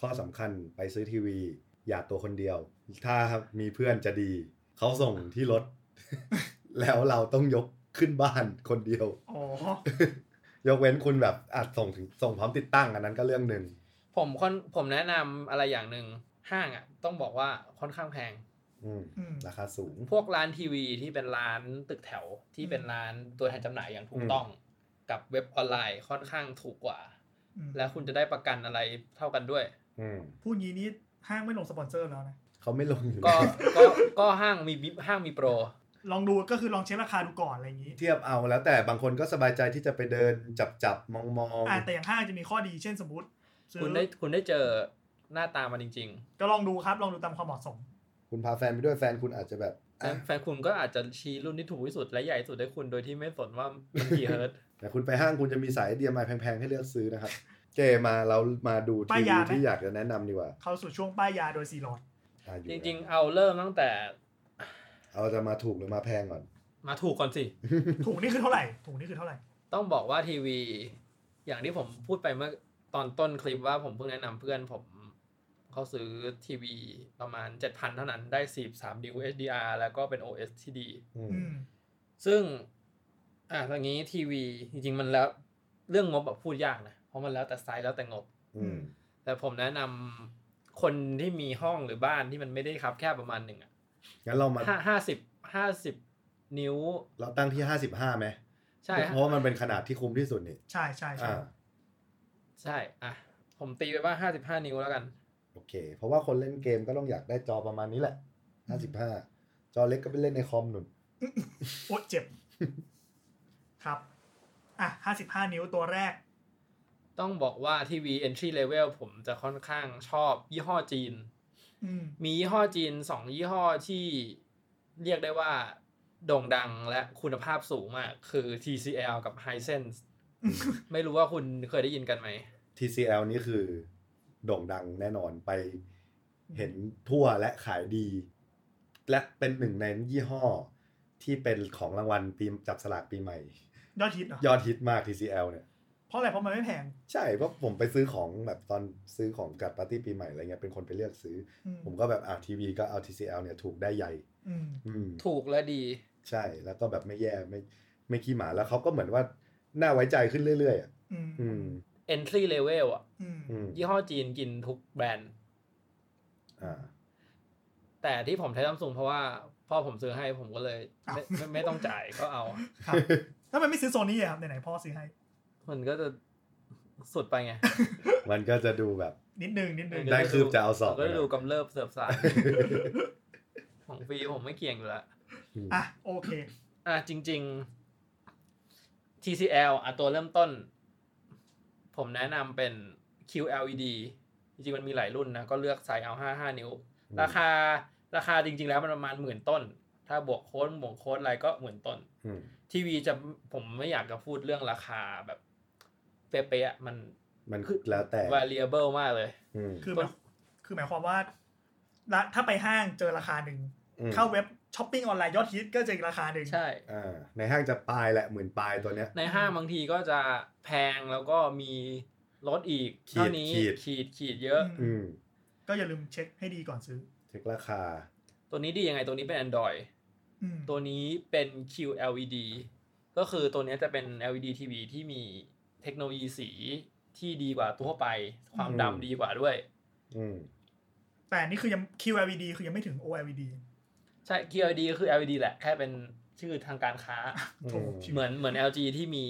[SPEAKER 4] ข้อสำคัญไปซื้อทีวี อย่าตัวคนเดียว ถ้ามีเพื่อนจะดี เขาส่งที่รถ แล้วเราต้องยกขึ้นบ้านคนเดียว
[SPEAKER 3] อ๋อ
[SPEAKER 4] ยกเว้นคุณแบบอาจส่งถึงส่งพร้อมติดตั้งอันนั้นก็เรื่องหนึ่ง
[SPEAKER 2] ผมค่อนผมแนะนำอะไรอย่างหนึ่งห้างอ่ะต้องบอกว่าค่อนข้างแพง
[SPEAKER 4] อืม
[SPEAKER 3] อืม
[SPEAKER 4] ราคาสูง
[SPEAKER 2] พวกร้านทีวีที่เป็นร้านตึกแถวที่เป็นร้านตัวแทนจำหน่ายอย่างถูกต้อง กับเว็บออนไลน์ค่อนข้างถูกกว่า
[SPEAKER 3] อืม
[SPEAKER 2] แล้วคุณจะได้ประกันอะไรเท่ากันด้วย
[SPEAKER 4] อืม
[SPEAKER 3] พูดงี้นี่ห้างไม่ลงสปอนเซอร์แล้วนะ
[SPEAKER 4] เขาไม่ลงอยู่
[SPEAKER 2] ก็
[SPEAKER 4] แล้ว
[SPEAKER 2] ก็ก็ห้างมีบิ๊ห้างมีโปร
[SPEAKER 3] ลองดูก็คือลองเช็คราคาดูก่อนอะไรอย่างนี้
[SPEAKER 4] เทียบเอาแล้วแต่บางคนก็สบายใจที่จะไปเดินจับจับมองมอง
[SPEAKER 3] อ่าแต่อย่างห้างจะมีข้อดีเช่นสมมติซื้อ
[SPEAKER 2] คุณได้คุณได้เจอหน้าตามันจริง
[SPEAKER 3] ก็ลองดูครับ ลองดูตามความเหมาะสม
[SPEAKER 4] คุณพาแฟนไปด้วยแฟนคุณอาจจะแบบ
[SPEAKER 2] ๆ แฟ
[SPEAKER 4] อ่ะ
[SPEAKER 2] นแฟนคุณก็อาจจะชี้รุ่นที่ถูกที่สุดและใหญ่สุดให้คุณโดยที่ไม่สนว่ามันกี่เฮิ ร์ตซ์
[SPEAKER 4] แต่คุณไปห้างคุณจะมีสายเดียมายแพงๆ ให้เลือกซื้อนะครับ เจมาเรามาดู
[SPEAKER 3] ป้า
[SPEAKER 4] ที
[SPEAKER 3] ย
[SPEAKER 4] วี
[SPEAKER 3] ยาไหม
[SPEAKER 4] ที่อยากจะแนะนำดีกว่า
[SPEAKER 3] เข้าสู่ช่วงป้ายยาโดยซีร อน
[SPEAKER 4] อ่ะอ
[SPEAKER 2] จ
[SPEAKER 4] ยู่แล้ว
[SPEAKER 2] ริง ๆ เอาเริ่มตั้งแต่
[SPEAKER 4] เอาจะมาถูกหรือมาแพงก่อน
[SPEAKER 2] มาถูกก่อนสิ
[SPEAKER 3] ถุงนี่คือเท่าไหร่ถุงนี่คือเท่าไหร่
[SPEAKER 2] ต้องบอกว่าทีวี อย่างที่ผมพูดไปเมื่อตอนต้นคลิปว่าผมเพิ่งแนะนำเพื่อนผมเขาซื้อทีวีประมาณ 7,000 เท่านั้นได้ 43 นิ้ว HDR แล้วก็เป็น OS ที่ดี
[SPEAKER 4] อืม
[SPEAKER 3] อืม
[SPEAKER 2] ซึ่ง อ่ะตอนนี้ทีวี จริงๆ มันแล้วเรื่องงบแบบพูดยากนะ เพราะมันแล้วแต่ไซส์แล้วแต่งบ
[SPEAKER 4] อืม
[SPEAKER 2] แต่ผมแนะนำคนที่มีห้องหรือบ้านที่มันไม่ได้ครับแค่ประมาณหนึ่งอ่ะ
[SPEAKER 4] งั้นเรามา
[SPEAKER 2] ห้าห้าสิบห้าสิบนิ้ว
[SPEAKER 4] เราตั้งที่ห้าสิบห้าไหม
[SPEAKER 2] ใช่
[SPEAKER 4] เพราะว่ามันเป็นขนาดที่คุ้มที่สุดนี่
[SPEAKER 3] ใช่ใช่ใช่
[SPEAKER 4] อ่า
[SPEAKER 2] ใช่อ่ะผมตีไปว่าห้าสิบห้านิ้วแล้วกัน
[SPEAKER 4] โอเค เพราะว่าคนเล่นเกมก็ต้องอยากได้จอประมาณนี้แหละ ห้าสิบห้า จอเล็กก็ไปเล่นในคอมหนุน
[SPEAKER 3] โอ๊ยเจ็บ ครับ อ่ะห้าสิบห้านิ้วตัวแรก
[SPEAKER 2] ต้องบอกว่าทีวี entry level ผมจะค่อนข้างชอบยี่ห้อจีน
[SPEAKER 3] อืม
[SPEAKER 2] มียี่ห้อจีนสองยี่ห้อที่เรียกได้ว่าโด่งดังและคุณภาพสูงมาก คือ TCL กับ Hisense
[SPEAKER 3] อืม
[SPEAKER 2] ไม่รู้ว่าคุณเคยได้ยินกันไหม
[SPEAKER 4] TCL นี่คือโด่งดังแน่นอนไปเห็นทั่วและขายดี และเป็นหนึ่งในยี่ห้อ ที่เป็นของรางวัลปีจับสลากปีใหม่
[SPEAKER 3] ยอดฮิตเหรอย
[SPEAKER 4] อดฮิตมาก TCL เนี่ย
[SPEAKER 3] เพราะอะไรเพราะมันไม่แพง
[SPEAKER 4] ใช่เพราะผมไปซื้อของแบบตอนซื้อของจัดปาร์ตี้ปีใหม่อะไรเงี้ยเป็นคนไปเลือกซื้อ
[SPEAKER 3] อืม
[SPEAKER 4] ผมก็แบบอ่าทีวีก็เอา TCL เนี่ยถูกได้ใหญ่
[SPEAKER 3] อืม
[SPEAKER 4] อืม
[SPEAKER 2] ถูกและดี
[SPEAKER 4] ใช่แล้วก็แบบไม่แย่ไม่ไม่ขี้หมาแล้วเขาก็เหมือนว่าน่าไว้ใจขึ้นเรื่อยๆอ่ะ
[SPEAKER 3] อืม
[SPEAKER 4] อืม
[SPEAKER 2] entry level อ่ะ
[SPEAKER 3] อืม
[SPEAKER 4] อืม
[SPEAKER 2] ยี่ห้อจีนกินทุกแบรนด์
[SPEAKER 4] อ่า
[SPEAKER 2] แต่ที่ผมใช้ซัมซุงเพราะว่าพ่อผมซื้อให้ผมก็เลยไม่
[SPEAKER 3] อ้าว
[SPEAKER 2] ไม่ไม่ต้องจ่ายก็เอา
[SPEAKER 3] ครับถ้ามันไม่ซื้อโซนี่อะครับไหนๆพ่อซื้อให้
[SPEAKER 2] มันก็จะสุดไป ไง
[SPEAKER 4] มันก็จะดูแบบ
[SPEAKER 3] นิดนึงนิดนึง
[SPEAKER 4] ได้คืบจะเอาศอก
[SPEAKER 2] ก็จะดูกำเริบเสิร์ฟสารของฟรีผมไม่เกี่ยงอยู่แล้ว
[SPEAKER 4] อืม
[SPEAKER 3] อ่ะโอเค
[SPEAKER 2] อ่ะจริง ๆ TCL อ่ะตัวเริ่มต้น ผมแนะนำเป็น QLED จริงๆ มันมีหลายรุ่นนะ ก็เลือกไซส์เอา 55 นิ้ว ราคาราคาจริง ๆ แล้วมันประมาณหมื่นต้น ถ้าบวกโค้ดบวกโค้ดอะไรก็เหมือนต้น
[SPEAKER 4] อืม
[SPEAKER 2] ทีวีจะผมไม่อยากจะพูดเรื่องราคาแบบเป๊ะๆอะมัน
[SPEAKER 4] มันแล้วแต่
[SPEAKER 2] variable มากเลย
[SPEAKER 4] อืม
[SPEAKER 3] คือหมายคือหมายความว่าละถ้าไปห้างเจอราคาหนึ่ง
[SPEAKER 4] อืม
[SPEAKER 3] เข้าเว็บช้อปปิ้งออนไลน์ยอดฮิตก็เจออีกราคาหนึ่ง
[SPEAKER 2] ใช่
[SPEAKER 4] อ่าในห้างจะปลายแหละหมื่นปลายตัวเนี้ย
[SPEAKER 2] ในห้างบางทีก็จะแพงแล้วก็มีลดอีก
[SPEAKER 4] ขีด
[SPEAKER 2] เท่านี้
[SPEAKER 4] ขีด
[SPEAKER 2] ขีดขีดเยอะ
[SPEAKER 3] อื
[SPEAKER 4] อื
[SPEAKER 3] ม
[SPEAKER 4] ม
[SPEAKER 3] ก็อย่าลืมเช็คให้ดีก่อนซื้อ
[SPEAKER 4] เช็คราคา
[SPEAKER 2] ตัวนี้ดียังไงตัวนี้เป็น Android
[SPEAKER 3] อืม
[SPEAKER 2] ตัวนี้เป็น QLED ก็คือตัวเนี้ยจะเป็น LED TV ที่มีเทคโนโลยีสีที่ดีกว่าตัวทั่วไป ความ
[SPEAKER 4] อืม
[SPEAKER 2] ดำดีกว่าด้วย
[SPEAKER 4] อืม
[SPEAKER 3] แต่นี่คือยัง QLED คือยังไม่ถึง OLED
[SPEAKER 2] ใช่ QLED ก็คือ LED แหละ แค่เป็นชื่อทางการค้า
[SPEAKER 4] อื
[SPEAKER 3] โถู
[SPEAKER 4] ม
[SPEAKER 3] ก
[SPEAKER 2] เหมือนเหมือน LG ที่มี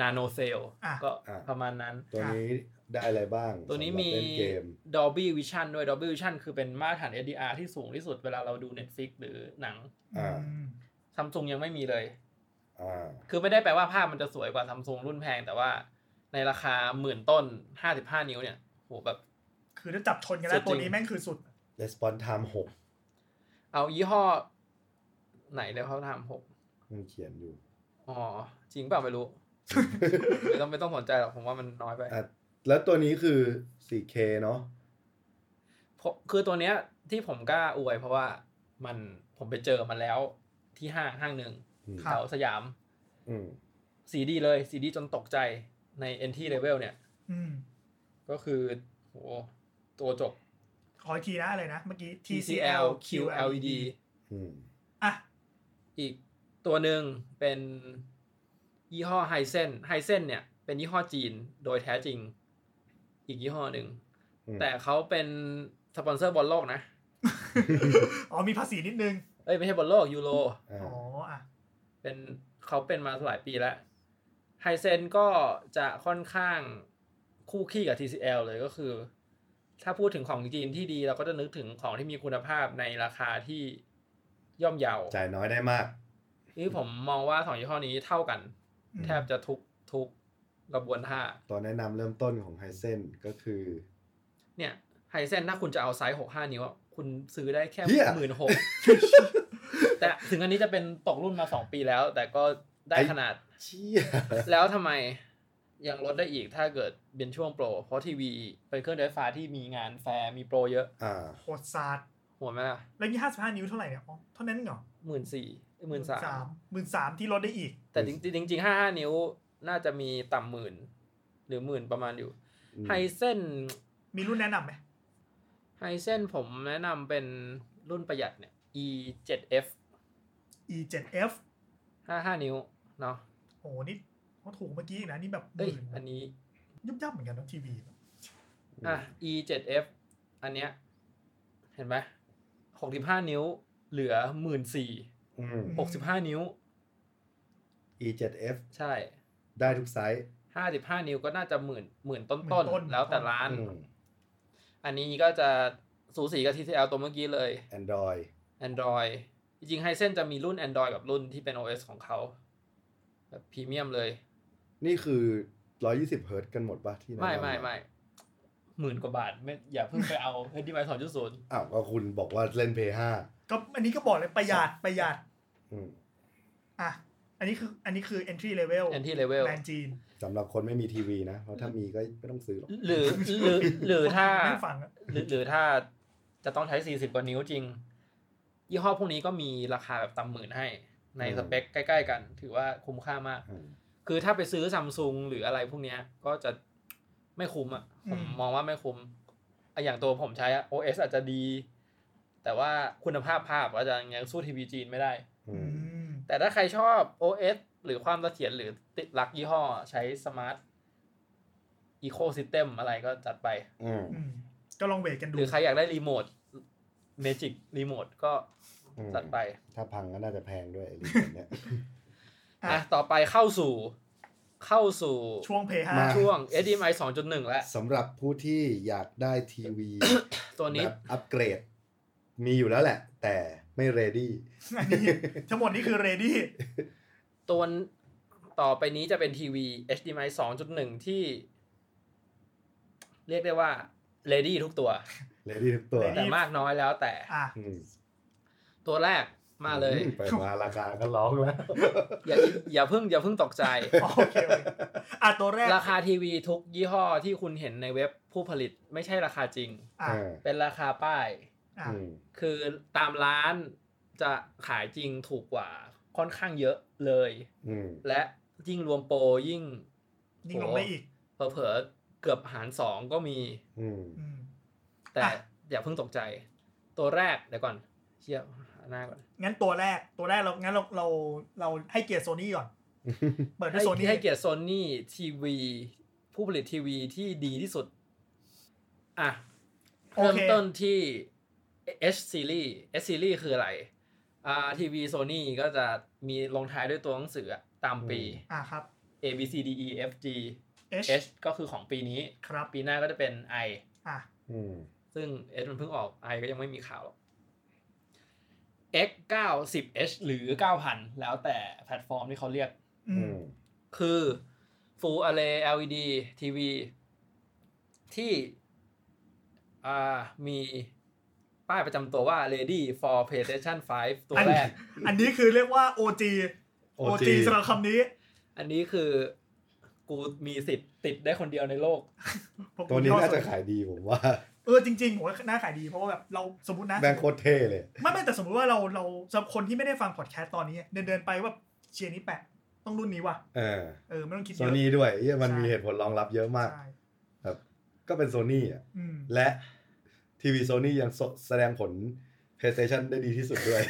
[SPEAKER 2] Nano Cell
[SPEAKER 3] อ่ะ
[SPEAKER 2] ก็
[SPEAKER 4] อ่ะ
[SPEAKER 2] ประมาณนั้น
[SPEAKER 4] ตัวนี้ได้อะไรบ้าง
[SPEAKER 2] ตัวนี้มี
[SPEAKER 4] สำหรับเล่นเกม
[SPEAKER 2] Dolby Vision ด้วย Dolby Vision คือเป็นมาตรฐาน HDR ที่สูงที่สุดเวลาเราดู Netflix หรือหนัง
[SPEAKER 4] อ่า
[SPEAKER 2] ซัมซุงยังไม่มีเลย
[SPEAKER 4] อ่า
[SPEAKER 2] คือไม่ได้แปลว่าภาพมันจะสวยกว่าซัมซุงรุ่นแพง แต่ว่าในราคาหมื่นต้น 55 นิ้วเนี่ยโหแบบ
[SPEAKER 3] คือถ้าจับชนกันแล้
[SPEAKER 2] สุ
[SPEAKER 3] ว
[SPEAKER 2] ดจริง
[SPEAKER 3] ตัวนี้แม่งคือสุด
[SPEAKER 4] response time หก
[SPEAKER 2] เอายี่ห้อ ไหนแล้วเขาทำหก
[SPEAKER 4] มันเขียนอยู่
[SPEAKER 2] อ๋อ จริงเปล่าไม่รู้ ไม่ต้องไม่ต้องสนใจหรอกผมว่ามันน้อยไป
[SPEAKER 4] อ่ะแล้วตัวนี้คือ 4K เนาะ
[SPEAKER 2] เพราะคือตัวเนี้ยที่ผมกล้าอวยเพราะว่ามันผมไปเจอมันแล้วที่ห้างห้างหนึ่ง
[SPEAKER 4] อืม
[SPEAKER 2] แถวสยาม
[SPEAKER 4] อืม
[SPEAKER 2] สีดีเลยสีดีจนตกใจใน NT level เนี่ย
[SPEAKER 3] อืม
[SPEAKER 2] ก็คือโหตัวจบ
[SPEAKER 3] ขออีกทีนะอะไรนะ เมื่อกี้
[SPEAKER 2] TCL QLED
[SPEAKER 4] อืม
[SPEAKER 3] อ่ะ
[SPEAKER 2] อีกตัวหนึ่งเป็นยี่ห้อไฮเซนไฮเซนเนี่ยเป็นยี่ห้อจีนโดยแท้จริง อีกยี่ห้อหนึ่ง
[SPEAKER 4] อืม
[SPEAKER 2] แต่เขาเป็นสปอนเซอร์บอลโลกนะ
[SPEAKER 3] อ๋อมีภาษีนิดนึง
[SPEAKER 2] เอ้ย ไม่ใช่บอลโลกยูโร
[SPEAKER 4] อ่า
[SPEAKER 3] อ๋ออ่ะ
[SPEAKER 2] เป็นเขาเป็นมาหลายปีแล้วไฮเซนก็จะค่อนข้างคู่ขี้กับ TCL เลยก็คือ ถ้าพูดถึงของจีนที่ดีเราก็จะนึกถึงของที่มีคุณภาพในราคาที่ย่อมเยาว์
[SPEAKER 4] จ่ายน้อยได้มาก
[SPEAKER 2] นี่ผมมองว่าสองยี่ห้อนี้เท่ากัน
[SPEAKER 3] อืม
[SPEAKER 2] แทบจะทุกทุกกระบวนท่า
[SPEAKER 4] ตัวแนะนำเริ่มต้นของ Hisense ก็คือ
[SPEAKER 2] เนี่ยไฮเซนถ้าคุณจะเอาไซส์หกห้านิ้วอะคุณซื้อได้แค่
[SPEAKER 4] เหี้ย
[SPEAKER 2] หมื่นห กแต่ถึงอันนี้จะเป็นตกรุ่นมาสองปีแล้ว แต่ก็ได้ขนาด
[SPEAKER 4] เชี่ย
[SPEAKER 2] แล้วทำไมยังลดได้อีกถ้าเกิดเป็นช่วงโปร เพราะทีวีเป็นเครื่องใช้ไฟฟ้าที่มีงานแฟร์มีโปรเยอะ
[SPEAKER 4] อ่า
[SPEAKER 3] โหดซาด
[SPEAKER 2] โหัวไหมล่ะ
[SPEAKER 3] แล้วนี่ห้าสิบห้านิ้วเท่าไหร่เนี่ยอ๋อเท่านั้นเหรอ
[SPEAKER 2] หมื่นสี่หมื่นสาม
[SPEAKER 3] หมื่นสามที่ลดได้อีก
[SPEAKER 2] แต่จริงๆจริงห้าห้านิ้วน่าจะมีต่ำหมื่น หรือหมื่นประมาณอยู่
[SPEAKER 4] อืม
[SPEAKER 2] ไฮเส้น
[SPEAKER 3] มีรุ่นแนะนำไหม
[SPEAKER 2] ไฮเส้นผมแนะนำเป็นรุ่นประหยัดเนี่ย e 7 f
[SPEAKER 3] E7F
[SPEAKER 2] ห้าห้านิ้วเนาะ
[SPEAKER 3] โอ้นี่เขาถูกเมื่อกี้อีกนะนี่แบบห
[SPEAKER 2] เอ้ย
[SPEAKER 3] มื่น
[SPEAKER 2] อันนี้
[SPEAKER 3] ยุบยับเหมือนกันเนอะทีวี
[SPEAKER 2] อ่ะ e 7 f อันเนี้ยเห็นไหมหกสิบห้านิ้วเหลือหมื่นสี่
[SPEAKER 4] อืม
[SPEAKER 2] หกสิบห้านิ้ว
[SPEAKER 4] E7F
[SPEAKER 2] ใช่
[SPEAKER 4] ได้ทุกไซส์
[SPEAKER 2] ห้าสิบห้านิ้วก็น่าจะหมื่นหมื่นต้น
[SPEAKER 3] หมื่
[SPEAKER 2] ต้น
[SPEAKER 3] นต้น
[SPEAKER 2] แล้วแต่ร้าน
[SPEAKER 4] อืม
[SPEAKER 2] อันนี้ก็จะสูสีกับ TCL ตัวเมื่อกี้เลย
[SPEAKER 4] Android
[SPEAKER 2] Android จริงๆไฮเซนจะมีรุ่น Android กับรุ่นที่เป็น OS ของเขาแบบพรีเมียมเลย
[SPEAKER 4] นี่คือ 120เฮิร์ตซ์กันหมดปะที่แนะนำ
[SPEAKER 2] ไม่ไม่ไม่หมื่นกว่าบาทไม่อย่าเพิ่งไปเอา HDMI สองจุดศูนย์
[SPEAKER 4] อ้าวก็คุณบอกว่าเล่น p 5
[SPEAKER 3] ก็อันนี้ก็บอกเลยประหยัดประหยัด
[SPEAKER 4] อืม
[SPEAKER 3] อ่ะ อันนี้คืออันนี้คือ entry level
[SPEAKER 2] แอนที่เลเวล
[SPEAKER 3] แบรนด์จีน
[SPEAKER 4] สำหรับคนไม่มีทีวีนะ เพราะถ้ามีก็ไม่ต้องซื้อหรอก
[SPEAKER 2] หรือหรือหรือถ้า
[SPEAKER 3] ไม่ฟังอะ
[SPEAKER 2] หรือหรือถ้าจะต้องใช้ 40 กว่านิ้วจริง ยี่ห้อพวกนี้ก็มีราคาแบบต่ำหมื่นให้ ใน
[SPEAKER 4] อืม
[SPEAKER 2] สเปคใกล้ๆกัน ถือว่าคุ้มค่ามาก
[SPEAKER 4] อืม
[SPEAKER 2] คือถ้าไปซื้อซัมซุงหรืออะไรพวกเนี้ยก็จะไม่คุ้มอ่ะ ผมมองว่าไม่คุ้มอะอย่างตัวผมใช้อะ OS อาจจะดี แต่ว่าคุณภาพภาพอาจจะยังสู้ทีวีจีนไม่ได้
[SPEAKER 4] อืม
[SPEAKER 3] อืม
[SPEAKER 2] แต่ถ้าใครชอบ OS หรือความเสถียรหรือติดลักยี่ห้อใช้สมาร์ทอีโค y ิสเต็มอะไรก็จัดไป
[SPEAKER 4] อืม
[SPEAKER 3] อืมก็ลองเวทกัน
[SPEAKER 2] ห
[SPEAKER 3] ดู
[SPEAKER 2] รือใครอยากได้รีโมทเมจิกรีโมทก็
[SPEAKER 4] อืม
[SPEAKER 2] จัดไป
[SPEAKER 4] ถ้าพังก็น่าจะแพงด้วยไอ้ลิมิตเนี่ย
[SPEAKER 3] อ่ะ
[SPEAKER 2] อ่ะต่อไปเข้าสู่ เข้าสู่
[SPEAKER 3] ช่วงเพย์ห้า
[SPEAKER 4] มา
[SPEAKER 2] ช่วง HDMI 2.1 แล้ว
[SPEAKER 4] สำหรับผู้ที่อยากได้ทีวี
[SPEAKER 2] ตัวนี้
[SPEAKER 4] แบบอัปเกรด มีอยู่แล้วแหละ แต่ไม่ ready
[SPEAKER 3] อันนี้ทั้งหมดนี่คือ ready
[SPEAKER 2] ตัวต่อไปนี้จะเป็นทีวี HDMI 2.1 ที่ เรียกได้ว่า ready ทุกตัว
[SPEAKER 4] ready ทุกตัว
[SPEAKER 3] ready
[SPEAKER 2] แต่มากน้อยแล้วแต่
[SPEAKER 3] อ่ะ
[SPEAKER 4] อืม
[SPEAKER 2] ตัวแรก มาเลย
[SPEAKER 4] อืเปิดมาราคาก็ร้องแล้ว
[SPEAKER 2] อย่าอย่าเพิ่งอย่าเพิ่งตกใจ
[SPEAKER 3] อ๋อโอเคโอเคอ่ะตัวแรก
[SPEAKER 2] ราคาทีวีทุกยี่ห้อที่คุณเห็นในเว็บผู้ผลิตไม่ใช่ราคาจริง
[SPEAKER 3] อ่ะ
[SPEAKER 4] เออ
[SPEAKER 2] เป็นราคาป้าย
[SPEAKER 3] อ่ะ
[SPEAKER 4] อืม
[SPEAKER 2] คือตามร้านจะขายจริงถูกกว่าค่อนข้างเยอะเลย
[SPEAKER 4] อืม
[SPEAKER 2] และยิ่งรวมโปรยิ่ง
[SPEAKER 3] ยิ่งลงไปอีก
[SPEAKER 2] โหเผลอๆเกือบหารสองก็มี
[SPEAKER 4] อืม
[SPEAKER 3] อืม
[SPEAKER 2] แต่
[SPEAKER 3] อ่ะ
[SPEAKER 2] อย่าเพิ่งตกใจ ตัวแรกเดี๋ยวก่อนเชี่ยหาหน้าก่อน
[SPEAKER 3] งั้นตัวแรกตัวแรกเรางั้นเราเราเราให้เกียรติโซนี่ก่อน เปิดให้
[SPEAKER 2] ให้
[SPEAKER 3] โซนี่
[SPEAKER 2] ให้เกียรติโซนี่ทีวีผู้ผลิตทีวีที่ดีที่สุด อ่ะ
[SPEAKER 3] โอ
[SPEAKER 2] เริ่ม
[SPEAKER 3] เค
[SPEAKER 2] ต้นที่ H series H series คืออะไร อ่าทีวีโซนี่ก็จะมีลงท้ายด้วยตัวหนังสืออะตามปี
[SPEAKER 3] อ่ะครับ
[SPEAKER 2] A B C D E F G
[SPEAKER 3] H
[SPEAKER 2] H ก็คือของปีนี้
[SPEAKER 3] ครับ
[SPEAKER 2] ปีหน้าก็จะเป็น I
[SPEAKER 3] อ่ะ
[SPEAKER 4] อืม
[SPEAKER 2] ซึ่ง H มันเพิ่งออก I ก็ยังไม่มีข่าวหรอก X 9 10 H หรือ 9,000 แล้วแต่แพลตฟอร์มที่เขาเรียก
[SPEAKER 3] อื
[SPEAKER 4] อื
[SPEAKER 3] ม
[SPEAKER 4] ม
[SPEAKER 2] คือ Full Array LED TV ที่อ่ามีป้ายประจำตัวว่า Ready for PlayStation 5 ตัวแรก
[SPEAKER 3] อันนี้คือเรียกว่า OG
[SPEAKER 4] โอ
[SPEAKER 3] OG
[SPEAKER 4] จี
[SPEAKER 3] สำหรับคำนี้
[SPEAKER 2] อันนี้คือกูมีสิทธิ์ติดได้คนเดียวในโลก
[SPEAKER 3] ผม
[SPEAKER 4] ตัวนี้
[SPEAKER 3] ผมชอบ
[SPEAKER 4] น่าจะขายดีผมว่า
[SPEAKER 3] เออจริงๆผมว่าน่าขายดีเพราะว่าแบบเราสมมตินะ
[SPEAKER 4] แบงค์โคตรเท่เลย
[SPEAKER 3] ไม่ไม่แต่สมมติว่าเราเราสำหรับคนที่ไม่ได้ฟังพอดแคสต์ตอนนี้เดินเดินๆไปว่าเชียร์นี้แปะต้องรุ่นนี้ว่ะ
[SPEAKER 4] เออ
[SPEAKER 3] เออไม่ต้องคิด
[SPEAKER 4] โซ
[SPEAKER 3] เยอะ
[SPEAKER 4] นี่ด้วยเหี้ยมัน
[SPEAKER 3] ใช่
[SPEAKER 4] มีเหตุผลรองรับเยอะมาก
[SPEAKER 3] ใช่
[SPEAKER 4] แบบก็เป็นโซนี่อ่ะ
[SPEAKER 3] อืม
[SPEAKER 4] และทีวีโซนี่ยังสแสดงผล PlayStation ได้ดีที่สุดด้วย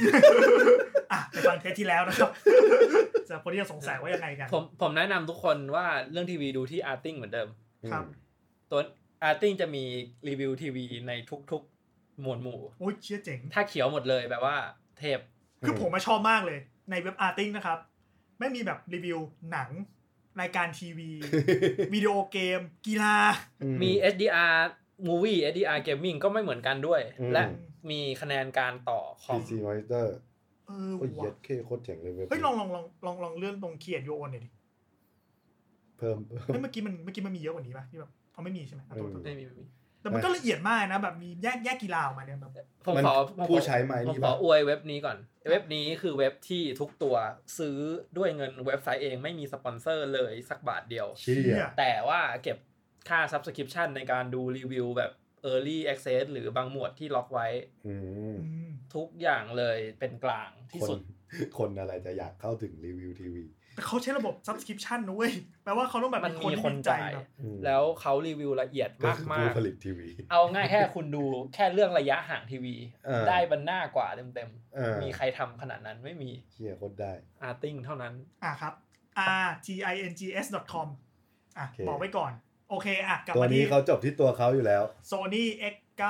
[SPEAKER 3] อ่ะไปฟังเทปที่แล้วนะครับ จะคนที่ยังสงสัยว่ายังไงกัน
[SPEAKER 2] ผมผมแนะนำทุกคนว่าเรื่องทีวีดูที่ Arting เหมือนเดิม
[SPEAKER 3] ครับ
[SPEAKER 2] ตัว Arting จะมีรีวิวทีวีในทุกๆ หมวดหมู่
[SPEAKER 3] โอ้ยเชี่ยเจ๋ง
[SPEAKER 2] ถ้าเขียวหมดเลยแบบว่าเทพ
[SPEAKER 3] คือผมมาชอบมากเลยในเว็บอาร์ติ้งนะครับไม่มีแบบรีวิวหนังรายการทีวี วิดีโอเกม กีฬา
[SPEAKER 4] อื
[SPEAKER 2] มี HDR Movie HDR Gaming ก็ไม่เหมือนกันด้วย
[SPEAKER 4] อืม
[SPEAKER 2] และมีคะแนนการต่อของ
[SPEAKER 4] PC Monitor
[SPEAKER 3] เออ
[SPEAKER 4] โอ้ยเย็
[SPEAKER 3] ว่ะ
[SPEAKER 4] ดเคโคตรเจ๋งเลยเว็บ
[SPEAKER 3] เฮ้ยลองลองลองลองลองเลื่อนตรงเขียนโยนหน่อยดิ
[SPEAKER 4] เพิ่ม
[SPEAKER 3] เฮ้ยเมื่อกี้มันเมื่อกี้มันมีเยอะกว่านี้ป่ะที่แบบเขาไม่มีใช่ไหมอ่ะตัวตัว
[SPEAKER 2] ไม่มีไม่มี
[SPEAKER 3] แต่มันก็ละเอียดมากนะแบบมีแยกแยกกีฬาออกมาเนี่ยแบบ
[SPEAKER 2] ผม
[SPEAKER 4] มัน
[SPEAKER 2] ขอผมขอ
[SPEAKER 4] ผู้ใช้ไมค์
[SPEAKER 2] ผ
[SPEAKER 4] นี่
[SPEAKER 2] มขอ
[SPEAKER 4] ปะ
[SPEAKER 2] อวยเว็บนี้ก่อน เว็บนี้คือเว็บที่ทุกตัวซื้อด้วยเงินเว็บไซต์เองไม่มีสปอนเซอร์เลยสักบาทเดียว
[SPEAKER 4] เชี่
[SPEAKER 3] เชี่
[SPEAKER 4] ย
[SPEAKER 3] ย
[SPEAKER 2] แต่ว่าเก็บค่า Subscription ในการดูรีวิวแบบ Early Access หรือบางหมวดที่ล็อกไว้
[SPEAKER 4] อืม
[SPEAKER 3] อืม
[SPEAKER 2] ทุกอย่างเลยเป็นกลางที่
[SPEAKER 4] คน
[SPEAKER 2] สุด
[SPEAKER 4] คนอะไรจะอยากเข้าถึงรีวิวทีวี
[SPEAKER 3] แต่เขาใช้ระบบ subscription นะเว้ยแปลว่าเขาต้องแบบ
[SPEAKER 2] มัน
[SPEAKER 3] เป็
[SPEAKER 2] มี
[SPEAKER 3] ที่
[SPEAKER 2] คนจ่าย
[SPEAKER 3] แบบ
[SPEAKER 4] อืม
[SPEAKER 2] แล้วเขารีวิวละเอียด
[SPEAKER 4] ก็
[SPEAKER 2] มาก
[SPEAKER 4] คือ
[SPEAKER 2] มา
[SPEAKER 4] ผู้
[SPEAKER 2] ก
[SPEAKER 4] ผลิตทีวี
[SPEAKER 2] เอาง่ายแค่คุณดูแค่เรื่องระยะห่างทีวี
[SPEAKER 4] เออ
[SPEAKER 2] ได้บรรหน้ากว่าเต็ม
[SPEAKER 4] เออ
[SPEAKER 2] ๆ มีใครทำขนาดนั้นไม่มี
[SPEAKER 4] เชี่ยโคตรได้
[SPEAKER 2] อาร์ติ้งเท่านั้น
[SPEAKER 3] อ่ะครับ r g i n g s com อ่ะ
[SPEAKER 4] โอเค
[SPEAKER 3] บอกไว้ก่อน โอเคอ่ะกลับ
[SPEAKER 4] ตัว
[SPEAKER 3] มา
[SPEAKER 4] นี้
[SPEAKER 3] ที่
[SPEAKER 4] เขาจบที่ตัวเขาอยู่แล้ว
[SPEAKER 3] Sony X9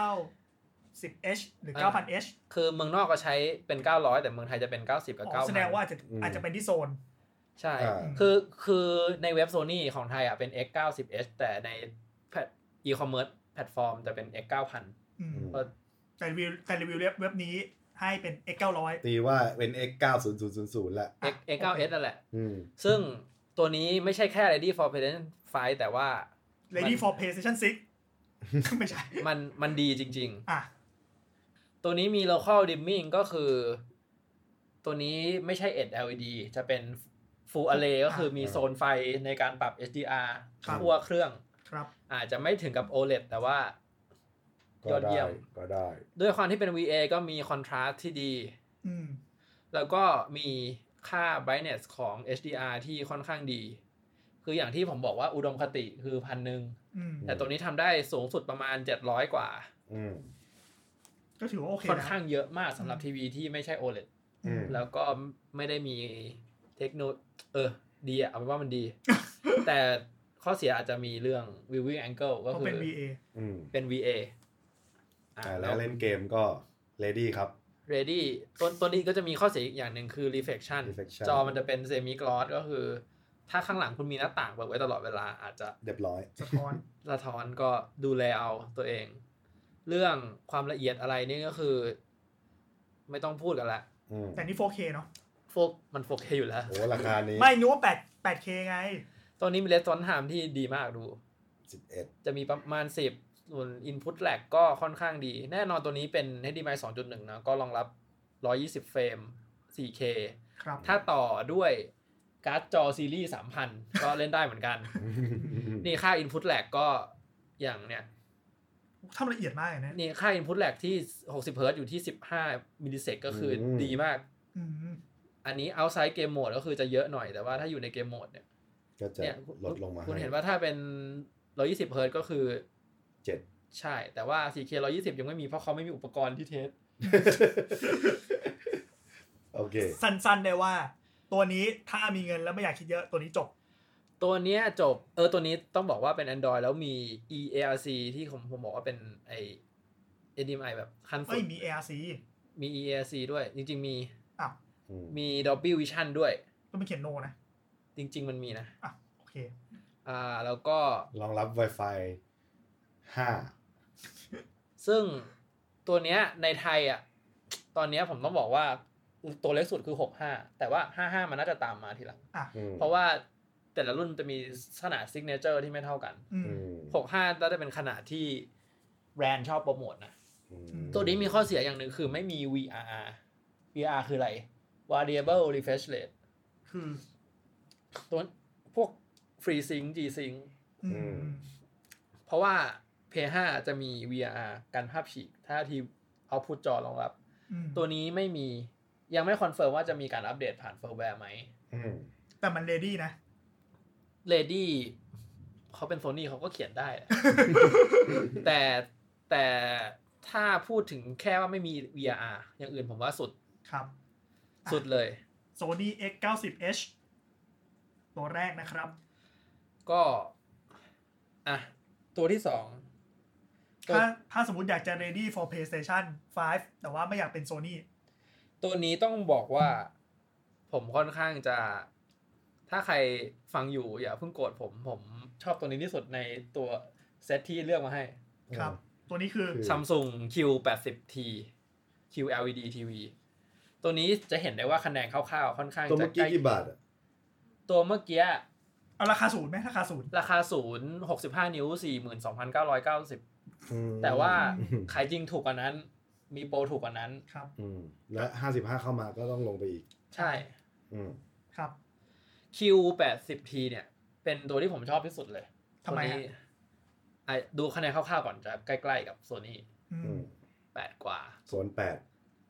[SPEAKER 3] 10H หรือ
[SPEAKER 2] อ่า
[SPEAKER 3] 9,000H
[SPEAKER 2] คือเมืองนอกก็ใช้เป็น 900 แต่เมืองไทยจะเป็น 90 กับ
[SPEAKER 3] อ๋อ
[SPEAKER 2] 9
[SPEAKER 3] แสดงว่าอาจจะ
[SPEAKER 4] อืม
[SPEAKER 3] อาจจะเป็นที่โซน
[SPEAKER 2] ใช่
[SPEAKER 4] อ่า
[SPEAKER 2] คือคือในเว็บโซนี่ของไทยอ่ะเป็น X 9 0 h แต่ในแพลตอีคอมเมิร์ซแพลตฟอร์มจะเป็น X 9 0 0
[SPEAKER 3] อืม
[SPEAKER 4] อืม
[SPEAKER 2] ก็
[SPEAKER 3] แต่รีวิวแต่รีวิวเว็บนี้ให้เป็น X900
[SPEAKER 4] ตีว่าเป็น X 9 0 0 0 0ละ
[SPEAKER 2] X X 9 h นั่นแหละ
[SPEAKER 4] อืม
[SPEAKER 2] ซึ่งตัวนี้ไม่ใช่แค่ Ready for President Fight แต่ว่า
[SPEAKER 3] Ready
[SPEAKER 2] มัน
[SPEAKER 3] for PlayStation 6 ไม่ใช่
[SPEAKER 2] มันมันดีจริง
[SPEAKER 3] อ่ะ
[SPEAKER 2] ๆ ตัวนี้มี local dimming ก็คือ ตัวนี้ไม่ใช่ LED LED จะเป็น full array ก็คือมี
[SPEAKER 4] อ่า
[SPEAKER 2] โซนไฟในการปรับ HDR
[SPEAKER 3] ครับ
[SPEAKER 2] ทั่วเครื่อง
[SPEAKER 3] ครับ
[SPEAKER 2] อาจจะไม่ถึงกับ OLED แต่ว่า ย
[SPEAKER 4] ก็
[SPEAKER 2] อดเยี่ย
[SPEAKER 4] ได้
[SPEAKER 2] ม
[SPEAKER 4] ก็ได้
[SPEAKER 2] ด้วยความที่เป็น VA ก็มีคอนทราส t ที่ดี
[SPEAKER 3] อืม
[SPEAKER 2] แล้วก็มีค่า brightness ของ HDR ที่ค่อนข้างดี คืออย่างที่ผมบอกว่าอุดมคติคือพันหนึ่ง
[SPEAKER 3] อืม
[SPEAKER 2] แต่ตัวนี้ทำได้สูงสุดประมาณ 700 กว่า
[SPEAKER 4] อืม
[SPEAKER 3] ก็ถือว่าโอเค
[SPEAKER 2] ค่อน
[SPEAKER 3] นะ
[SPEAKER 2] ข้างเยอะมากสำหรับ
[SPEAKER 3] อืม
[SPEAKER 2] ทีวีที่ไม่ใช่ OLED
[SPEAKER 4] อืม
[SPEAKER 2] แล้วก็ไม่ได้มีเทคโนเออ ดีอะเอาเป็นว่ามัน ดี แต่ข้อเสียอาจจะมีเรื่อง viewing angle ก็
[SPEAKER 3] เพราะ
[SPEAKER 2] คือ
[SPEAKER 3] เป็น VA
[SPEAKER 4] อืม
[SPEAKER 2] เป็น VA อ่า
[SPEAKER 4] แต่แล้
[SPEAKER 2] แล้ว
[SPEAKER 4] วเล่นเกมก็ Ready ครับ
[SPEAKER 2] ready ตัวตัวนี้ก็จะมีข้อเสียอีกอย่างหนึ่งคือ reflection
[SPEAKER 4] Reflection
[SPEAKER 2] จอมันจะเป็น semi gloss ก็คือ ถ้าข้างหลังคุณมีหน้าต่างเปิดไว้ตลอดเวลาอาจจะ
[SPEAKER 4] เรียบร้อย
[SPEAKER 3] สะ ท้อน
[SPEAKER 2] สะท้อนก็ดูแลเอาตัวเอง เรื่องความละเอียดอะไรนี่ก็คือ ไม่ต้องพูดกันละ
[SPEAKER 4] อืม
[SPEAKER 3] แต่นี่ 4K เนาะ
[SPEAKER 2] โฟกมันโฟกอยู่แล้ว
[SPEAKER 4] โอ้ราคานี้
[SPEAKER 3] ไม่นึกว่า8 8K ไง
[SPEAKER 2] ตัวนี้มีเลสตอนไทม์ที่ดีมากดู
[SPEAKER 4] 11
[SPEAKER 2] จะมีประมาณ 10 ส่วน Input lag ก็ค่อนข้างดี แน่นอนตัวนี้เป็น HDMI 2.1 นะ ก็รองรับ 120 เฟรม 4K
[SPEAKER 3] ครับ
[SPEAKER 2] ถ้าต่อด้วยการ์ดจอซีรีส์3,000 ก็เล่นได้เหมือนกัน นี่ค่า Input Lag ก็อย่างเนี่ย
[SPEAKER 3] ทำละเอียดมากเลยนะ
[SPEAKER 2] นี่ค่า Input Lag ที่ 60 h z อยู่ที่ 15 มิลลิเซกก็คืออ
[SPEAKER 4] ม
[SPEAKER 2] ดีมาก
[SPEAKER 3] อืม
[SPEAKER 2] อันนี้ outside game mode ก็คือจะเยอะหน่อยแต่ว่าถ้าอยู่ในเกมโหมดเนี่ย
[SPEAKER 4] ก็จะ
[SPEAKER 2] เนี่ย
[SPEAKER 4] ลดลงมา
[SPEAKER 2] คุณ
[SPEAKER 4] ให้
[SPEAKER 2] เห็นว่าถ้าเป็น 120 h z ก็คือ
[SPEAKER 4] เจ็ด
[SPEAKER 2] ใช่ แต่ว่า 4K 120 ยังไม่มี เพราะเขาไม่มีอุปกรณ์ที่เทส
[SPEAKER 4] โอเค
[SPEAKER 3] สั้นๆได้ว่า ตัวนี้ถ้ามีเงินแล้วไม่อยากคิดเยอะตัวนี้จบ
[SPEAKER 2] ตัวเนี้ยจบ เออ ตัวนี้ต้องบอกว่าเป็น Android แล้วมี EARC ที่ผมผมบอกว่าเป็นไอ HDMI แบบขั้นสุ
[SPEAKER 3] เอ้ย
[SPEAKER 2] ด
[SPEAKER 3] มี ARC
[SPEAKER 2] มี EARC ด้วย จริง ๆ มี
[SPEAKER 3] อ้าว
[SPEAKER 4] อืม
[SPEAKER 2] มี Dolby Vision ด้วย
[SPEAKER 3] ต้องไปเขียนโนนะ
[SPEAKER 2] จริง ๆ มันมีนะ
[SPEAKER 3] อ่ะโอเค
[SPEAKER 2] อ่า แล้วก็
[SPEAKER 4] รองรับ Wi-Fi ห้า
[SPEAKER 2] ซึ่งตัวเนี้ยในไทยอ่ะ ตอนเนี้ยผมต้องบอกว่าตัวเล็กสุดคือ 65 แต่ว่า 55 มันน่าจะตามมาทีหลัง
[SPEAKER 4] อืม
[SPEAKER 2] เพราะว่าแต่ละรุ่นจะมีขนาด s ิกเนเจอร์ที่ไม่เท่ากัน
[SPEAKER 3] อืม
[SPEAKER 4] อืม
[SPEAKER 2] 65น่าจะเป็นขนาดที่แบรนด์ชอบโปรโมทนะ
[SPEAKER 4] อืม
[SPEAKER 2] ตัวนี้มีข้อเสียอย่างหนึ่งคือไม่มี VRR VR คืออะไร Variable Refresh Rate
[SPEAKER 3] คือ
[SPEAKER 2] ตัวพวก FreeSync G-Sync
[SPEAKER 3] อืม
[SPEAKER 2] เพราะว่า Play 5จะมี VRR การภาพฉีก ถ้าทีเอาพูดจอรองรับ
[SPEAKER 3] อืม
[SPEAKER 2] ตัวนี้ไม่มียังไม่คอนเฟิร์มว่าจะมีการอัปเดตผ่านเฟิร์มแวร์ไหม
[SPEAKER 4] อืม
[SPEAKER 3] แต่มันเ e ดี้นะ
[SPEAKER 2] Lady เขาเป็นโซนี่เขาก็เขียนได้แหละ แต่แต่ถ้าพูดถึงแค่ว่าไม่มี VRR อย่างอื่นผมว่าสุด
[SPEAKER 3] ครับ
[SPEAKER 2] สุดเลย
[SPEAKER 3] Sony X90H ตัวแรกนะครับ
[SPEAKER 2] ก็ อ่ะ ตัวที่สองตัว
[SPEAKER 3] ถ้าถ้าสมมติอยากจะ ready for PlayStation 5 แต่ว่าไม่อยากเป็น Sony
[SPEAKER 2] ตัวนี้ต้องบอกว่า ผมค่อนข้างจะ ถ้าใครฟังอยู่อย่าเพิ่งโกรธผม ผมชอบตัวนี้ที่สุดในตัวเซตที่เลือกมาให้
[SPEAKER 3] ครับ ตัวนี้คือ
[SPEAKER 4] คือ
[SPEAKER 2] Samsung Q80T QLED TV ตัวนี้จะเห็นได้ว่าคะแนนคร่าวๆค่อนข้าง
[SPEAKER 4] ตัว
[SPEAKER 2] จะ
[SPEAKER 4] เมื่อ
[SPEAKER 2] ใก
[SPEAKER 4] กี้
[SPEAKER 2] ล้
[SPEAKER 4] กี่บาทอ่ะ
[SPEAKER 2] ตัวเมื่อกี้
[SPEAKER 3] เอาราคาศูนย์ไหมราคาศูนย์
[SPEAKER 2] ราคาศูนย์หกสิบห้านิ้วสี่หมื่นสองพันเก้าร้อยเก้าสิบ
[SPEAKER 4] อืม
[SPEAKER 2] แต่ว่าขายจริงถูกกว่านั้น มีโปรถูกกว่านั้น
[SPEAKER 3] ครับ
[SPEAKER 4] อืมและห้าสิบห้าเข้ามาก็ต้องลงไปอีก
[SPEAKER 2] ใช่
[SPEAKER 4] อืม
[SPEAKER 3] ครับ
[SPEAKER 2] Q80P เนี่ย เป็นตัวที่ผมชอบที่สุดเลย
[SPEAKER 3] ทำไมฮะ
[SPEAKER 2] ตัวนี้อ่ะดูคะแนนคร่าวๆก่อนจะใกล้ๆกับโซนี่
[SPEAKER 3] อื
[SPEAKER 4] อื
[SPEAKER 3] ม
[SPEAKER 4] ม
[SPEAKER 2] แปดกว่า
[SPEAKER 4] โซนแปด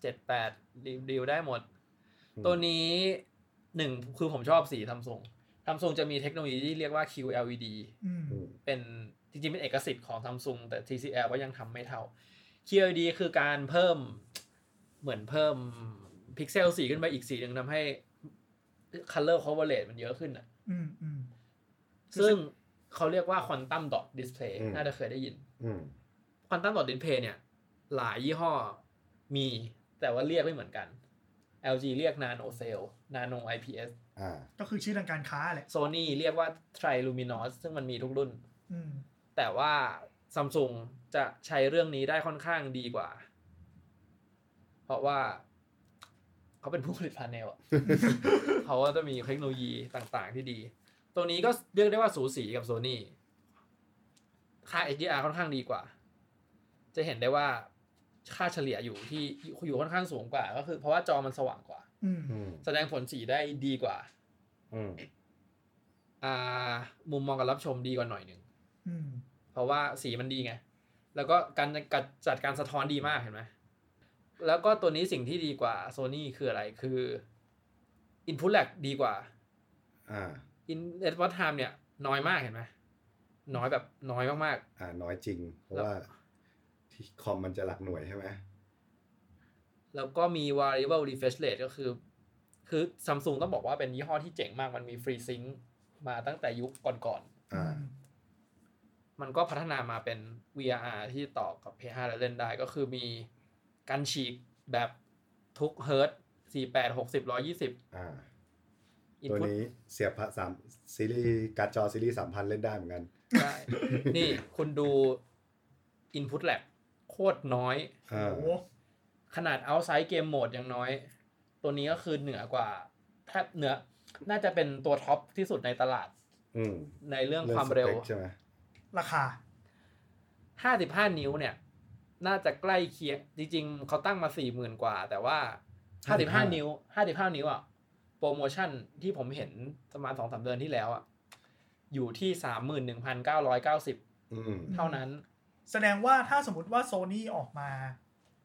[SPEAKER 2] เจ็ดแปดดีลได้หมด
[SPEAKER 4] อืม
[SPEAKER 2] ตัวนี้หนึ่งคือผมชอบสีซัมซุงซัมซุงจะมีเทคโนโลยีที่เรียกว่า QLED
[SPEAKER 3] อืม
[SPEAKER 4] อืม
[SPEAKER 2] เป็นจริงๆเป็นเอกสิทธิ์ของซัมซุงแต่ TCL ก็ยังทำไม่เท่า QLED คือการเพิ่มเหมือนเพิ่มพิกเซลสีขึ้นไปอีกสีหนึ่งทำให้ color coverage มันเยอะขึ้นอ่ะ
[SPEAKER 3] อืมอืม
[SPEAKER 2] ซึ่งเขาเรียกว่าควอนตัมดอ d ดิสเพลย์
[SPEAKER 4] อืม
[SPEAKER 2] น่าจะเคยได้ยิน
[SPEAKER 4] อืม
[SPEAKER 2] ควอนตัมดอ d ดิสเพลย์เนี่ย หลายยี่ห้อมีแต่ว่าเรียกไม่เหมือนกัน LG เรียก Nano Cell Nano IPS
[SPEAKER 4] อ่า
[SPEAKER 3] ก็คือชื่อทางการค้าแหละ
[SPEAKER 2] Sony เรียกว่า Triluminous ซึ่งมันมีทุกรุ่น
[SPEAKER 3] อืม
[SPEAKER 2] แต่ว่า Samsung จะใช้เรื่องนี้ได้ค่อนข้างดีกว่า เพราะว่าเขาเป็นผู้ผลิตพาเนลอะ เขาก็จะมีเทคโนโลยีต่างๆที่ดี ตัวนี้ก็เรียกได้ว่าสูสีกับโซนี่ค่า HDR ค่อนข้างดีกว่า จะเห็นได้ว่าค่าเฉลี่ยอยู่ที่อยู่ค่อนข้างสูงกว่า ก็คือเพราะว่าจอมันสว่างกว่า
[SPEAKER 3] อืม
[SPEAKER 4] อืม
[SPEAKER 2] แสดงผลสีได้ดีกว่า
[SPEAKER 4] อืม
[SPEAKER 2] อ่า มุมมองการรับชมดีกว่าหน่อยหนึ่ง
[SPEAKER 3] อืม
[SPEAKER 2] เพราะว่าสีมันดีไง แล้วก็การจัดจัดการสะท้อนดีมากเห็นไหม แล้วก็ตัวนี้สิ่งที่ดีกว่า Sony คืออะไร คือ Input Lag ดีกว่า
[SPEAKER 4] อ่า
[SPEAKER 2] In Response Time เนี่ย น้อยมากเห็นไหม น้อยแบบน้อยมาก
[SPEAKER 4] อ่าน้อยจริง เพราะว่าที่คอมมันจะหลักหน่วยใช่ไหม
[SPEAKER 2] ๆ แล้วก็มี Variable Refresh Rate ก็คือ คือ Samsung ต้องบอกว่าเป็นยี่ห้อที่เจ๋งมาก มันมี Free Sync มาตั้งแต่ยุคก่อน
[SPEAKER 4] อ่า
[SPEAKER 2] ๆ มันก็พัฒนามาเป็น VRR ที่ต่อกับ P5 แล้วเล่นได้ ก็คือมีการฉีกแบบทุกเฮิร์ต48 60 120
[SPEAKER 4] อ่า
[SPEAKER 2] อิน
[SPEAKER 4] ตัว
[SPEAKER 2] พุต
[SPEAKER 4] นี้เสียบพระสามซีรีส์การ์ดจอซีรีส์สามพันเล่นได้เหมือนกัน
[SPEAKER 2] ได้ นี่คุณดูอินพุตแลบโคตรน้อย
[SPEAKER 4] อ่า
[SPEAKER 3] โอ้โห
[SPEAKER 2] ขนาด outside game mode ยังน้อย ตัวนี้ก็คือเหนือกว่าแทบเหนือ น่าจะเป็นตัวท็อปที่สุดในตลาด
[SPEAKER 4] อืม
[SPEAKER 2] ในเรื่องความเร็ว
[SPEAKER 4] สปใช่ไหม
[SPEAKER 3] ราคา
[SPEAKER 2] 55 นิ้วเนี่ย น่าจะใกล้เคียง จริง ๆ เขาตั้งมา 40,000 กว่า แต่ว่า ห้าสิบห้านิ้วห้าสิบห้านิ้วอ่ะโปรโมชั่นที่ผมเห็นประมาณสองสามเดือนที่แล้วอ่ะอยู่ที่สามหมื่นหนึ่งพันเก้าร้อยเก้าสิบ
[SPEAKER 4] อืม
[SPEAKER 2] เท่านั้น
[SPEAKER 3] แสดงว่าถ้าสมมติว่าโซนี่ออกมา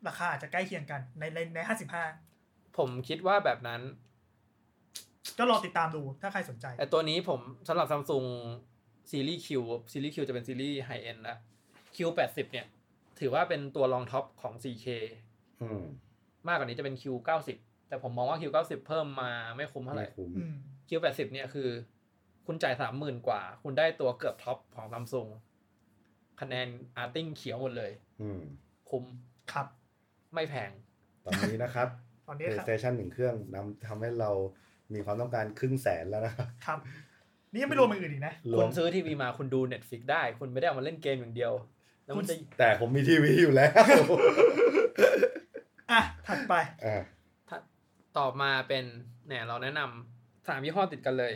[SPEAKER 3] ราคาอาจจะใกล้เคียงกันในในในห้าสิบห้า
[SPEAKER 2] ผมคิดว่าแบบนั้น
[SPEAKER 3] ก็รอติดตามดูถ้าใครสนใจ
[SPEAKER 2] แต่ตัวนี้ผมสำหรับซัมซุงซีรีส์ Q ซีรีส์ Q จะเป็นซีรีส์ไฮเอ็นละ Q80 เนี่ย ถือว่าเป็นตัวรองท็อปของ 4K
[SPEAKER 4] อืม
[SPEAKER 2] มากกว่านี้จะเป็น Q90 แต่ผมมองว่า Q90 เพิ่มมาไม่คุ้มเท่าไห
[SPEAKER 4] ไม่
[SPEAKER 2] ร่
[SPEAKER 4] คุ้ม
[SPEAKER 3] อืม
[SPEAKER 2] Q80 เนี่ยคือ คุณจ่ายสามหมื่นกว่า คุณได้ตัวเกือบท็อปของซัมซุงคะแนนอาร์ติ้งเขียวหมดเลย
[SPEAKER 4] อืม
[SPEAKER 2] คุ้ม
[SPEAKER 3] ครับ
[SPEAKER 2] ไม่แพง
[SPEAKER 4] ตอนนี้นะครับ
[SPEAKER 3] ตอนนี้ครับ
[SPEAKER 4] PlayStation หนึ่งเครื่องนำทำให้เรามีความต้องการครึ่งแสนแล้วนะครับ
[SPEAKER 3] ครับ นี่ยังไม่รวมอย่างอื่นอีกนะ
[SPEAKER 4] ร
[SPEAKER 2] คุ
[SPEAKER 4] ว
[SPEAKER 2] ณ
[SPEAKER 4] ม
[SPEAKER 2] ซื้อทีวีมาคุณดู Netflix ได้ คุณไม่ได้เอามาเล่นเกมอย่างเดียว แล้วมันจะ
[SPEAKER 4] แต่ผมมีทีวีอยู่แล้ว
[SPEAKER 3] อ่ะ ถัดไป
[SPEAKER 4] อ่า
[SPEAKER 2] ต่อมาเป็นเนี่ยเราแนะนำสามยี่ห้อติดกันเลย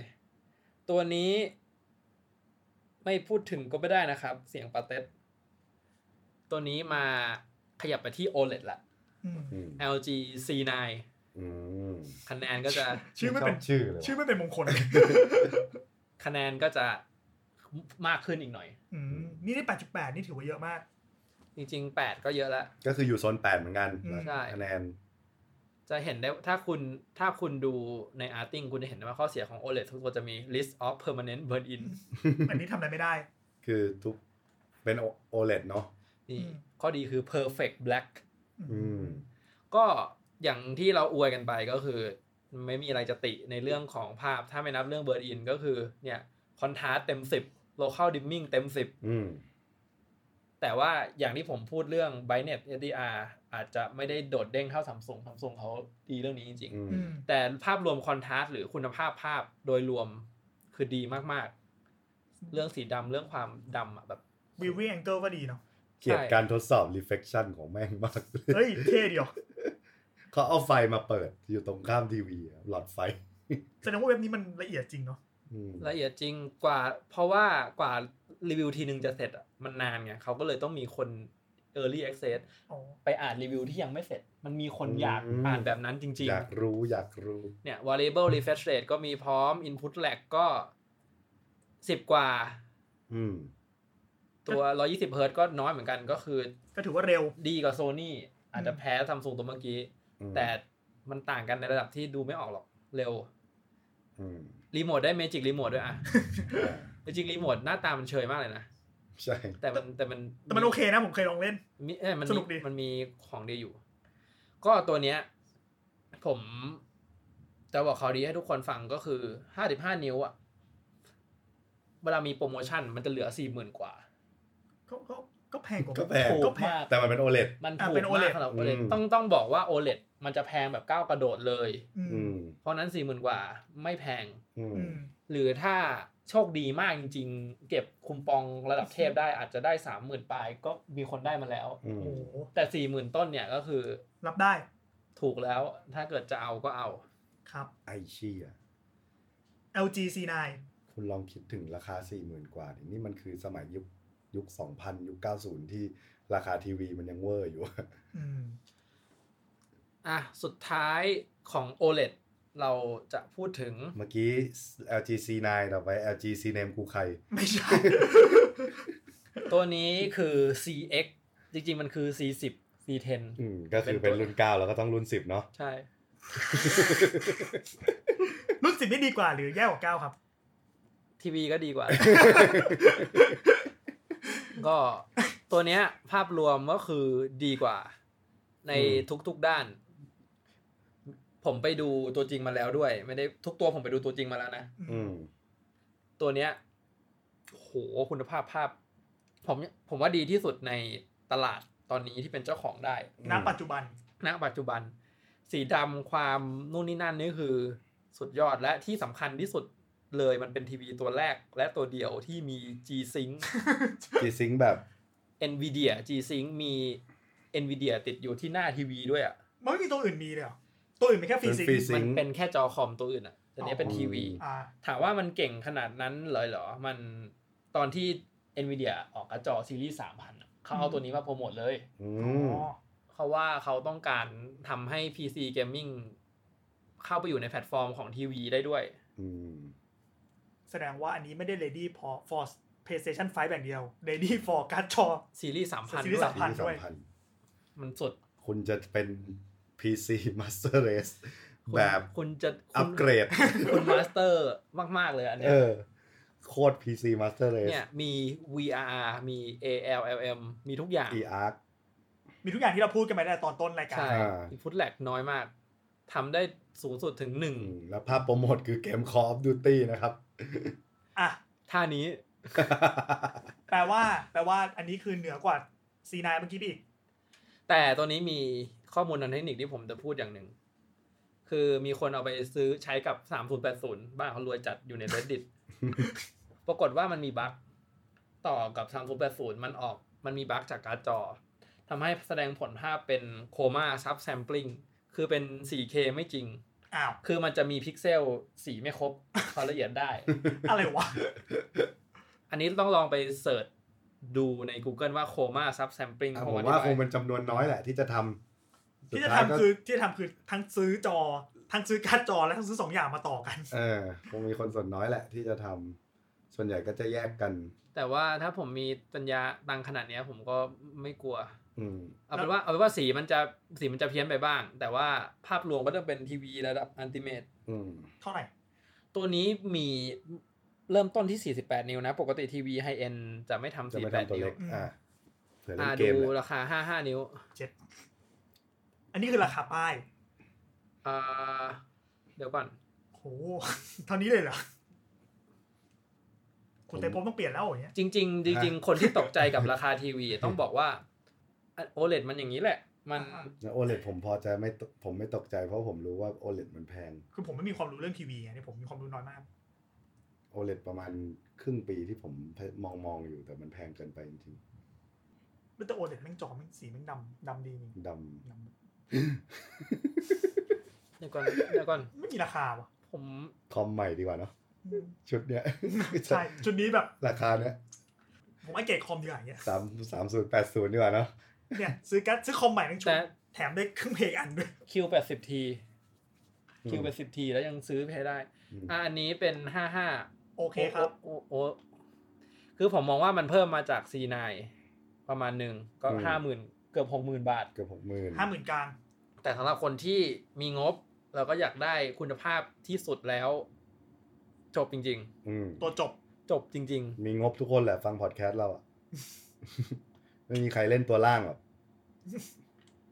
[SPEAKER 2] ตัวนี้ ไม่พูดถึงก็ไม่ได้นะครับ เสียงปาเต็ดตัวนี้มาขยับไปที่ OLED ละ
[SPEAKER 3] อืม
[SPEAKER 4] อืม
[SPEAKER 2] LG C9
[SPEAKER 4] อืม
[SPEAKER 2] คะแนนก็จะ
[SPEAKER 3] ชื่อไม่เป็น
[SPEAKER 4] ชบชื่อเลย
[SPEAKER 3] ชื่อไม่เป็นมงคล
[SPEAKER 2] คะแนนก็จะมากขึ้นอีกหน่อย
[SPEAKER 3] อืม นี่ได้ 8.8 นี่ถือว่าเยอะมาก
[SPEAKER 2] จริงๆ 8 ก็เยอะแล้ว
[SPEAKER 4] ก็คืออยู่โซนแปดเหมือนกัน
[SPEAKER 3] อืม
[SPEAKER 2] ใช่
[SPEAKER 4] คะแนน
[SPEAKER 2] จะเห็นได้ถ้าคุณถ้าคุณดูใน Arting คุณจะเห็นได้ว่าข้อเสียของ OLED ทุกตัวจะมี list of permanent burn in
[SPEAKER 3] อันนี้ทำอะไรไม่ได้
[SPEAKER 4] คือทุกเป็นโอเลดเนาะ
[SPEAKER 2] นี่
[SPEAKER 3] อืม
[SPEAKER 2] ข้อดีคือ perfect black
[SPEAKER 3] อื
[SPEAKER 4] อื
[SPEAKER 3] ม
[SPEAKER 4] ม
[SPEAKER 2] ก็อย่างที่เราอวยกันไปก็คือ ไม่มีอะไรจะติในเรื่องของภาพถ้าไม่นับเรื่องเบิร์ดอินก็คือเนี่ยคอนทราสเต็ม 10 local dimming เต็ม
[SPEAKER 4] อืม
[SPEAKER 2] 10 แต่ว่าอย่างที่ผมพูดเรื่อง brightness HDR อาจจะไม่ได้โดดเด้งเท่าซัมซุงซัมซุงเขาดีเรื่องนี้จริง
[SPEAKER 4] อืม
[SPEAKER 3] อืม
[SPEAKER 2] ๆ แต่ภาพรวมคอนทราสหรือคุณภาพภาพโดยรวมคือดีมากๆ เรื่องสีดำเรื่องความดำอะแบบ
[SPEAKER 3] วิววี่แองเกิลก็ดีเนาะ
[SPEAKER 4] เกลียดการทดสอบ reflection ของแม่งมาก เลย
[SPEAKER 3] เฮ้ย เท่เดียว
[SPEAKER 4] เขาเอาไฟมาเปิดอยู่ตรงข้ามทีวีอะหลอดไฟ
[SPEAKER 3] แสดงว่าเว็บนี้มันละเอียดจริงเนาะ
[SPEAKER 4] อืม
[SPEAKER 2] ละเอียดจริงกว่าเพราะว่ากว่ารีวิวทีหนึ่งจะเสร็จอะมันนานไงเขาก็เลยต้องมีคน Early Access
[SPEAKER 3] อ๋อ
[SPEAKER 2] ไปอ่านรีวิวที่ยังไม่เสร็จ มันมีคนอยากอ่านแบบนั้นจริง
[SPEAKER 4] อยากรู้อยากรู้
[SPEAKER 2] ๆ เนี่ย variable refresh rate ก็มีพร้อม input lag ก็สิบกว่า
[SPEAKER 4] อืม
[SPEAKER 2] ตัว 120 h z ก็น้อยเหมือนกันก็คือ
[SPEAKER 3] ก็ถือว่าเร็ว
[SPEAKER 2] ดีกว่า Sony อาจจะแพ้ซัมซุงตัวเมื่อกี้
[SPEAKER 4] อืม
[SPEAKER 2] แต่มันต่างกันในระดับที่ดูไม่ออกหรอกเร็ว
[SPEAKER 4] อืม
[SPEAKER 2] รีโมทได้ Magic Remote ด้วยอะ
[SPEAKER 4] อ่า
[SPEAKER 2] Magic Remote หน้าตามันเฉยมากเลยนะ
[SPEAKER 4] ใช่
[SPEAKER 2] แต่มันแต่มัน
[SPEAKER 3] แต่มันโอเคนะ ผมเคยลองเล่น
[SPEAKER 2] มีเอ้ยมัน
[SPEAKER 3] ส
[SPEAKER 2] มี
[SPEAKER 3] นุกดี
[SPEAKER 2] มันมีของดีอยู่ ก็ตัวเนี้ย ผมจะบอกข่าวดีให้ทุกคนฟังก็คือห้าสิบห้านิ้วอะเวลามีโปรโมชั่นมันจะเหลือสี่หมื่นกว่า
[SPEAKER 3] ก็ก็ก็แพงกว่า
[SPEAKER 4] ก็แพง
[SPEAKER 2] ถู
[SPEAKER 3] ก็
[SPEAKER 2] ก
[SPEAKER 3] แพง
[SPEAKER 2] มาก
[SPEAKER 4] แต่มันเป็นโอเลด
[SPEAKER 2] มัน
[SPEAKER 3] อ่ะ
[SPEAKER 2] ถูก
[SPEAKER 3] เป็น
[SPEAKER 2] มาก
[SPEAKER 3] OLED
[SPEAKER 2] สำหรับ OLED
[SPEAKER 4] อืม
[SPEAKER 2] ต้องต้องบอกว่า OLED มันจะแพงแบบก้าวกระโดดเลย
[SPEAKER 3] อื
[SPEAKER 4] อื
[SPEAKER 3] ม
[SPEAKER 4] ม
[SPEAKER 2] เพราะนั้นสี่หมื่นกว่าไม่แพง
[SPEAKER 4] อืม
[SPEAKER 3] อืม
[SPEAKER 2] หรือถ้าโชคดีมากจริง ๆ เก็บคุมปองระดับเทพได้อาจจะได้สามหมื่นปลายก็มีคนได้มาแล้ว
[SPEAKER 4] อื
[SPEAKER 3] โอ้
[SPEAKER 4] ม
[SPEAKER 3] โห
[SPEAKER 2] แต่สี่หมื่นต้นเนี่ยก็คือ
[SPEAKER 3] รับได้
[SPEAKER 2] ถูกแล้วถ้าเกิดจะเอาก็เอา
[SPEAKER 3] ครับ
[SPEAKER 4] ไอเชี่ย
[SPEAKER 3] LG C9
[SPEAKER 4] คุณลองคิดถึงราคา 4 0,000ื่นกว่าดินี่มันคือสมัยยุคยุค 2000 ยุค 90 ที่ราคาทีวีมันยังเวอร์อยู่
[SPEAKER 3] อืม
[SPEAKER 2] อ่ะ สุดท้ายของ OLED เราจะพูดถึง
[SPEAKER 4] เมื่อกี้ LG C9 ต่อไป LG C name กูใคร
[SPEAKER 3] ไม่ ใช่
[SPEAKER 2] ตัวนี้คือ CX จริงๆ มันคือ C10 C10
[SPEAKER 4] อืม ก็คือเป็นรุ่น 9 แล้วก็ต้องรุ่น 10 เนาะ
[SPEAKER 2] ใช่
[SPEAKER 3] รุ่นสิบนี่ดีกว่าหรือแย่กว่าเก้าครับ
[SPEAKER 2] ทีวีก็ดีกว่า ก็ตัวเนี้ยภาพรวมก็คือดีกว่า ใน
[SPEAKER 4] อื
[SPEAKER 2] ทุกๆด้าน ผมไปดูตัวจริงมาแล้วด้วย ไม่ได้ทุกตัวผมไปดูตัวจริงมาแล้วนะ
[SPEAKER 4] ืม
[SPEAKER 2] ตัวเนี้ยโหคุณภาพภาพ ผมผมว่าดีที่สุดในตลาดตอนนี้ที่เป็นเจ้าของได้
[SPEAKER 3] ณปัจจุบัน
[SPEAKER 2] ณปัจจุบัน สีดำความนู่นนี่นั่นนี่คือสุดยอดและที่สำคัญที่สุดเลยมันเป็นทีวีตัวแรกและตัวเดียวที่มี G-Sync
[SPEAKER 4] G Sync แบบ
[SPEAKER 2] Nvidia G-Sync มี Nvidia ติดอยู่ที่หน้าทีวีด้วยอ่ะ
[SPEAKER 3] มันไม่มีตัวอื่นมีเลยเหรอ ตัวอื่นมีแค่ฟรี
[SPEAKER 4] เป็น
[SPEAKER 3] ซิง
[SPEAKER 4] Free Sync
[SPEAKER 2] มันเป็นแค่จอคอมตัวอื่นอ่ะแต่เนี้ยเป็นทีวี
[SPEAKER 3] อ่า
[SPEAKER 2] ถามว่ามันเก่งขนาดนั้นเลยเหรอ มันตอนที่ Nvidia ออกกระจอซีรีส์ 3000อะเขาเอา
[SPEAKER 3] อืม
[SPEAKER 2] ตัวนี้มาโปรโมทเลย
[SPEAKER 4] อื
[SPEAKER 3] อ๋
[SPEAKER 4] ม
[SPEAKER 3] อ
[SPEAKER 2] เพราะว่าเขาต้องการทำให้ PC Gaming เข้าไปอยู่ในแพลตฟอร์มของทีวีได้ด้วย
[SPEAKER 4] อืม
[SPEAKER 3] แสดงว่าอันนี้ไม่ได้ ready for for PlayStation 5แบบเดียว ready for การ์ดจอ
[SPEAKER 2] ซีรีส์สามพัน
[SPEAKER 3] ซีรี
[SPEAKER 2] ด้
[SPEAKER 3] ส์
[SPEAKER 2] วย
[SPEAKER 3] ผ่านด้วย
[SPEAKER 2] มันสด
[SPEAKER 4] คุณจะเป็น PC Master Race
[SPEAKER 2] คุณ
[SPEAKER 4] แบบ
[SPEAKER 2] คุณจะ
[SPEAKER 4] อัปเกรด
[SPEAKER 2] คุณมาสเตอร์มาก ๆ เลยอันเนี้
[SPEAKER 4] เอย อ โคตร PC Master
[SPEAKER 2] เนี่
[SPEAKER 4] Race
[SPEAKER 2] ยมี VRR มี ALLM มีทุกอย่าง
[SPEAKER 4] e a r c
[SPEAKER 3] มีทุกอย่างที่เราพูดกันไปในตอนต้นรายการ
[SPEAKER 2] ใช่
[SPEAKER 4] อ่า
[SPEAKER 2] ฟุตแลกน้อยมากทำได้สูงสุดถึงหนึ่ง
[SPEAKER 4] แล้วภาพโปรโมทคือเกม Call of Duty นะครับ
[SPEAKER 3] อ่ะ
[SPEAKER 2] ท่านี้
[SPEAKER 3] แปลว่า แปลว่าอันนี้คือเหนือกว่า C9 เมื่อกี้ไปอีก
[SPEAKER 2] แต่ตัวนี้มีข้อมูลทางเทคนิคที่ผมจะพูดอย่างหนึ่ง คือมีคนเอาไปซื้อใช้กับ 3080 บ้านเขารวยจัดอยู่ใน reddit ปรากฏว่ามันมีบั๊กต่อกับ 3080 มันออกมันมีบั๊กจากการ์ดจอทำให้แสดงผลภาพเป็นโคมา ซับแซมปลิงคือเป็น 4K ไม่จริง
[SPEAKER 3] อ้าว
[SPEAKER 2] คือมันจะมีพิกเซลสีไม่ครบ พอละเอียดได้
[SPEAKER 3] อะไรวะ
[SPEAKER 2] อันนี้ต้องลองไปเสิร์ชดูใน Google ว่าโคมาซับแซมปลิง
[SPEAKER 4] อ่ะผมว่าคงเป็นจำนวนน้อยแหละที่จะทำสุด
[SPEAKER 3] ที่จะ
[SPEAKER 4] ท้ายก็
[SPEAKER 3] ทำคือที่จะทำคือทั้งซื้อจอ ทั้งซื้อการ์ดจอและทั้งซื้อสองอย่างมาต่อกัน
[SPEAKER 4] เออคงมีคนส่วนน้อยแหละที่จะทำส่วนใหญ่ก็จะแยกกัน
[SPEAKER 2] แต่ว่าถ้าผมมีปัญญาตังขนาดเนี้ย ผมก็ไม่กลัว
[SPEAKER 4] อืม
[SPEAKER 2] เอาเป็นว่าเอาเป็นว่าสีมันจะสีมันจะเพี้ยนไปบ้าง แต่ว่าภาพรวมก็ต้องเป็นทีวีระดับอันติเมต
[SPEAKER 4] อืม
[SPEAKER 3] เท่าไหร่
[SPEAKER 2] ตัวนี้มีเริ่มต้นที่ 48 นิ้วนะ ปกติทีวีไฮเอ็นจะไม่ทำ
[SPEAKER 4] จะไม่ทำ
[SPEAKER 2] 48
[SPEAKER 4] ตัว
[SPEAKER 2] นิ้ว
[SPEAKER 4] เล็ก อ่าเผื่อเล่
[SPEAKER 2] อ่าน
[SPEAKER 4] เก
[SPEAKER 2] ดู
[SPEAKER 4] มแหละ
[SPEAKER 2] ราคา 55 นิ้ว
[SPEAKER 3] เจ็ด อันนี้คือราคาป้าย
[SPEAKER 2] อ่าเดี๋ยวก่อน
[SPEAKER 3] โห เท่านี้เลยเหรอ คุณเตยพบต้องเปลี่ยนแล้วอย่างเงี้ย
[SPEAKER 2] จริง ๆ จริง ๆ คนที่ตกใจกับราคาทีวี ต้องบอกว่าโอเลดมันอย่างนี้แหละ มัน
[SPEAKER 4] แล้วโอเลผมพอจะไม่ตผมไม่ตกใจเพราะผมรู้ว่าโอเลมันแพง
[SPEAKER 3] คือผมไม่มีความรู้เรื่องทีวีไงเนี่ยผมมีความรู้น้อยมาก
[SPEAKER 4] โอเลประมาณครึ่งปีที่ผมมองมองๆอยู่แต่มันแพงเกินไปจริง
[SPEAKER 3] แต่โอเลดแม่งจอแม่งสีแม่งดำดำดีจริง
[SPEAKER 4] ๆด
[SPEAKER 3] ด
[SPEAKER 2] เดี๋ยวก่อนเดี๋ยวก่อน
[SPEAKER 3] ำไม่มีราคาว่ะ
[SPEAKER 2] ผม
[SPEAKER 4] ำ คอมใหม่ดีกว่าเนาะ
[SPEAKER 3] อืม
[SPEAKER 4] ชุดเนี้ย
[SPEAKER 3] ใช่จุดนี้แบบ
[SPEAKER 4] ราคาเนี้ย
[SPEAKER 3] ผมไอเกตคอมดีกว่าอย่างเงี้ย
[SPEAKER 4] สามสามศูนย์แปดศูนย์ดีกว่าเนาะ
[SPEAKER 3] เนี่ยซื้อการ์ดซื้อคอมใหม่ทั้งชุด
[SPEAKER 2] แต่
[SPEAKER 3] แถมได้เครื่องเพลงอันด้วย
[SPEAKER 2] Q80T
[SPEAKER 4] อืม
[SPEAKER 2] Q80T แล้วยังซื้อเพได้
[SPEAKER 4] อืม
[SPEAKER 2] อ่ะอันนี้เป็น 55
[SPEAKER 3] โอเคครับ
[SPEAKER 2] โอ้โอ้โอ้คือผมมองว่ามันเพิ่มมาจาก C9 ประมาณหนึ่งก็
[SPEAKER 4] อืม
[SPEAKER 2] ห้าหมื่นเกือบหกหมื่นบาท
[SPEAKER 4] เกือบหกหมื่น
[SPEAKER 3] ห้าหมื่นกลาง
[SPEAKER 2] แต่สำหรับคนที่มีงบ เราก็อยากได้คุณภาพที่สุดแล้ว จบจริง
[SPEAKER 4] อืม
[SPEAKER 3] ตัวจบ
[SPEAKER 2] ๆ จบจริง
[SPEAKER 4] มีงบทุกคนแหละฟังพอดแคสต์เราอะ ไม่มีใครเล่นตัวล่างหรอก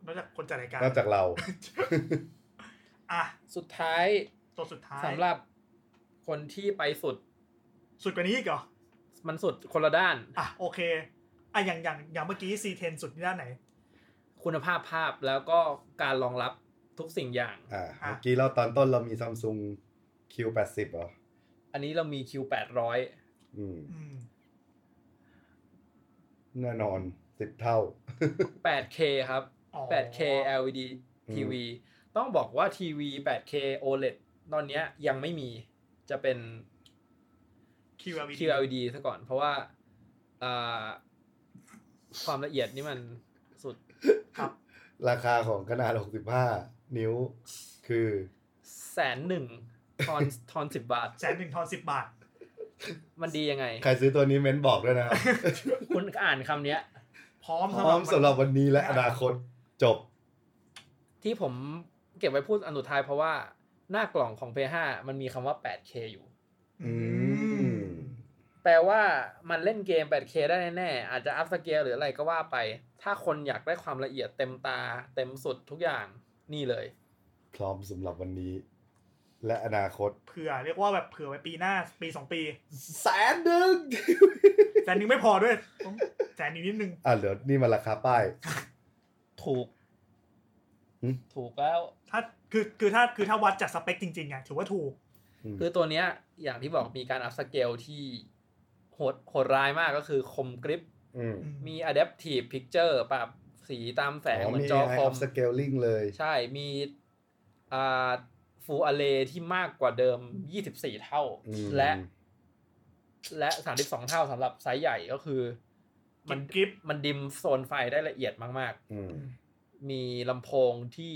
[SPEAKER 3] นอกจากคนจัดรายการ
[SPEAKER 4] นอกจากเรา
[SPEAKER 3] อ่ะ
[SPEAKER 2] ๆ สุดท้าย
[SPEAKER 3] ตัวสุดท้าย
[SPEAKER 2] สำหรับคนที่ไปสุด
[SPEAKER 3] สุดกว่านี้อีกเหรอ
[SPEAKER 2] มันสุดคนละด้าน
[SPEAKER 3] อ่ะโอเค อ่ะอย่างอย่างอย่างเมื่อกี้ C10 สุดที่ด้านไหน
[SPEAKER 2] คุณภาพภาพแล้วก็การรองรับทุกสิ่งอย่าง
[SPEAKER 4] อ่า
[SPEAKER 3] อ่ะ
[SPEAKER 4] เมื่อกี้เราตอนต้นเรามีซัมซุง Q80 เหรอ
[SPEAKER 2] อันนี้เรามี Q800
[SPEAKER 4] อืม
[SPEAKER 3] อืม
[SPEAKER 4] แน่นอนสิบเท่า
[SPEAKER 2] 8K ครับ
[SPEAKER 3] อ๋อ
[SPEAKER 2] 8K LED
[SPEAKER 4] อืม
[SPEAKER 2] TV ต้องบอกว่าทีวี 8K OLED ตอนเนี้ยยังไม่มีจะเป็น
[SPEAKER 3] QLED
[SPEAKER 2] QLED ซะก่อน เพราะว่าอ่าความละเอียดนี่มันสุด
[SPEAKER 3] ครับ
[SPEAKER 4] ราคาของขนาด 65 นิ้ว คือ
[SPEAKER 2] แสนหนึ่งทอน ทอนสิบบาท
[SPEAKER 3] แสนหนึ่งทอนสิบบาท
[SPEAKER 2] มันดียังไง
[SPEAKER 4] ใครซื้อตัวนี้เม้นบอกด้วย นะครับ
[SPEAKER 2] คุณอ่านคำเนี้ย
[SPEAKER 3] พร้อม
[SPEAKER 4] พร้อมสำหรับวันนี้และอนาคตจบ
[SPEAKER 2] ที่ผมเก็บไว้พูดอันสุดท้ายเพราะว่าหน้ากล่องของ P5 มันมีคำว่า 8K อยู่
[SPEAKER 3] อืม
[SPEAKER 2] แปลว่ามันเล่นเกม 8K ได้แน่ๆ อาจจะอัพสเกลหรืออะไรก็ว่าไป ถ้าคนอยากได้ความละเอียดเต็มตา เต็มสุดทุกอย่างนี่เลย
[SPEAKER 4] พร้อมสำหรับวันนี้ และอนาคต
[SPEAKER 3] เผื่อเรียกว่าแบบเผื่อไว้ปีหน้าปีสองปี
[SPEAKER 4] แสนหนึ่ง
[SPEAKER 3] แสนหนึ่งไม่พอด้วยต้องแสนอีกนิดนึง
[SPEAKER 4] อ่ะเดี๋ยวนี่มันราคาป้าย
[SPEAKER 2] ถูก
[SPEAKER 4] หึ
[SPEAKER 2] ถูกแล้ว
[SPEAKER 3] ถ้าคือคือถ้าคือถ้าวัดจากสเปคจริงๆอ่ะถือว่าถูก
[SPEAKER 4] อืม
[SPEAKER 2] คือตัวเนี้ย อย่างที่บอกมีการอัพสเกลที่โหดโหดร้ายมากก็คือคมกริป
[SPEAKER 4] อืม
[SPEAKER 2] มี Adaptive Picture ปรับสีตามแสงเหมือนจอคอม
[SPEAKER 4] สเกลลิงเลย
[SPEAKER 2] ใช่มีอ่าฟูอเลที่มากกว่าเดิม 24 เท่า
[SPEAKER 4] อืม
[SPEAKER 2] และ และ 32 เท่าสำหรับไซส์ใหญ่ก็คือ มัน
[SPEAKER 3] กิ๊บ
[SPEAKER 2] มันดิมโซนไฟได้ละเอียดมาก
[SPEAKER 4] อืม
[SPEAKER 3] อืม
[SPEAKER 2] ๆ มีลำโพงที่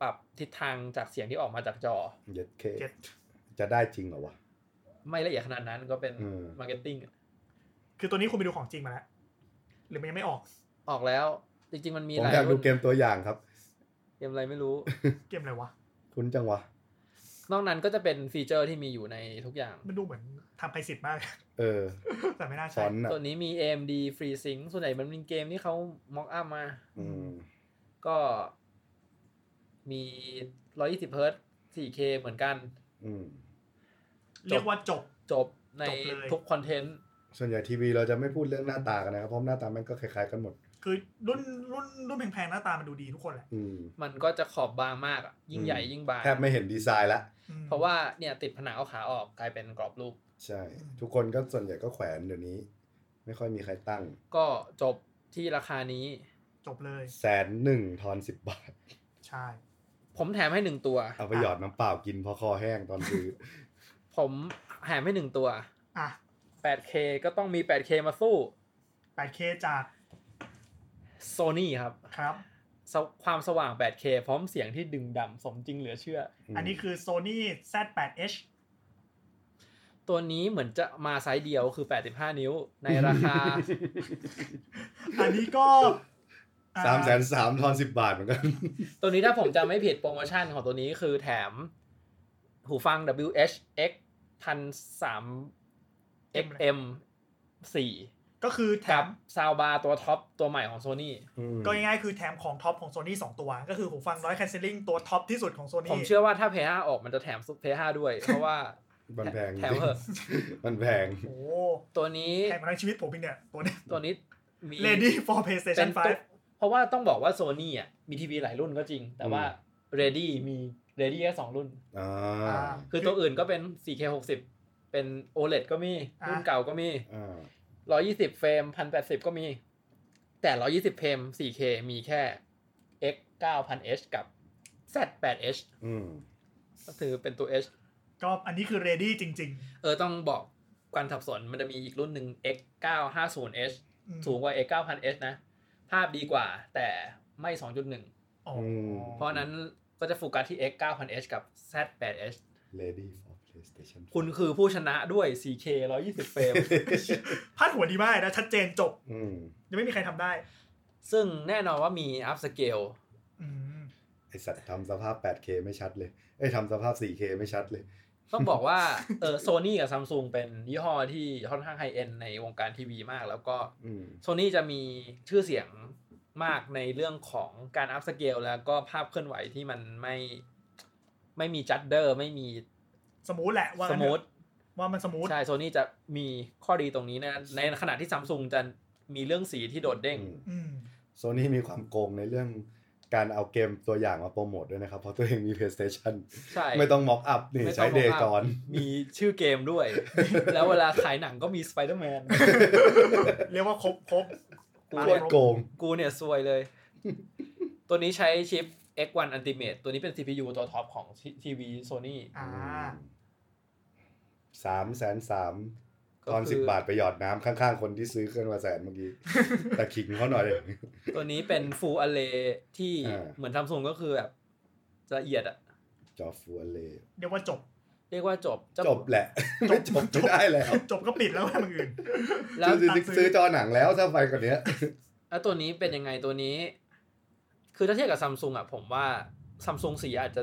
[SPEAKER 2] ปรับทิศทางจากเสียงที่ออกมาจากจอ
[SPEAKER 4] เย็ดเค
[SPEAKER 3] เจ็ด
[SPEAKER 4] จะได้จริงเหรอวะ
[SPEAKER 2] ไม่ละเอียดขนาดนั้นก็เป็น
[SPEAKER 4] อืม
[SPEAKER 2] มาร์เก็ตติ้ง
[SPEAKER 3] คือตัวนี้คุณไปดูของจริงมาแล้ว หรือมันยังไม่ออก
[SPEAKER 2] ออกแล้วจริง ๆ มันมี
[SPEAKER 4] ผม
[SPEAKER 2] หลาย
[SPEAKER 4] อยากดู
[SPEAKER 2] รุ่น
[SPEAKER 4] เกมตัวอย่างครับ
[SPEAKER 2] เกมอะไรไม่รู้
[SPEAKER 3] เกมอะไรวะ
[SPEAKER 4] คุ้นจังวะ
[SPEAKER 2] นอกนั้นก็จะเป็นฟีเจอร์ที่มีอยู่ในทุกอย่าง
[SPEAKER 3] มันดูเหมือนทำไพสิทธิ์มาก
[SPEAKER 4] เออ
[SPEAKER 3] แต่ไม่น่า
[SPEAKER 4] ฟ
[SPEAKER 3] ใช่
[SPEAKER 4] อนต์อ่ะ
[SPEAKER 2] ตัวนี้มี AMD FreeSync ส่วนใหญ่มันเป็นเกมที่เขามอกอัพมา
[SPEAKER 4] อืม
[SPEAKER 2] ก็มี 120 h z 4K เหมือนกัน
[SPEAKER 4] อืม
[SPEAKER 3] เรียกว่าจบ
[SPEAKER 2] จบใน
[SPEAKER 3] จบเลย
[SPEAKER 2] ทุกคอนเทนต์
[SPEAKER 4] ส่วนใหญ่ทีวีเราจะไม่พูดเรื่องหน้าตากันนะครับเพราะหน้าตามันก็คล้ายๆกันหมด
[SPEAKER 3] คือรุ่นรุ่นรุ่นแพงๆหน้าตามันดูดีทุกคนแหละ
[SPEAKER 4] อืม
[SPEAKER 2] มันก็จะขอบบางมากอะยิ่ง
[SPEAKER 4] อืม
[SPEAKER 2] ใหญ่ยิ่งบาง
[SPEAKER 4] แทบไม่เห็นดีไซน์ละ
[SPEAKER 3] อืม
[SPEAKER 2] เพราะว่าเนี่ยติดผนังเอาขาออกกลายเป็นกรอบรูป
[SPEAKER 4] ใช่
[SPEAKER 3] อืม
[SPEAKER 4] ทุกคนก็ส่วนใหญ่ก็แขวนเดี๋ยวนี้ ไม่ค่อยมีใครตั้ง
[SPEAKER 2] ก็จบที่ราคานี้
[SPEAKER 3] จบเลย
[SPEAKER 4] แสนหนึ่งทอนสิบบาท
[SPEAKER 3] ใช่
[SPEAKER 2] ผมแถมให้หนึ่งตัว
[SPEAKER 4] เอาไปหยอดน้ำเปล่ากินเพอคอแห้งตอนซื้อ
[SPEAKER 2] ผมแถมให้หนึ่งตัว
[SPEAKER 3] อ่ะ
[SPEAKER 2] 8K ก็ต้องมี 8K มาสู้
[SPEAKER 3] 8K จาก
[SPEAKER 2] โซนี่ครับ
[SPEAKER 3] ครับ
[SPEAKER 2] สวความสว่าง 8K พร้อมเสียงที่ดึงดังสมจริงเหลือเชื่อ
[SPEAKER 3] อันนี้คือ Sony Z8H
[SPEAKER 2] ตัวนี้เหมือนจะมาไซส์เดียวคือ 85 นิ้ว ในรา คา
[SPEAKER 3] อันนี้ก็อ่
[SPEAKER 4] สามแสนสามทอนสิบบาทเหมือนกัน
[SPEAKER 2] ตัวนี้ถ้าผมจำไม่ผิดโปรโมชั่นของตัวนี้คือแถม หูฟัง WHX พันสาม XM สี่
[SPEAKER 3] ก็คือแถ
[SPEAKER 2] กั
[SPEAKER 3] ม
[SPEAKER 2] บซาวบาร์ตัวท็อปตัวใหม่ของ Sony
[SPEAKER 3] ก็ง่ายๆคือแถมของท็อปของ Sony 2 ตัว ก็คือหูฟัง noise cancelling ตัวท็อปที่สุดของ Sony
[SPEAKER 2] ผมเชื่อว่าถ้า PS5 ออกมันจะแถม PS5 ด้วย เพราะว่า
[SPEAKER 4] มันแพง
[SPEAKER 2] แถมเหอะ
[SPEAKER 4] มันแพง
[SPEAKER 3] โอ้
[SPEAKER 2] ตัวนี้
[SPEAKER 3] แถมมาทั้งชีวิตผมเองเนี่ย ตัวเนี้ย
[SPEAKER 2] ตัวนี้มี
[SPEAKER 3] Ready for
[SPEAKER 2] เป็
[SPEAKER 3] PlayStation
[SPEAKER 2] นตัว
[SPEAKER 3] 5
[SPEAKER 2] เพราะว่าต้องบอกว่าโซนี่อ่ะมีทีวีหลายรุ่นก็จริง แต่ว่า Ready มี Ready แค่สองรุ่น
[SPEAKER 4] อ่า
[SPEAKER 3] อ่า
[SPEAKER 2] คือตัวอื่นก็เป็น 4K 60 เป็น OLED ก็มี
[SPEAKER 3] อ่ะ
[SPEAKER 2] รุ่นเก่าก็มี
[SPEAKER 4] อ่า
[SPEAKER 2] 120 เฟรม 1080 ก็มี แต่ 120 เฟรม 4K มีแค่ X 9000H กับ Z 8H
[SPEAKER 4] อืม
[SPEAKER 2] ก็คือเป็นตัว H
[SPEAKER 3] ก็อันนี้คือ ready จริง
[SPEAKER 2] เออต้องบอกการสับสนมันจะมีอีกรุ่นหนึ่ง X 950H
[SPEAKER 3] ๆอืม
[SPEAKER 2] สูงกว่า X 9000H นะ ภาพดีกว่าแต่ไม่ 2.1
[SPEAKER 3] อ๋อ
[SPEAKER 4] ม
[SPEAKER 2] เพราะฉะนั้นก็จะโฟกัสที่ X 9000H กับ Z 8H
[SPEAKER 4] Lady for PlayStation
[SPEAKER 2] คุณคือผู้ชนะด้วย 4K 120 เฟรม
[SPEAKER 3] พาดหัวดีมากนะ ชัดเจนจบ
[SPEAKER 4] อืม
[SPEAKER 3] ยังไม่มีใครทำได้
[SPEAKER 2] ซึ่งแน่นอนว่ามี upscale
[SPEAKER 3] อืม
[SPEAKER 4] ไอสัตว์ทำสภาพ 8K ไม่ชัดเลย เอ้ยทำสภาพ 4K ไม่ชัดเลย
[SPEAKER 2] ต้องบอกว่า เออโซนี่กับซัมซุงเป็นยี่ห้อที่ค่อนข้างไฮเอ็นในวงการทีวีมาก แล้วก็
[SPEAKER 4] อืม
[SPEAKER 2] โซนี่จะมีชื่อเสียงมากในเรื่องของการอัพสเกลแล้วก็ภาพเคลื่อนไหวที่มันไม่ไม่มีจัดเดอร์ไม่มี
[SPEAKER 3] สมูทแหละว่า
[SPEAKER 2] ส
[SPEAKER 3] งั้น
[SPEAKER 2] มูท
[SPEAKER 3] ว่ามันสมูท
[SPEAKER 2] ใช่โซนี่จะมีข้อดีตรงนี้นะในขณะที่ซัมซุงจะมีเรื่องสีที่โดดเด้ง
[SPEAKER 3] อืม
[SPEAKER 4] โซนี่มีความโกงในเรื่องการเอาเกมตัวอย่างมาโปรโมทด้วยนะครับ เพราะตัวเองมี PlayStation
[SPEAKER 2] ใช่
[SPEAKER 4] ไม่ต้องม็อกอัพนี่
[SPEAKER 2] ไม่ต้อง
[SPEAKER 4] ใช้เด
[SPEAKER 2] บ
[SPEAKER 4] ย์
[SPEAKER 2] ว่า
[SPEAKER 4] จอน
[SPEAKER 2] มีชื่อเกมด้วย แล้วเวลาขายหนังก็มีสไปเดอร์แมน
[SPEAKER 3] เรียกว่าครบครบ
[SPEAKER 2] กู
[SPEAKER 4] โค
[SPEAKER 2] เนี่ย
[SPEAKER 4] ตรโกง
[SPEAKER 2] กูเนี่ยซวยเลย ตัวนี้ใช้ชิป X1 Ultimate ตัวนี้เป็น CPU ตัวท็อปของทีวี Sony
[SPEAKER 3] อ่า
[SPEAKER 4] สามแสนสาม
[SPEAKER 2] ก็
[SPEAKER 4] ตอน
[SPEAKER 2] คื
[SPEAKER 4] สิ
[SPEAKER 2] อ
[SPEAKER 4] บบาทไปหยอดน้ำข้างๆ คนที่ซื้อเครื่องละแสนเมื่อกี้ แต่ขิงเขาหน่อย
[SPEAKER 2] ตัวนี้เป็น Full Array ที่
[SPEAKER 4] อ่า
[SPEAKER 2] เหมือน Samsung ก็คือแบบละเอียดอะ
[SPEAKER 4] จอฟัวเลย
[SPEAKER 3] เรียกว่าจบ
[SPEAKER 2] เรียกว่าจบะ
[SPEAKER 4] จบแหละ ไม่ จบไม่ได้แล้ว
[SPEAKER 3] จบก็ปิดแล้วมึงอื่น
[SPEAKER 2] แล้ว
[SPEAKER 4] ซื้อซื้อจอหนังแล้วถ้าไปกว่าเนี้ย
[SPEAKER 2] แล้วตัวนี้เป็นยังไงตัวนี้ คือถ้าเทียบกับ Samsung อะผมว่า Samsung สีอาจจะ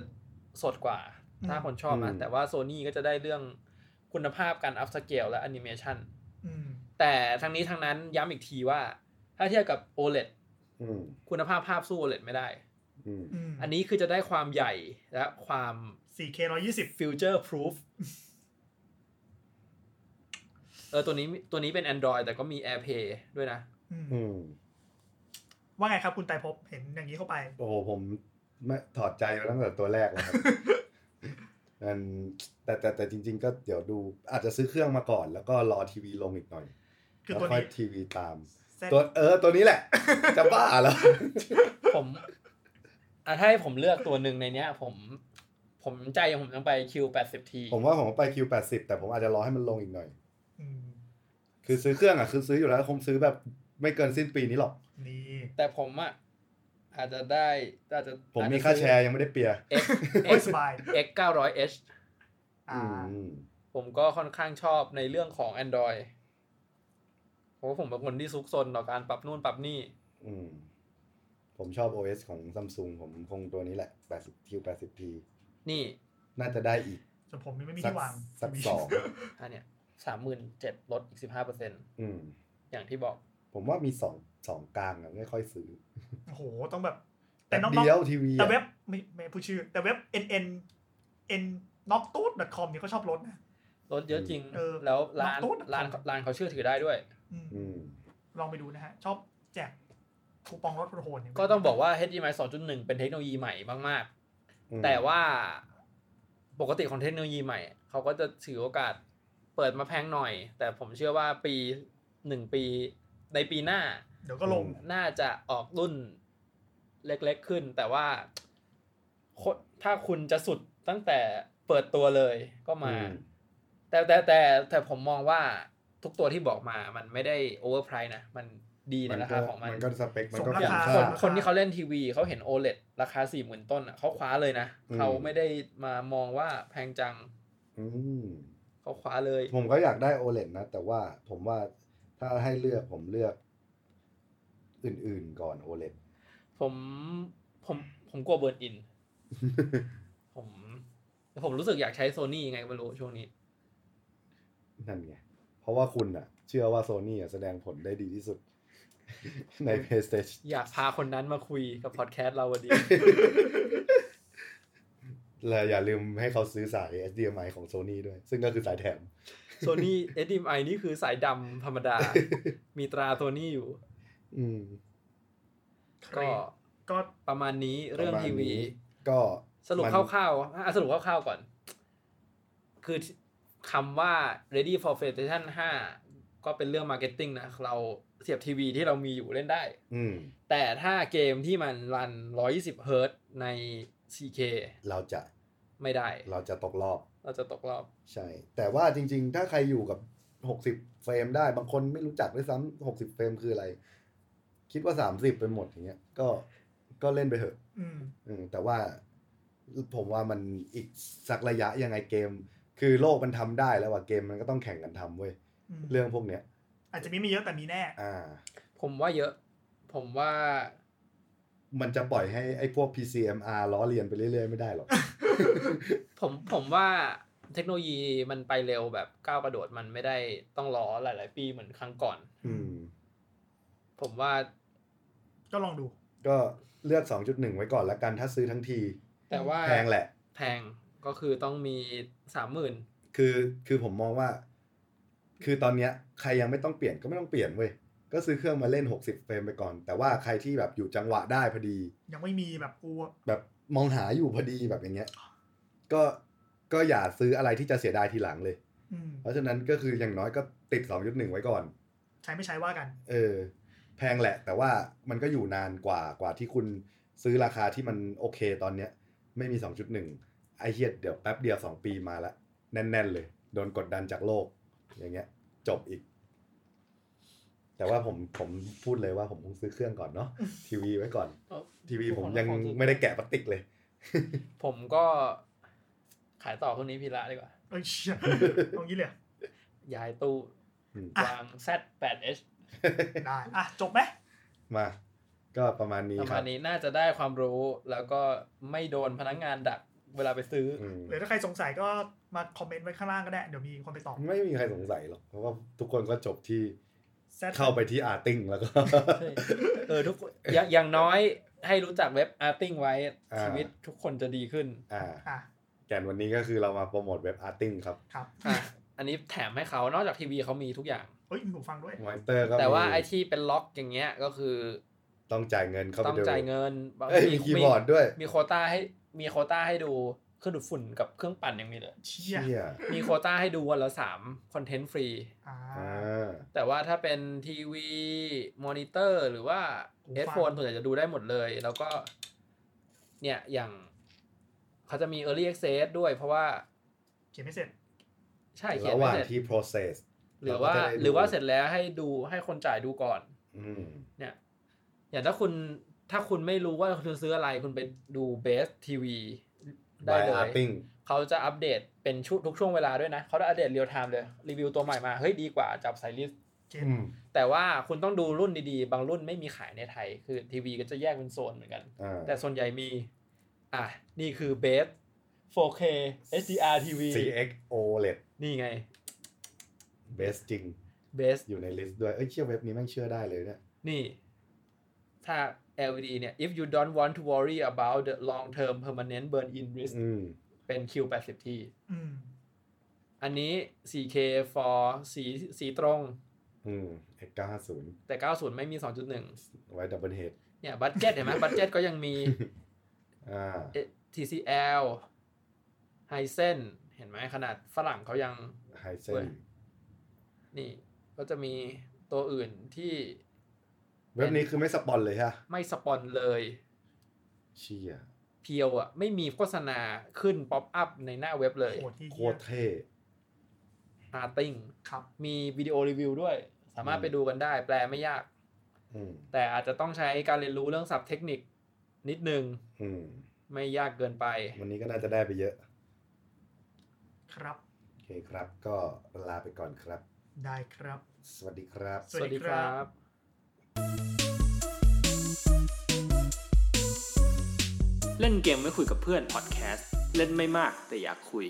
[SPEAKER 2] สดกว่า
[SPEAKER 3] อืม
[SPEAKER 2] ถ้าคนชอบนะ
[SPEAKER 4] อืม
[SPEAKER 2] แต่ว่า Sony ก็จะได้เรื่องคุณภาพการ upscale และ animation
[SPEAKER 3] อืม
[SPEAKER 2] แต่ทั้งนี้ทั้งนั้นย้ำอีกทีว่า ถ้าเทียบกับ OLED
[SPEAKER 4] อืม
[SPEAKER 2] คุณภาพภาพสู้ OLED ไม่ได้
[SPEAKER 4] อืม
[SPEAKER 3] อืม
[SPEAKER 2] อันนี้คือจะได้ความใหญ่และความ
[SPEAKER 3] 4K 120
[SPEAKER 2] future proof เออตัวนี้ตัวนี้เป็น Android แต่ก็มี AirPlay ด้วยนะ
[SPEAKER 3] อืม
[SPEAKER 4] อืม
[SPEAKER 3] ว่าไงครับคุณไตรภพเห็นอย่างนี้เข้าไป
[SPEAKER 4] โอ้โหผมไม่ถอดใจมาตั้งแต่ตัวแรกแล้ว ครับมันแต่แต่แต่จริง ๆ ก็เดี๋ยวดู อาจจะซื้อเครื่องมาก่อน แล้วก็รอทีวีลงอีกหน่อย
[SPEAKER 3] คือ
[SPEAKER 4] แล้ว
[SPEAKER 3] ตัว
[SPEAKER 4] ค่อย
[SPEAKER 3] นี้
[SPEAKER 4] ทีวีตาม
[SPEAKER 3] เซ็ต
[SPEAKER 4] ตัวเออ ตัวนี้แหละ จะบ้าแล้ว
[SPEAKER 2] ผมอ่ะถ้าให้ผมเลือกตัวหนึ่งในเนี้ย ผม ผมใจผมต้องไป Q80T
[SPEAKER 4] ผมว่าผมไปคิวแปดสิบแต่ผมอาจจะรอให้มันลงอีกหน่อย
[SPEAKER 3] อืม
[SPEAKER 4] คือซื้อเครื่องอ่ะคือซื้ออยู่แล้วคงซื้อแบบไม่เกินสิ้นปีนี้หรอก
[SPEAKER 3] นี่
[SPEAKER 2] แต่ผมอะ อาจจะได้อาจจะ
[SPEAKER 4] ผมมีค่าแชร์ยังไม่ได้เปียร์
[SPEAKER 2] เอ็ก
[SPEAKER 3] โอ้ยสบาย
[SPEAKER 2] เอ็กเก้าร้อยเอช
[SPEAKER 3] อ่า
[SPEAKER 4] อืม
[SPEAKER 2] ผมก็ค่อนข้างชอบในเรื่องของ Android เพราะว่าผมเป็นคนที่ซุกซนต่อการปรับนู่นปรับนี่
[SPEAKER 4] อืมผมชอบ OS ของ Samsung ผมคงตัวนี้แหละ 80 q 80 p
[SPEAKER 2] นี่
[SPEAKER 4] น่าจะได้อีก
[SPEAKER 3] ส่วนผมยังไม่มี
[SPEAKER 4] สัก
[SPEAKER 3] ที่วาง
[SPEAKER 4] สักสอง
[SPEAKER 2] อันเนี้ยสามหมื่นเจ็ดลดอีกสิบห้าเปอร์เซ็น
[SPEAKER 4] อืม
[SPEAKER 2] อย่างที่บอก
[SPEAKER 4] ผมว่ามีสองสองกลางอะไม่ค่อยซื้อ
[SPEAKER 3] โอ้โห ต้องแบบ แต่
[SPEAKER 4] แต่
[SPEAKER 3] น้องๆ
[SPEAKER 4] เดียวทีวี
[SPEAKER 3] แต่เว็บไม่ไม่พูดชื่อ แต่เว็บ n n n n o c t o o d com เนี่ยก็ชอบลดนะ
[SPEAKER 2] ลดเยอะจริง
[SPEAKER 3] เออ
[SPEAKER 2] แล้วร้าน
[SPEAKER 3] ลดลด
[SPEAKER 2] ร้านร้านเขาเชื่อถือได้ด้วย
[SPEAKER 3] อืม
[SPEAKER 4] อืม
[SPEAKER 3] ลองไปดูนะฮะ ชอบแจกคูปองลดโหดๆเนี่ย
[SPEAKER 2] ก็ต้องบอกว่า HDMI 2.1 เป็นเทคโนโลยีใหม่มาก
[SPEAKER 4] อืม
[SPEAKER 2] ๆ แต่ว่าปกติของเทคโนโลยีใหม่ เขาก็จะถือโอกาสเปิดมาแพงหน่อย แต่ผมเชื่อว่าปีหนึ่งปีในปีหน้า
[SPEAKER 3] เดี๋ยวก็ลง
[SPEAKER 2] น่าจะออกรุ่นเล็กๆขึ้น แต่ว่าคนถ้าคุณจะสุดตั้งแต่เปิดตัวเลยก็มา
[SPEAKER 4] อืม
[SPEAKER 2] แต่แต่แต่แต่ผมมองว่าทุกตัวที่บอกมามันไม่ได้โอเวอร์ไพรส์นะ มันดีในราคาของมัน
[SPEAKER 4] มันก็สเปค มันก็
[SPEAKER 3] สมรา
[SPEAKER 2] อย่าง
[SPEAKER 4] คุ้ม
[SPEAKER 2] ค
[SPEAKER 3] คา
[SPEAKER 4] ค่า
[SPEAKER 2] นคนที่เขาเล่นทีวีเขาเห็น OLED ราคาสี่หมื่นต้นอะเขาคว้าเลยนะ
[SPEAKER 4] อืม
[SPEAKER 2] เขาไม่ได้มามองว่าแพงจัง
[SPEAKER 4] อืม
[SPEAKER 2] เขาคว้าเลย
[SPEAKER 4] ผมก็อยากได้ OLED นะ แต่ว่าผมว่าถ้าให้เลือกผมเลือก อื่นๆก่อน OLED
[SPEAKER 2] ผมผมผมกลัวเบิร์น อิน ผมผมรู้สึกอยากใช้โซนี่ยังไงไม่รู้ช่วงนี้
[SPEAKER 4] นั่นไง เพราะว่าคุณอะเชื่อว่าโซนี่อะแสดงผลได้ดีที่สุด ใน PlayStation
[SPEAKER 2] อยากพาคนนั้นมาคุยกับพอดแคสต์เรา วันนี้
[SPEAKER 4] และอย่าลืมให้เขาซื้อสาย HDMI ของ Sony ด้วย ซึ่งก็คือสายแถม
[SPEAKER 2] โซนี่ HDMI นี่คือสายดำธรรม ดา มีตราโซนี่อยู่
[SPEAKER 4] อืม
[SPEAKER 2] ก็
[SPEAKER 3] ก็
[SPEAKER 2] ประมาณนี้เรื่อง
[SPEAKER 4] ประมาณ
[SPEAKER 2] ทีวี
[SPEAKER 4] นี้ก็
[SPEAKER 2] สรุป
[SPEAKER 4] มัน
[SPEAKER 2] คร่าวๆอ่ะสรุปคร่าวๆก่อน คือคำว่า ready for PlayStation 5 ก็เป็นเรื่อง marketing นะ เราเสียบทีวีที่เรามีอยู่เล่นได้
[SPEAKER 4] อืม
[SPEAKER 2] แต่ถ้าเกมที่มันรัน 120 h z ใน 4K
[SPEAKER 4] เราจะ
[SPEAKER 2] ไม่ได้
[SPEAKER 4] เราจะตกรอบ
[SPEAKER 2] เราจะตกรอบ
[SPEAKER 4] ใช่ แต่ว่าจริงๆ ถ้าใครอยู่กับ 60 เฟรมได้ บางคนไม่รู้จักด้วยซ้ำ60 เฟรมคืออะไร คิดว่า 30 ไปหมดอย่างเงี้ย ก็ ก็เล่นไปเถอะ
[SPEAKER 3] อืม
[SPEAKER 4] อืมแต่ว่าผมว่ามันอีกสักระยะยังไงเกม คือโลกมันทำได้แล้วว่าเกมมันก็ต้องแข่งกันทำเว้ย
[SPEAKER 3] อืม
[SPEAKER 4] เรื่องพวกเนี้ย
[SPEAKER 3] อาจจะมีไม่เยอะแต่มีแน่
[SPEAKER 4] อ่า
[SPEAKER 2] ผมว่าเยอะ ผมว่า
[SPEAKER 4] มันจะปล่อยให้ไอ้พวก PCMR ล้อเลียนไปเรื่อยๆ ไม่ได้หรอก
[SPEAKER 2] ผมผมว่าเทคโนโลยีมันไปเร็วแบบก้าวกระโดดมันไม่ได้ต้องรอหลาย ๆ ปีเหมือนครั้งก่อน
[SPEAKER 4] อืม
[SPEAKER 2] ผมว่า
[SPEAKER 3] ก็ลองดู
[SPEAKER 4] ก็เลือก 2.1 ไว้ก่อนละกันถ้าซื้อทั้งที
[SPEAKER 2] แต่ว่า
[SPEAKER 4] แพงแหละ
[SPEAKER 2] แพงก็คือต้องมีสามหมื่น
[SPEAKER 4] คือคือผมมองว่า คือตอนเนี้ยใครยังไม่ต้องเปลี่ยนก็ไม่ต้องเปลี่ยนเว้ย ก็ซื้อเครื่องมาเล่น 60 เฟรมไปก่อน แต่ว่าใครที่แบบอยู่จังหวะได้พอดี
[SPEAKER 3] ยังไม่มีแบบกู
[SPEAKER 4] แบบมองหาอยู่พอดีแบบอย่างเงี้ย ก็ก็อย่าซื้ออะไรที่จะเสียดายทีหลังเลย
[SPEAKER 3] อืม
[SPEAKER 4] เพราะฉะนั้นก็คืออย่างน้อยก็ติด 2.1 ไว้ก่อน
[SPEAKER 3] ใช้ไม่ใช้ว่ากัน
[SPEAKER 4] เออ แพงแหละ แต่ว่ามันก็อยู่นานกว่ากว่าที่คุณซื้อราคาที่มันโอเคตอนเนี้ย ไม่มี 2.1 ไอเฮียเดี๋ยวแป๊บเดียว 2 ปีมาละ แน่น ๆ เลย โดนกดดันจากโลก อย่างเงี้ย จบอีก แต่ว่าผมผมพูดเลยว่าผมคงซื้อเครื่องก่อนเนาะทีวีไว้ก่อน ที วีผมยังไม่ได้แกะพลาสติกเลย
[SPEAKER 2] ผมก็ขายต่อพวกนี้พีระดีกว่า
[SPEAKER 3] เอ้ยเชี่ย ตรงนี้เลยเหรอ
[SPEAKER 2] ย้ายตู้
[SPEAKER 4] อืม
[SPEAKER 2] วาง Z8H
[SPEAKER 3] ได้ อ่ะ จบไหม
[SPEAKER 4] มา ก็ประมาณนี้
[SPEAKER 2] ประ
[SPEAKER 4] ค
[SPEAKER 2] มา
[SPEAKER 4] รั
[SPEAKER 2] ณ
[SPEAKER 4] บ
[SPEAKER 2] นี้น่าจะได้ความรู้แล้วก็ไม่โดนพนักงานดักเวลาไปซื้ออ
[SPEAKER 4] อืม
[SPEAKER 3] หรือถ้าใครสงสัยก็มาคอมเมนต์ไว้ข้างล่างก็ได้ เดี๋ยวมีคนไปตอบ
[SPEAKER 4] ไม่มีใครสงสัยหรอก เพราะว่าทุกคนก็จบที่
[SPEAKER 3] Z
[SPEAKER 4] เข้าไปที่อาร์ติ้งแล้วก็
[SPEAKER 2] ใช่เอ อทุกคนอย่าอย่างน้อยให้รู้จักเว็บอาร์ติ้งไว้
[SPEAKER 4] อ่า
[SPEAKER 2] ชีวิตทุกคนจะดีขึ้น
[SPEAKER 4] อ่า
[SPEAKER 3] อ่ะ
[SPEAKER 4] แก่นวันนี้ก็คือเรามาโปรโมทเว็บอาร์ติ้งครับ
[SPEAKER 3] ครับ
[SPEAKER 2] อ่ะ อันนี้แถมให้เขานอกจากทีวีเขามีทุกอย่าง
[SPEAKER 3] เฮ้ยมีหูฟังด้วย
[SPEAKER 4] มอนิเตอร์ก็
[SPEAKER 2] แต่ว่าไอ
[SPEAKER 4] มี
[SPEAKER 2] ที่เป็นล็อกอย่างเงี้ยก็คือ
[SPEAKER 4] ต้องจ่ายเงินเข้าไป
[SPEAKER 2] ต้อง
[SPEAKER 4] ดู
[SPEAKER 2] จ่ายเงินบาง
[SPEAKER 4] เอ้ย
[SPEAKER 2] ที
[SPEAKER 4] มีคีย์บอร์ดด้วย
[SPEAKER 2] มีโควต้าให้มีโควต้าให้ดูเครื่องดูดฝุ่นกับเครื่องปั่นยังมีเลย
[SPEAKER 3] เชี่ย
[SPEAKER 4] เชี่ย
[SPEAKER 2] มีโควต้าให้ดูวันละสามคอนเทนต์ฟรี
[SPEAKER 3] อ่า
[SPEAKER 4] อ่า
[SPEAKER 2] แต่ว่าถ้าเป็นทีวี มอนิเตอร์ หรือว่า
[SPEAKER 3] หูฟัง
[SPEAKER 2] เฮดโฟนส่วนใหญ่จะดูได้หมดเลย แล้วก็ เนี่ยอย่างเขาจะมี Early Access ด้วยเพราะว่า
[SPEAKER 3] เขียนไม่เสร็จ
[SPEAKER 2] ใช่เขียน
[SPEAKER 4] ระห
[SPEAKER 2] ไม่
[SPEAKER 4] ว่าง
[SPEAKER 2] เสร็จ
[SPEAKER 4] ที่ process
[SPEAKER 2] หรือว่า
[SPEAKER 4] เราก็จะได้ดู
[SPEAKER 2] หรือว่าเสร็จแล้วให้ดูให้คนจ่ายดูก่อน
[SPEAKER 4] อืม
[SPEAKER 2] เนี่ย อย่างถ้าคุณ ถ้าคุณไม่รู้ว่าคุณซื้ออะไรคุณไปดูเบสทีวีได้
[SPEAKER 4] บาย
[SPEAKER 2] เล
[SPEAKER 4] อาร์
[SPEAKER 2] ย
[SPEAKER 4] ติ้ง
[SPEAKER 2] เขาจะอัปเดตเป็นชุดทุกช่วงเวลาด้วยนะ เขาจะอัปเดตเรียลไทม์เลย รีวิวตัวใหม่มา เฮ้ยดีกว่าจับไซลิส
[SPEAKER 3] เก็ต
[SPEAKER 2] แต่ว่าคุณต้องดูรุ่นดีๆ บางรุ่นไม่มีขายในไทย คือทีวีก็จะแยกเป็นโซนเหมือนกัน
[SPEAKER 4] อ่า
[SPEAKER 2] แต่ส่วนใหญ่มี อ่ะ นี่คือเบส 4K HDR TV
[SPEAKER 4] CX OLED
[SPEAKER 2] นี่ไง
[SPEAKER 4] best จริง
[SPEAKER 2] เบส
[SPEAKER 4] อยู่ในลิสต์ด้วย เอ้ยเชื่อเว็บนี้แม่งเชื่อได้เลยเนี่ย
[SPEAKER 2] นี่ ถ้า LED เนี่ย if you don't want to worry about the long term permanent burn in risk
[SPEAKER 4] อืม
[SPEAKER 2] เป็น Q80T
[SPEAKER 3] อืม
[SPEAKER 2] อันนี้ 4K for สีสีตรง
[SPEAKER 4] อืม X950
[SPEAKER 2] แต่ 90 ไม่มี 2.1
[SPEAKER 4] ไว้ดับเบิลเฮด
[SPEAKER 2] เนี่ยบัตเจ็ตเห็นไหมบัตเจ็ตก็ยังมี
[SPEAKER 4] อ่า
[SPEAKER 2] เอ่อ TCL Hisense เห็นไหมขนาดฝรั่งเขายัง
[SPEAKER 4] ไฮเซน
[SPEAKER 2] เว้ย นี่ ก็จะมีตัวอื่นที่
[SPEAKER 4] เว็บนี้คือไม่สปอนเลยฮะ
[SPEAKER 2] ไม่สปอนเลย
[SPEAKER 4] เชี่ย
[SPEAKER 2] เพียวอ่ะ ไม่มีโฆษณาขึ้นป๊อปอัพในหน้าเว็บเลย
[SPEAKER 3] โหดที่
[SPEAKER 4] โค
[SPEAKER 3] เหี้ย
[SPEAKER 4] ตรเท่
[SPEAKER 2] อาร์ติ้ง
[SPEAKER 3] ครับ
[SPEAKER 2] มีวิดีโอรีวิวด้วย สามารถ
[SPEAKER 4] อืม
[SPEAKER 2] ไปดูกันได้ แปลไม่ยาก
[SPEAKER 4] อืม
[SPEAKER 2] แต่อาจจะต้องใช้การเรียนรู้เรื่องศัพท์เทคนิคนิดนึง
[SPEAKER 4] อืม
[SPEAKER 2] ไม่ยากเกินไป
[SPEAKER 4] วันนี้ก็น่าจะได้ไปเยอะ
[SPEAKER 3] ครับ
[SPEAKER 4] โอเคครับ ก็ลาไปก่อนครับ
[SPEAKER 3] ได้ครับ
[SPEAKER 4] สวัสดีครับ
[SPEAKER 3] สวัสดีครับ
[SPEAKER 1] เล่นเกมไม่คุยกับเพื่อนพอดแคสต์เล่นไม่มากแต่อยากคุย